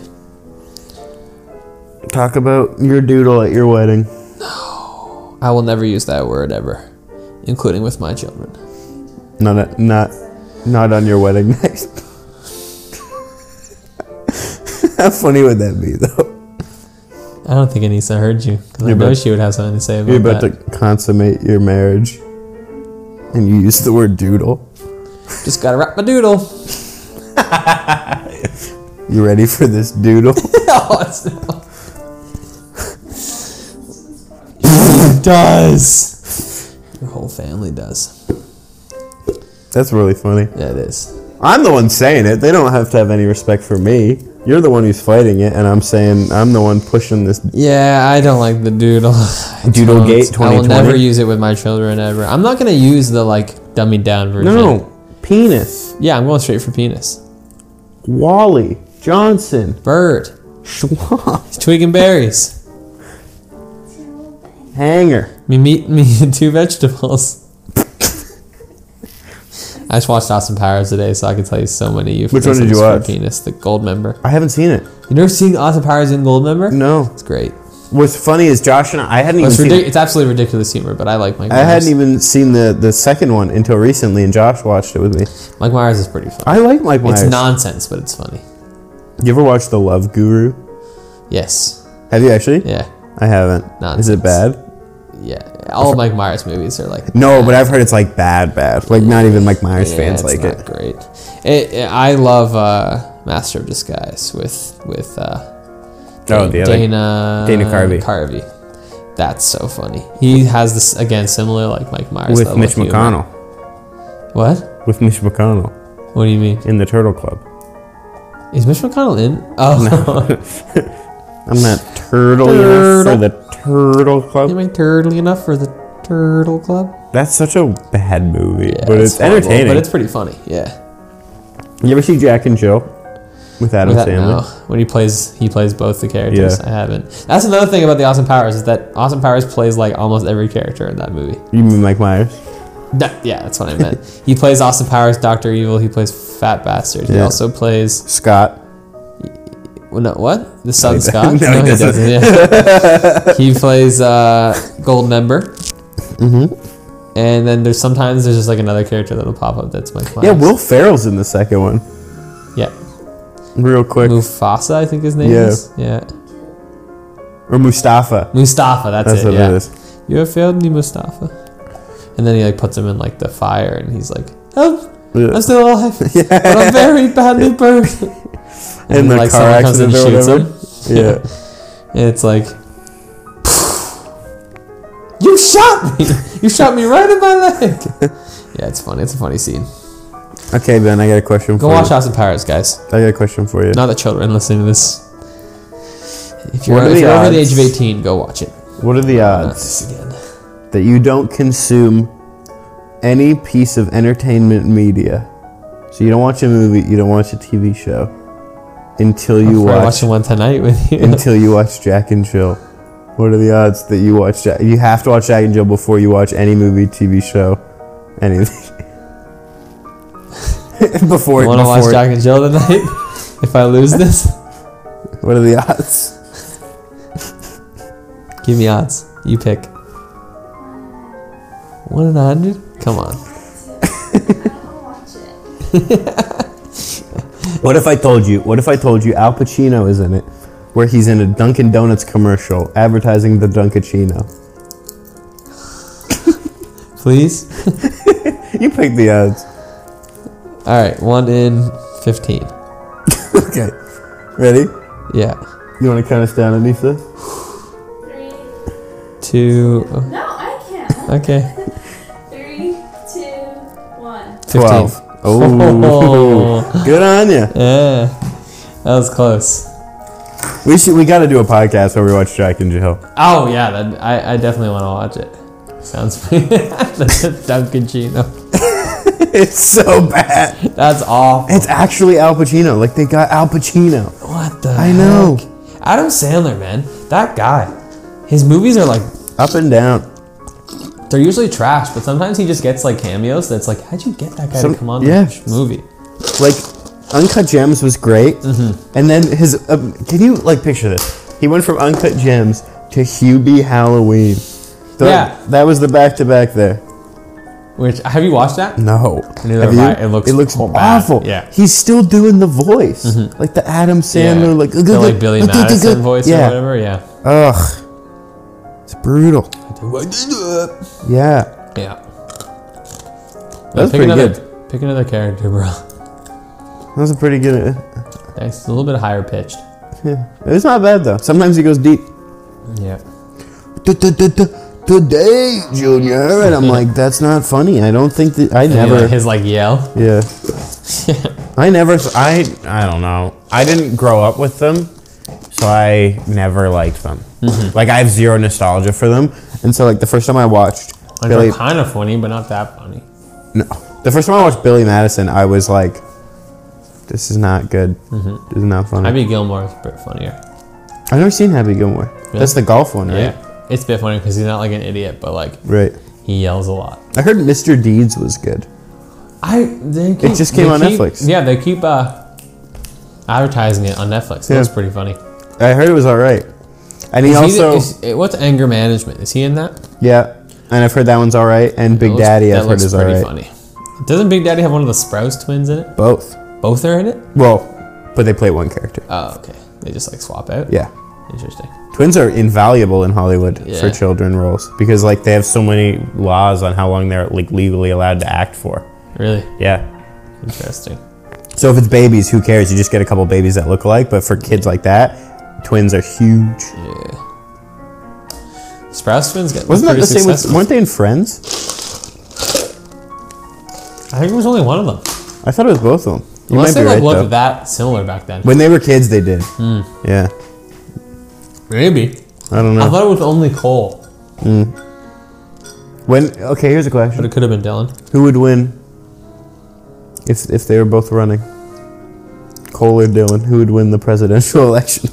[SPEAKER 4] Talk about your doodle at your wedding.
[SPEAKER 2] I will never use that word ever, including with my children.
[SPEAKER 4] Not at, not not on your wedding night. How funny would that be, though?
[SPEAKER 2] I don't think Anissa heard you because I
[SPEAKER 4] You're
[SPEAKER 2] know
[SPEAKER 4] about-
[SPEAKER 2] she would have something to say about
[SPEAKER 4] You're about
[SPEAKER 2] that.
[SPEAKER 4] to consummate your marriage, and you use the word doodle.
[SPEAKER 2] Just gotta wrap my doodle.
[SPEAKER 4] You ready for this doodle?
[SPEAKER 2] no, it's not. It does. Your whole family does.
[SPEAKER 4] That's really funny.
[SPEAKER 2] Yeah, it is.
[SPEAKER 4] I'm the one saying it. They don't have to have any respect for me. You're the one who's fighting it, and I'm saying I'm the one pushing this.
[SPEAKER 2] Yeah, I don't like the doodle. I
[SPEAKER 4] Doodle
[SPEAKER 2] don't.
[SPEAKER 4] gate
[SPEAKER 2] I will
[SPEAKER 4] 2020?
[SPEAKER 2] never use it with my children ever. I'm not gonna use the like dummied down version.
[SPEAKER 4] No, penis.
[SPEAKER 2] Yeah, I'm going straight for penis.
[SPEAKER 4] Wally Johnson.
[SPEAKER 2] Bird.
[SPEAKER 4] Schwab.
[SPEAKER 2] It's twig and berries.
[SPEAKER 4] Hanger.
[SPEAKER 2] Me meat and me and two vegetables. I just watched Austin Powers today, so I can tell you so many
[SPEAKER 4] one
[SPEAKER 2] euphemisms
[SPEAKER 4] did you
[SPEAKER 2] for
[SPEAKER 4] watch?
[SPEAKER 2] penis. The gold member.
[SPEAKER 4] I haven't seen it.
[SPEAKER 2] You never seen Austin Powers in gold member?
[SPEAKER 4] No.
[SPEAKER 2] It's great.
[SPEAKER 4] What's funny is Josh and I, I hadn't even
[SPEAKER 2] It's,
[SPEAKER 4] seen.
[SPEAKER 2] ridic- it's absolutely ridiculous humor, but I like Mike
[SPEAKER 4] I
[SPEAKER 2] Myers.
[SPEAKER 4] hadn't even seen the, the second one until recently, and Josh watched it with me.
[SPEAKER 2] Mike Myers is pretty funny.
[SPEAKER 4] I like Mike Myers.
[SPEAKER 2] It's nonsense, but it's funny.
[SPEAKER 4] You ever watched The Love Guru?
[SPEAKER 2] Yes.
[SPEAKER 4] Have you actually?
[SPEAKER 2] Yeah.
[SPEAKER 4] I haven't. Is
[SPEAKER 2] Nonsense.
[SPEAKER 4] it bad?
[SPEAKER 2] Yeah. All of Mike Myers movies are like
[SPEAKER 4] No, but I've heard it's like bad, bad. Like not even Mike Myers
[SPEAKER 2] Yeah,
[SPEAKER 4] fans
[SPEAKER 2] it's
[SPEAKER 4] like
[SPEAKER 2] not
[SPEAKER 4] it. Oh,
[SPEAKER 2] Great. It, it- I love uh, Master of Disguise with with uh,
[SPEAKER 4] Oh,
[SPEAKER 2] Dan-
[SPEAKER 4] the other-
[SPEAKER 2] Dana
[SPEAKER 4] Dana Carvey.
[SPEAKER 2] Carvey. That's so funny. He has this again similar like Mike Myers
[SPEAKER 8] with
[SPEAKER 2] level
[SPEAKER 8] Mitch
[SPEAKER 2] of humor.
[SPEAKER 8] McConnell.
[SPEAKER 2] What?
[SPEAKER 8] With Mitch McConnell
[SPEAKER 2] What do you mean?
[SPEAKER 8] in the Turtle Club.
[SPEAKER 2] Is Mitch McConnell in? Oh,
[SPEAKER 8] I'm not turtle enough for the Turtle
[SPEAKER 2] am
[SPEAKER 8] Club.
[SPEAKER 2] I turtly enough for the Turtle Club?
[SPEAKER 8] That's such a bad movie,
[SPEAKER 2] Yeah,
[SPEAKER 8] but it's,
[SPEAKER 2] horrible,
[SPEAKER 8] entertaining.
[SPEAKER 2] But it's pretty funny. Yeah.
[SPEAKER 8] you ever see Jack and Jill with Adam
[SPEAKER 2] With that-
[SPEAKER 8] Sandler?
[SPEAKER 2] no. When he plays, he plays both the characters.
[SPEAKER 8] Yeah.
[SPEAKER 2] I haven't. That's another thing about the Austin Powers is that Austin Powers plays like almost every character in that movie.
[SPEAKER 8] You mean Mike Myers?
[SPEAKER 2] That, yeah, that's what I meant. he plays Austin Powers, Doctor Evil. He plays Fat Bastard. He
[SPEAKER 4] Yeah.
[SPEAKER 2] also plays
[SPEAKER 4] Scott.
[SPEAKER 2] well, no, what the Son Scott.
[SPEAKER 4] No, he doesn't.
[SPEAKER 2] yeah. he plays uh, Gold Member. Mm-hmm. And then there's sometimes there's just like another character that'll pop up that's Mike Myers.
[SPEAKER 4] Yeah, Will Ferrell's in the second one.
[SPEAKER 2] yeah.
[SPEAKER 4] Real quick.
[SPEAKER 2] Mufasa, I think his name
[SPEAKER 4] Yeah.
[SPEAKER 2] is. Yeah,
[SPEAKER 4] Or Mustafa.
[SPEAKER 2] Mustafa. That's,
[SPEAKER 4] That's
[SPEAKER 2] it.
[SPEAKER 4] what
[SPEAKER 2] yeah.
[SPEAKER 4] it is.
[SPEAKER 2] You have failed me, Mustafa. And then he like puts him in like the fire, and he's like, "Help!
[SPEAKER 4] Yeah.
[SPEAKER 2] I'm still alive, but I'm very badly burned." And,
[SPEAKER 4] In the car
[SPEAKER 2] someone comes in
[SPEAKER 4] accident or
[SPEAKER 2] and shoots
[SPEAKER 4] whatever.
[SPEAKER 2] him.
[SPEAKER 4] Yeah.
[SPEAKER 2] And it's like, "You shot me! You shot me right in my leg!" yeah, it's funny. It's a funny scene.
[SPEAKER 4] okay, Ben, I got a question
[SPEAKER 2] Go
[SPEAKER 4] for
[SPEAKER 2] watch
[SPEAKER 4] you.
[SPEAKER 2] House of Pirates, guys.
[SPEAKER 4] I got a question for you.
[SPEAKER 2] Not that children listening to this. If you're,
[SPEAKER 4] What are
[SPEAKER 2] if
[SPEAKER 4] the
[SPEAKER 2] you're over the age of
[SPEAKER 4] odds?
[SPEAKER 2] 18, go watch it.
[SPEAKER 4] What are the
[SPEAKER 2] Not
[SPEAKER 4] odds
[SPEAKER 2] this again.
[SPEAKER 4] that you don't consume any piece of entertainment media? So you don't watch a movie, you don't watch a TV show until you
[SPEAKER 2] We're
[SPEAKER 4] watch
[SPEAKER 2] watching one tonight with you.
[SPEAKER 4] until you watch Jack and Jill. What are the odds that you watch Jack? You have to watch Jack and Jill before you watch any movie, TV show, anything. before
[SPEAKER 2] Want to watch
[SPEAKER 4] before-
[SPEAKER 2] Jack and Jill tonight? if I lose this?
[SPEAKER 4] What are the odds?
[SPEAKER 2] Give me odds. You pick. One in a hundred? Come on.
[SPEAKER 4] What if I told you? What if I told you Al Pacino is in it, where he's in a Dunkin' Donuts commercial advertising the Dunkachino?
[SPEAKER 2] Please?
[SPEAKER 4] You pick the odds.
[SPEAKER 2] Alright, one in fifteen.
[SPEAKER 4] Okay. Ready?
[SPEAKER 2] Yeah.
[SPEAKER 4] You want to count us down, Anissa?
[SPEAKER 6] Three.
[SPEAKER 2] Two oh,
[SPEAKER 6] No, I can't.
[SPEAKER 2] okay.
[SPEAKER 6] Three, two, one.
[SPEAKER 2] Fifteen.
[SPEAKER 4] Oh, good on you.
[SPEAKER 2] Yeah. That was close.
[SPEAKER 4] We should. We got to do a podcast where we watch Jack and Jill.
[SPEAKER 2] Oh yeah, that, I, I definitely want to watch it. Sounds pretty Duncan Chino.
[SPEAKER 4] It's so bad.
[SPEAKER 2] That's awful.
[SPEAKER 4] It's actually Al Pacino. Like they got Al Pacino.
[SPEAKER 2] What the
[SPEAKER 4] I know.
[SPEAKER 2] heck? Adam Sandler, man. That guy. His movies are like
[SPEAKER 4] Up and down.
[SPEAKER 2] they're usually trash, but sometimes he just gets like cameos that's like, how'd you get that guy
[SPEAKER 4] Some-
[SPEAKER 2] to come on
[SPEAKER 4] yeah.
[SPEAKER 2] this movie?
[SPEAKER 4] Like Uncut Gems was great,
[SPEAKER 2] Mm-hmm.
[SPEAKER 4] and then his. Um, can you like picture this? He went from Uncut Gems to Hubie Halloween. So
[SPEAKER 2] Yeah.
[SPEAKER 4] that was the back to back there.
[SPEAKER 2] Which have you watched that?
[SPEAKER 4] No,
[SPEAKER 2] Neither
[SPEAKER 4] Have
[SPEAKER 2] have I.
[SPEAKER 4] you?
[SPEAKER 2] It looks
[SPEAKER 4] it looks
[SPEAKER 2] bad.
[SPEAKER 4] awful.
[SPEAKER 2] Yeah. Mm-hmm.
[SPEAKER 4] he's still doing the voice, like the Adam
[SPEAKER 2] Yeah.
[SPEAKER 4] Sandler, like
[SPEAKER 2] the, like Billy Madison voice
[SPEAKER 4] Yeah.
[SPEAKER 2] or whatever, yeah.
[SPEAKER 4] Ugh, it's brutal. Yeah,
[SPEAKER 2] Yeah.
[SPEAKER 4] That's
[SPEAKER 2] pick
[SPEAKER 4] pretty
[SPEAKER 2] another,
[SPEAKER 4] good.
[SPEAKER 2] Pick another character, bro.
[SPEAKER 4] that was a pretty good.
[SPEAKER 2] It's a little bit higher pitched.
[SPEAKER 4] It's not bad though. Sometimes he goes deep.
[SPEAKER 2] Yeah.
[SPEAKER 4] Today, Junior, and I'm like, that's not funny. I don't think that I
[SPEAKER 2] And then,
[SPEAKER 4] never.
[SPEAKER 2] like, his like yell.
[SPEAKER 4] Yeah,
[SPEAKER 9] I never. I I don't know. I didn't grow up with them, so I never liked them.
[SPEAKER 2] Mm-hmm.
[SPEAKER 9] Like I have zero nostalgia for them.
[SPEAKER 4] and so like the first time I watched
[SPEAKER 2] Like,
[SPEAKER 4] Billy,
[SPEAKER 2] kind of funny, but not that funny.
[SPEAKER 4] no, the first time I watched Billy Madison, I was like, this is not good.
[SPEAKER 2] Mm-hmm.
[SPEAKER 4] This is not funny.
[SPEAKER 2] Happy Gilmore is a bit funnier.
[SPEAKER 4] I've never seen Happy Gilmore. That's the golf one, right?
[SPEAKER 2] Yeah, it's a bit funny because he's not like an idiot, but like
[SPEAKER 4] Right.
[SPEAKER 2] he yells a lot.
[SPEAKER 4] I heard Mr. Deeds was good.
[SPEAKER 2] I they keep,
[SPEAKER 4] just came
[SPEAKER 2] they
[SPEAKER 4] on
[SPEAKER 2] keep-
[SPEAKER 4] Netflix.
[SPEAKER 2] Yeah, they keep uh, advertising it on Netflix. That's
[SPEAKER 4] Yeah.
[SPEAKER 2] pretty funny.
[SPEAKER 4] I heard it was all right. And he
[SPEAKER 2] Is he the-
[SPEAKER 4] also,
[SPEAKER 2] is- eh, what's anger management? Is he in that?
[SPEAKER 4] yeah. And I've heard that one's all right. And Big
[SPEAKER 2] That looks-
[SPEAKER 4] Daddy,
[SPEAKER 2] that
[SPEAKER 4] I've heard
[SPEAKER 2] looks
[SPEAKER 4] is all
[SPEAKER 2] pretty
[SPEAKER 4] right.
[SPEAKER 2] funny. Doesn't Big Daddy have one of the Sprouse twins in it?
[SPEAKER 4] Both.
[SPEAKER 2] Both are in it.
[SPEAKER 4] Well, but they play one character.
[SPEAKER 2] Oh, okay. They just like swap out.
[SPEAKER 4] Yeah.
[SPEAKER 2] interesting.
[SPEAKER 4] Twins are invaluable in Hollywood
[SPEAKER 2] Yeah.
[SPEAKER 4] for children roles because like they have so many laws on how long they're like legally allowed to act for.
[SPEAKER 2] Really
[SPEAKER 4] Yeah.
[SPEAKER 2] interesting.
[SPEAKER 4] So if it's babies, who cares? You just get a couple babies that look alike. But for kids like that, twins are huge.
[SPEAKER 2] Sprouse twins get
[SPEAKER 4] Wasn't that
[SPEAKER 2] pretty
[SPEAKER 4] the same with?
[SPEAKER 2] successful.
[SPEAKER 4] Weren't they in Friends?
[SPEAKER 2] I think it was only one of them.
[SPEAKER 4] I thought it was both of them. You
[SPEAKER 2] Unless
[SPEAKER 4] might
[SPEAKER 2] they
[SPEAKER 4] be
[SPEAKER 2] like
[SPEAKER 4] right
[SPEAKER 2] looked
[SPEAKER 4] though.
[SPEAKER 2] that similar back then.
[SPEAKER 4] When they were kids, they did.
[SPEAKER 2] Hmm.
[SPEAKER 4] Yeah.
[SPEAKER 2] Maybe.
[SPEAKER 4] I don't know.
[SPEAKER 2] I thought it was only Cole,
[SPEAKER 4] When okay, here's a
[SPEAKER 2] but
[SPEAKER 4] question:
[SPEAKER 2] it could have been Dylan.
[SPEAKER 4] Who would win if if they were both running? Cole or Dylan? Who would win the presidential election?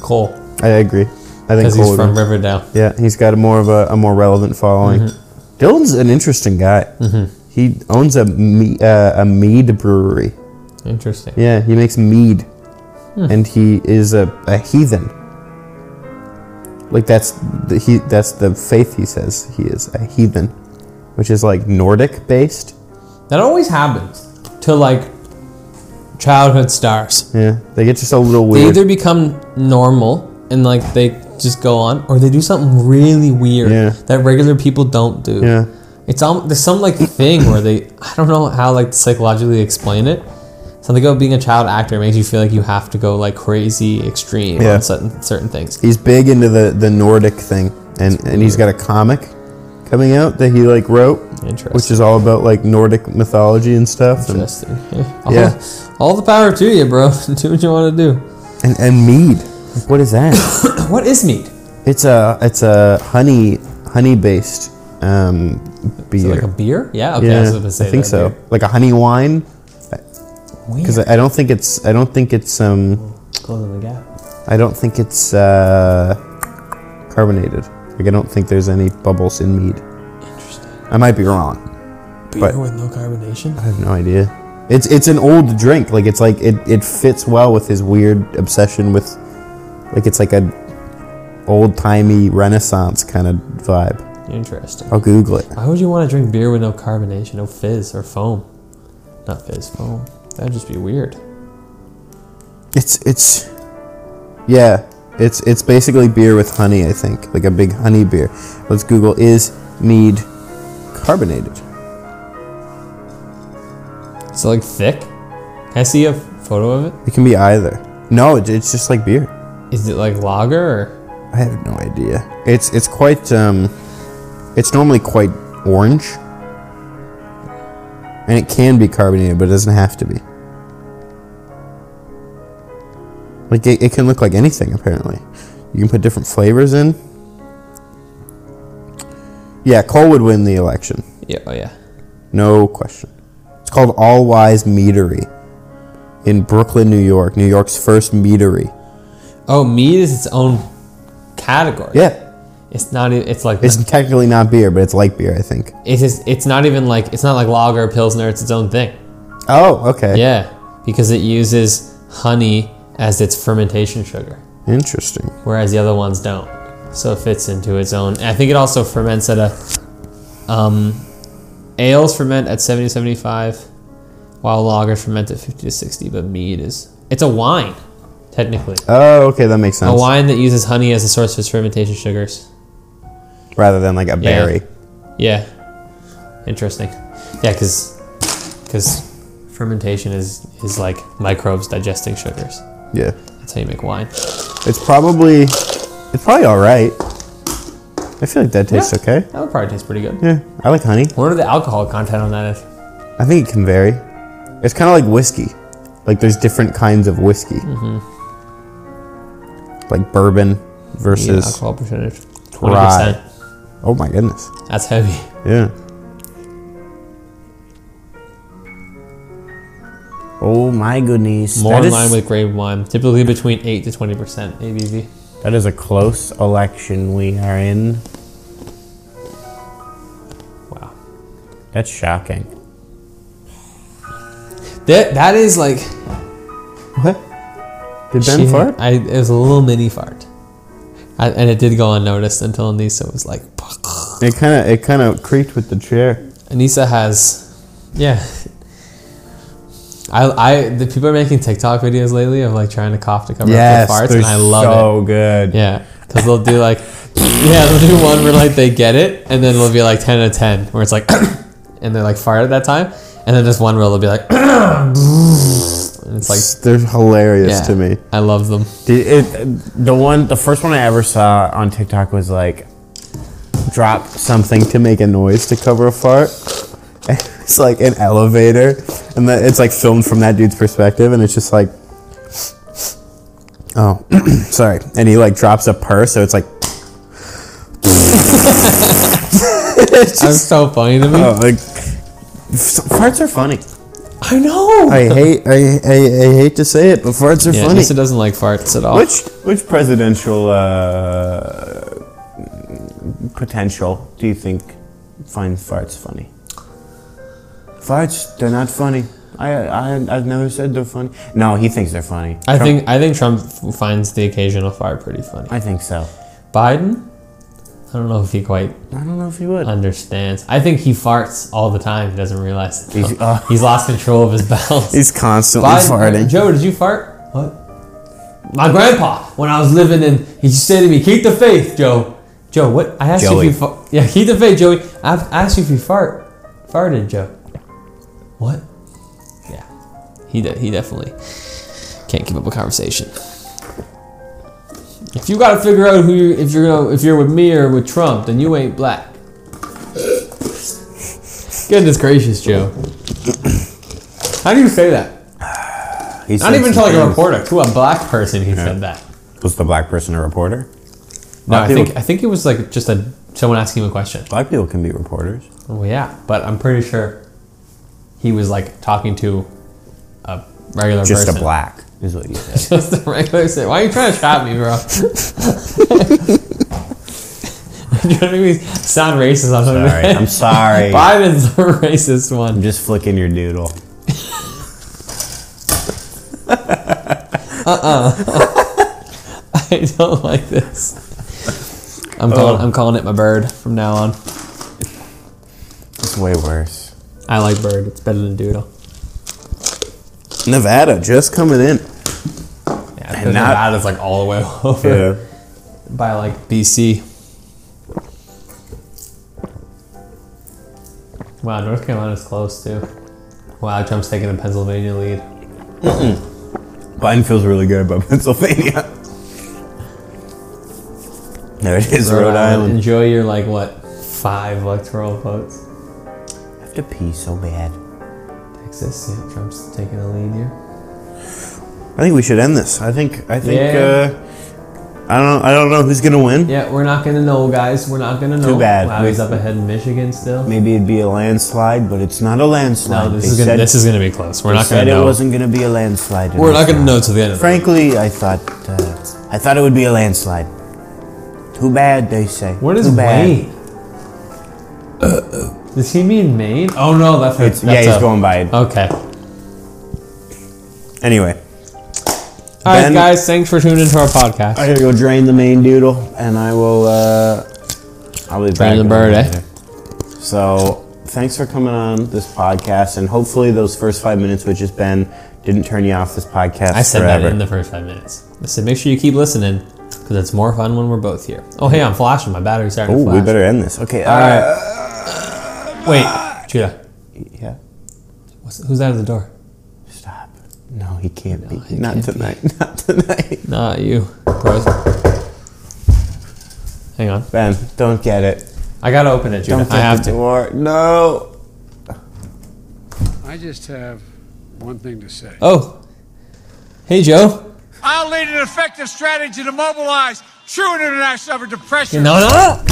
[SPEAKER 2] Cole,
[SPEAKER 4] I agree. I think
[SPEAKER 2] because
[SPEAKER 4] Cole.
[SPEAKER 2] he's
[SPEAKER 4] Would
[SPEAKER 2] from
[SPEAKER 4] win.
[SPEAKER 2] Riverdale.
[SPEAKER 4] Yeah, he's got a more of a, a more relevant following.
[SPEAKER 2] Mm-hmm.
[SPEAKER 4] Dylan's an interesting guy. He owns a me, uh, a mead brewery.
[SPEAKER 2] Interesting.
[SPEAKER 4] Yeah, he makes mead,
[SPEAKER 2] Hmm.
[SPEAKER 4] and he is a, a heathen. Like that's the, he that's the faith he says he is a heathen, which is like Nordic based.
[SPEAKER 2] That always happens to like childhood stars.
[SPEAKER 4] Yeah, they get just a little
[SPEAKER 2] They
[SPEAKER 4] weird.
[SPEAKER 2] either become normal and like they just go on, or they do something really weird
[SPEAKER 4] Yeah.
[SPEAKER 2] that regular people don't do.
[SPEAKER 4] yeah,
[SPEAKER 2] It's um, there's some like thing where they I don't know how like to psychologically explain it. Something about being a child actor makes you feel like you have to go like crazy extreme
[SPEAKER 4] Yeah.
[SPEAKER 2] on certain certain things.
[SPEAKER 4] he's big into the the Nordic thing, and and he's got a comic coming out that he like wrote,
[SPEAKER 2] Interesting.
[SPEAKER 4] which is all about like Nordic mythology and stuff, and
[SPEAKER 2] Interesting. Yeah. All,
[SPEAKER 4] Yeah.
[SPEAKER 2] all the power to you, bro. do what you want to do.
[SPEAKER 4] and, and mead. Like, what is that?
[SPEAKER 2] What is meat?
[SPEAKER 4] It's a it's a honey honey based um,
[SPEAKER 2] Is it
[SPEAKER 4] beer.
[SPEAKER 2] like a beer? Yeah. Okay. I,
[SPEAKER 4] yeah,
[SPEAKER 2] was gonna say
[SPEAKER 4] I think
[SPEAKER 2] that
[SPEAKER 4] so.
[SPEAKER 2] beer.
[SPEAKER 4] Like a honey wine,
[SPEAKER 2] Weird.
[SPEAKER 4] because I, I don't think it's I don't think it's um
[SPEAKER 2] Closing the gap.
[SPEAKER 4] I don't think it's uh, carbonated. Like I don't think there's any bubbles in mead.
[SPEAKER 2] Interesting.
[SPEAKER 4] I might be wrong.
[SPEAKER 2] Beer
[SPEAKER 4] But-
[SPEAKER 2] with no carbonation.
[SPEAKER 4] I have no idea. It's it's an old drink. Like it's like it, it fits well with his weird obsession with like it's like a old timey renaissance kind of vibe.
[SPEAKER 2] Interesting.
[SPEAKER 4] I'll Google it.
[SPEAKER 2] Why would you want to drink beer with no carbonation, no fizz or foam? Not fizz, foam. That'd just be weird.
[SPEAKER 4] It's it's yeah. It's it's basically beer with honey, I think. Like a big honey beer. Let's Google is mead carbonated.
[SPEAKER 2] It's like thick. Can I see a photo of it?
[SPEAKER 4] It can be either. No, it, it's just like beer.
[SPEAKER 2] Is it like lager or?
[SPEAKER 4] I have no idea. It's it's quite um, it's normally quite orange, and it can be carbonated, but it doesn't have to be. Like it, it can look like anything. Apparently, you can put different flavors in. Yeah, Cole would win the election,
[SPEAKER 2] Yeah. Oh yeah.
[SPEAKER 4] no question. It's called All Wise Meadery in Brooklyn, New York. New York's first meadery.
[SPEAKER 2] Oh, mead is its own category.
[SPEAKER 4] Yeah,
[SPEAKER 2] It's not. e- It's like
[SPEAKER 4] it's technically not beer, but it's like beer, I think.
[SPEAKER 2] it's just, it's not even like it's not like lager or pilsner. It's its own thing.
[SPEAKER 4] Oh, okay.
[SPEAKER 2] Yeah, because it uses honey as its fermentation sugar,
[SPEAKER 4] Interesting.
[SPEAKER 2] whereas the other ones don't. So it fits into its own. I think it also ferments at a. Um, ales ferment at 70 to 75, while lagers ferment at 50 to 60. But mead is it's a wine, technically.
[SPEAKER 4] Oh, okay, that makes
[SPEAKER 2] A
[SPEAKER 4] sense.
[SPEAKER 2] wine that uses honey as a source of its fermentation sugars.
[SPEAKER 4] Rather than like a
[SPEAKER 2] Yeah.
[SPEAKER 4] berry.
[SPEAKER 2] Yeah. Interesting. Yeah, because fermentation is is like microbes digesting sugars.
[SPEAKER 4] Yeah.
[SPEAKER 2] That's how you make wine.
[SPEAKER 4] It's probably it's probably all right. I feel like that tastes
[SPEAKER 2] Yeah.
[SPEAKER 4] okay.
[SPEAKER 2] That would probably taste pretty good.
[SPEAKER 4] Yeah, I like honey.
[SPEAKER 2] What are the alcohol content on that? Is?
[SPEAKER 4] I think it can vary. It's kind of like whiskey. Like there's different kinds of whiskey.
[SPEAKER 2] Mm-hmm.
[SPEAKER 4] Like bourbon
[SPEAKER 2] Yeah,
[SPEAKER 4] versus
[SPEAKER 2] alcohol percentage. Twenty
[SPEAKER 4] Right.
[SPEAKER 2] percent.
[SPEAKER 4] oh my goodness.
[SPEAKER 2] That's heavy.
[SPEAKER 4] Yeah.
[SPEAKER 10] Oh my goodness.
[SPEAKER 2] More
[SPEAKER 10] That
[SPEAKER 2] in
[SPEAKER 10] is-
[SPEAKER 2] line with grape wine, typically between eight to twenty percent ABV.
[SPEAKER 10] That is a close election we are in.
[SPEAKER 2] Wow.
[SPEAKER 10] That's shocking.
[SPEAKER 2] That that is like
[SPEAKER 4] What? Did Ben
[SPEAKER 2] Shit.
[SPEAKER 4] fart?
[SPEAKER 2] I it was a little mini fart, I, and it did go unnoticed until Anissa was like.
[SPEAKER 4] It kind of it kind of creaked with the chair.
[SPEAKER 2] Anissa has, yeah. I, I the people are making TikTok videos lately of like trying to cough to cover
[SPEAKER 4] Yes,
[SPEAKER 2] up their farts,
[SPEAKER 4] they're
[SPEAKER 2] and I love it.
[SPEAKER 4] so good.
[SPEAKER 2] Yeah, because they'll do like, yeah, they'll do one where like they get it, and then it'll be like ten out of ten, where it's like, and they're like fart at that time, and then there's one where they'll be like, and it's like,
[SPEAKER 4] They're hilarious
[SPEAKER 2] yeah,
[SPEAKER 4] to me.
[SPEAKER 2] I love them.
[SPEAKER 10] Did it, the one, the first one I ever saw on TikTok was like, drop
[SPEAKER 4] something to make a noise to cover a fart. It's like an elevator, and the, it's like filmed from that dude's perspective, and it's just like, oh, sorry. And he like drops a purse, so it's like, it's
[SPEAKER 2] That's
[SPEAKER 4] just,
[SPEAKER 2] so funny to me.
[SPEAKER 4] oh, like f- farts are funny.
[SPEAKER 2] I know.
[SPEAKER 4] I hate, I, I, I hate to say it, but farts are
[SPEAKER 2] yeah,
[SPEAKER 4] funny.
[SPEAKER 2] Anissa doesn't like farts at all.
[SPEAKER 10] Which which presidential uh, potential do you think finds farts funny? Farts, they're not funny. I, I I've never said they're funny. No, he thinks they're funny.
[SPEAKER 2] I
[SPEAKER 10] Trump-
[SPEAKER 2] think I think Trump f- finds the occasional fart pretty funny.
[SPEAKER 10] I think so.
[SPEAKER 2] Biden, I don't know if he quite
[SPEAKER 10] I don't know if he would.
[SPEAKER 2] understands. I think he farts all the time. He doesn't realize it.
[SPEAKER 10] He's- uh.
[SPEAKER 2] he's lost control of his bowels.
[SPEAKER 4] He's constantly farting.
[SPEAKER 2] Joe, did you fart? What? My grandpa, when I was living in, he used to say to me, "Keep the faith, Joe." Joe, what? I asked you
[SPEAKER 10] Joey.
[SPEAKER 2] if you fart. Yeah, keep the faith, Joey. I I asked you if you fart. Farted, Joe. What? Yeah, he de- he definitely can't keep up a conversation. If you got to figure out who you if you're gonna if you're with me or with Trump, then you ain't black. Goodness gracious, Joe. How do you say that?
[SPEAKER 10] He
[SPEAKER 2] Not
[SPEAKER 10] said
[SPEAKER 2] even to
[SPEAKER 10] some
[SPEAKER 2] like a
[SPEAKER 10] things.
[SPEAKER 2] reporter, to a black person, he said that.
[SPEAKER 10] Was the black person a reporter?
[SPEAKER 2] No, I
[SPEAKER 10] people-
[SPEAKER 2] think I think it was like just a someone asking him a question.
[SPEAKER 10] Black people can be reporters.
[SPEAKER 2] Well, yeah, but I'm pretty sure he was like talking to a regular
[SPEAKER 10] Just a
[SPEAKER 2] person.
[SPEAKER 10] black is what you said.
[SPEAKER 2] just a regular. Person. Why are you trying to trap me, bro? You're trying to make me sound racist on something.
[SPEAKER 10] sorry, I'm sorry.
[SPEAKER 2] Biden's the racist one.
[SPEAKER 10] I'm just flicking your noodle.
[SPEAKER 2] I don't like this. I'm calling, I'm calling it my bird from now on.
[SPEAKER 4] It's way worse.
[SPEAKER 2] I like bird. It's better than doodle.
[SPEAKER 3] Nevada just coming in.
[SPEAKER 2] Yeah, because
[SPEAKER 3] not-
[SPEAKER 2] Nevada's like all the way over by like BC. Wow, North Carolina's close too. Wow, Trump's taking the Pennsylvania lead.
[SPEAKER 3] Biden feels really good about Pennsylvania.
[SPEAKER 4] There it is, Rhode, Island.
[SPEAKER 2] Enjoy your like what five electoral votes.
[SPEAKER 4] I have to pee so bad.
[SPEAKER 2] Texas, yeah, Trump's taking the lead here.
[SPEAKER 3] I think we should end this. I think. I think.
[SPEAKER 2] Yeah.
[SPEAKER 3] Uh, I don't. I don't know who's gonna win.
[SPEAKER 2] Yeah, we're not gonna know, guys. We're not gonna know.
[SPEAKER 4] bad.
[SPEAKER 2] Wow, he's up ahead in Michigan still.
[SPEAKER 4] Maybe it'd be a landslide, but it's not a landslide.
[SPEAKER 2] No, this
[SPEAKER 4] They
[SPEAKER 2] is gonna
[SPEAKER 4] said-
[SPEAKER 2] this is gonna be close. We're
[SPEAKER 4] they
[SPEAKER 2] not
[SPEAKER 4] said
[SPEAKER 2] gonna
[SPEAKER 4] it
[SPEAKER 2] know.
[SPEAKER 4] wasn't gonna be a landslide. and
[SPEAKER 2] We're not
[SPEAKER 4] it's
[SPEAKER 2] gonna know till the end of the
[SPEAKER 4] Frankly, I thought uh, I thought it would be a landslide. Too bad, they say.
[SPEAKER 2] What is
[SPEAKER 4] Too bad.
[SPEAKER 2] Wayne? Does he mean Maine? Uh, Oh no, that's,
[SPEAKER 4] It's,
[SPEAKER 2] that's
[SPEAKER 4] yeah, he's
[SPEAKER 2] a-
[SPEAKER 4] going by it.
[SPEAKER 2] Okay.
[SPEAKER 4] Anyway,
[SPEAKER 2] All right,
[SPEAKER 4] Ben-
[SPEAKER 2] guys. Thanks for tuning into our podcast.
[SPEAKER 4] I gotta go drain the main doodle, and I will. Uh, I'll be
[SPEAKER 2] Drain
[SPEAKER 4] back
[SPEAKER 2] the
[SPEAKER 4] on
[SPEAKER 2] bird, eh?
[SPEAKER 4] later. So thanks for coming on this podcast, and hopefully those first five minutes, which has been, didn't turn you off this podcast.
[SPEAKER 2] I said
[SPEAKER 4] forever.
[SPEAKER 2] that in the first five minutes. I said make sure you keep listening because it's more fun when we're both here. Oh hey, I'm flashing. My battery's starting
[SPEAKER 4] Ooh,
[SPEAKER 2] to flash.
[SPEAKER 4] we better end this. Okay.
[SPEAKER 2] All
[SPEAKER 4] uh,
[SPEAKER 2] right. Wait, Judah.
[SPEAKER 4] Yeah.
[SPEAKER 2] What's, who's out of the door?
[SPEAKER 4] Stop. No, he can't be.
[SPEAKER 2] he
[SPEAKER 4] Not
[SPEAKER 2] can't be.
[SPEAKER 4] tonight. Not tonight.
[SPEAKER 2] Not you, bros. Hang on.
[SPEAKER 4] Ben, don't get it.
[SPEAKER 2] I gotta open it, Judah.
[SPEAKER 4] Don't
[SPEAKER 2] I have
[SPEAKER 4] the
[SPEAKER 2] to.
[SPEAKER 4] Door. No.
[SPEAKER 11] I just have one thing to say.
[SPEAKER 2] Oh. Hey, Joe.
[SPEAKER 11] I'll lead an effective strategy to mobilize true international effort to pressure.
[SPEAKER 2] No, no.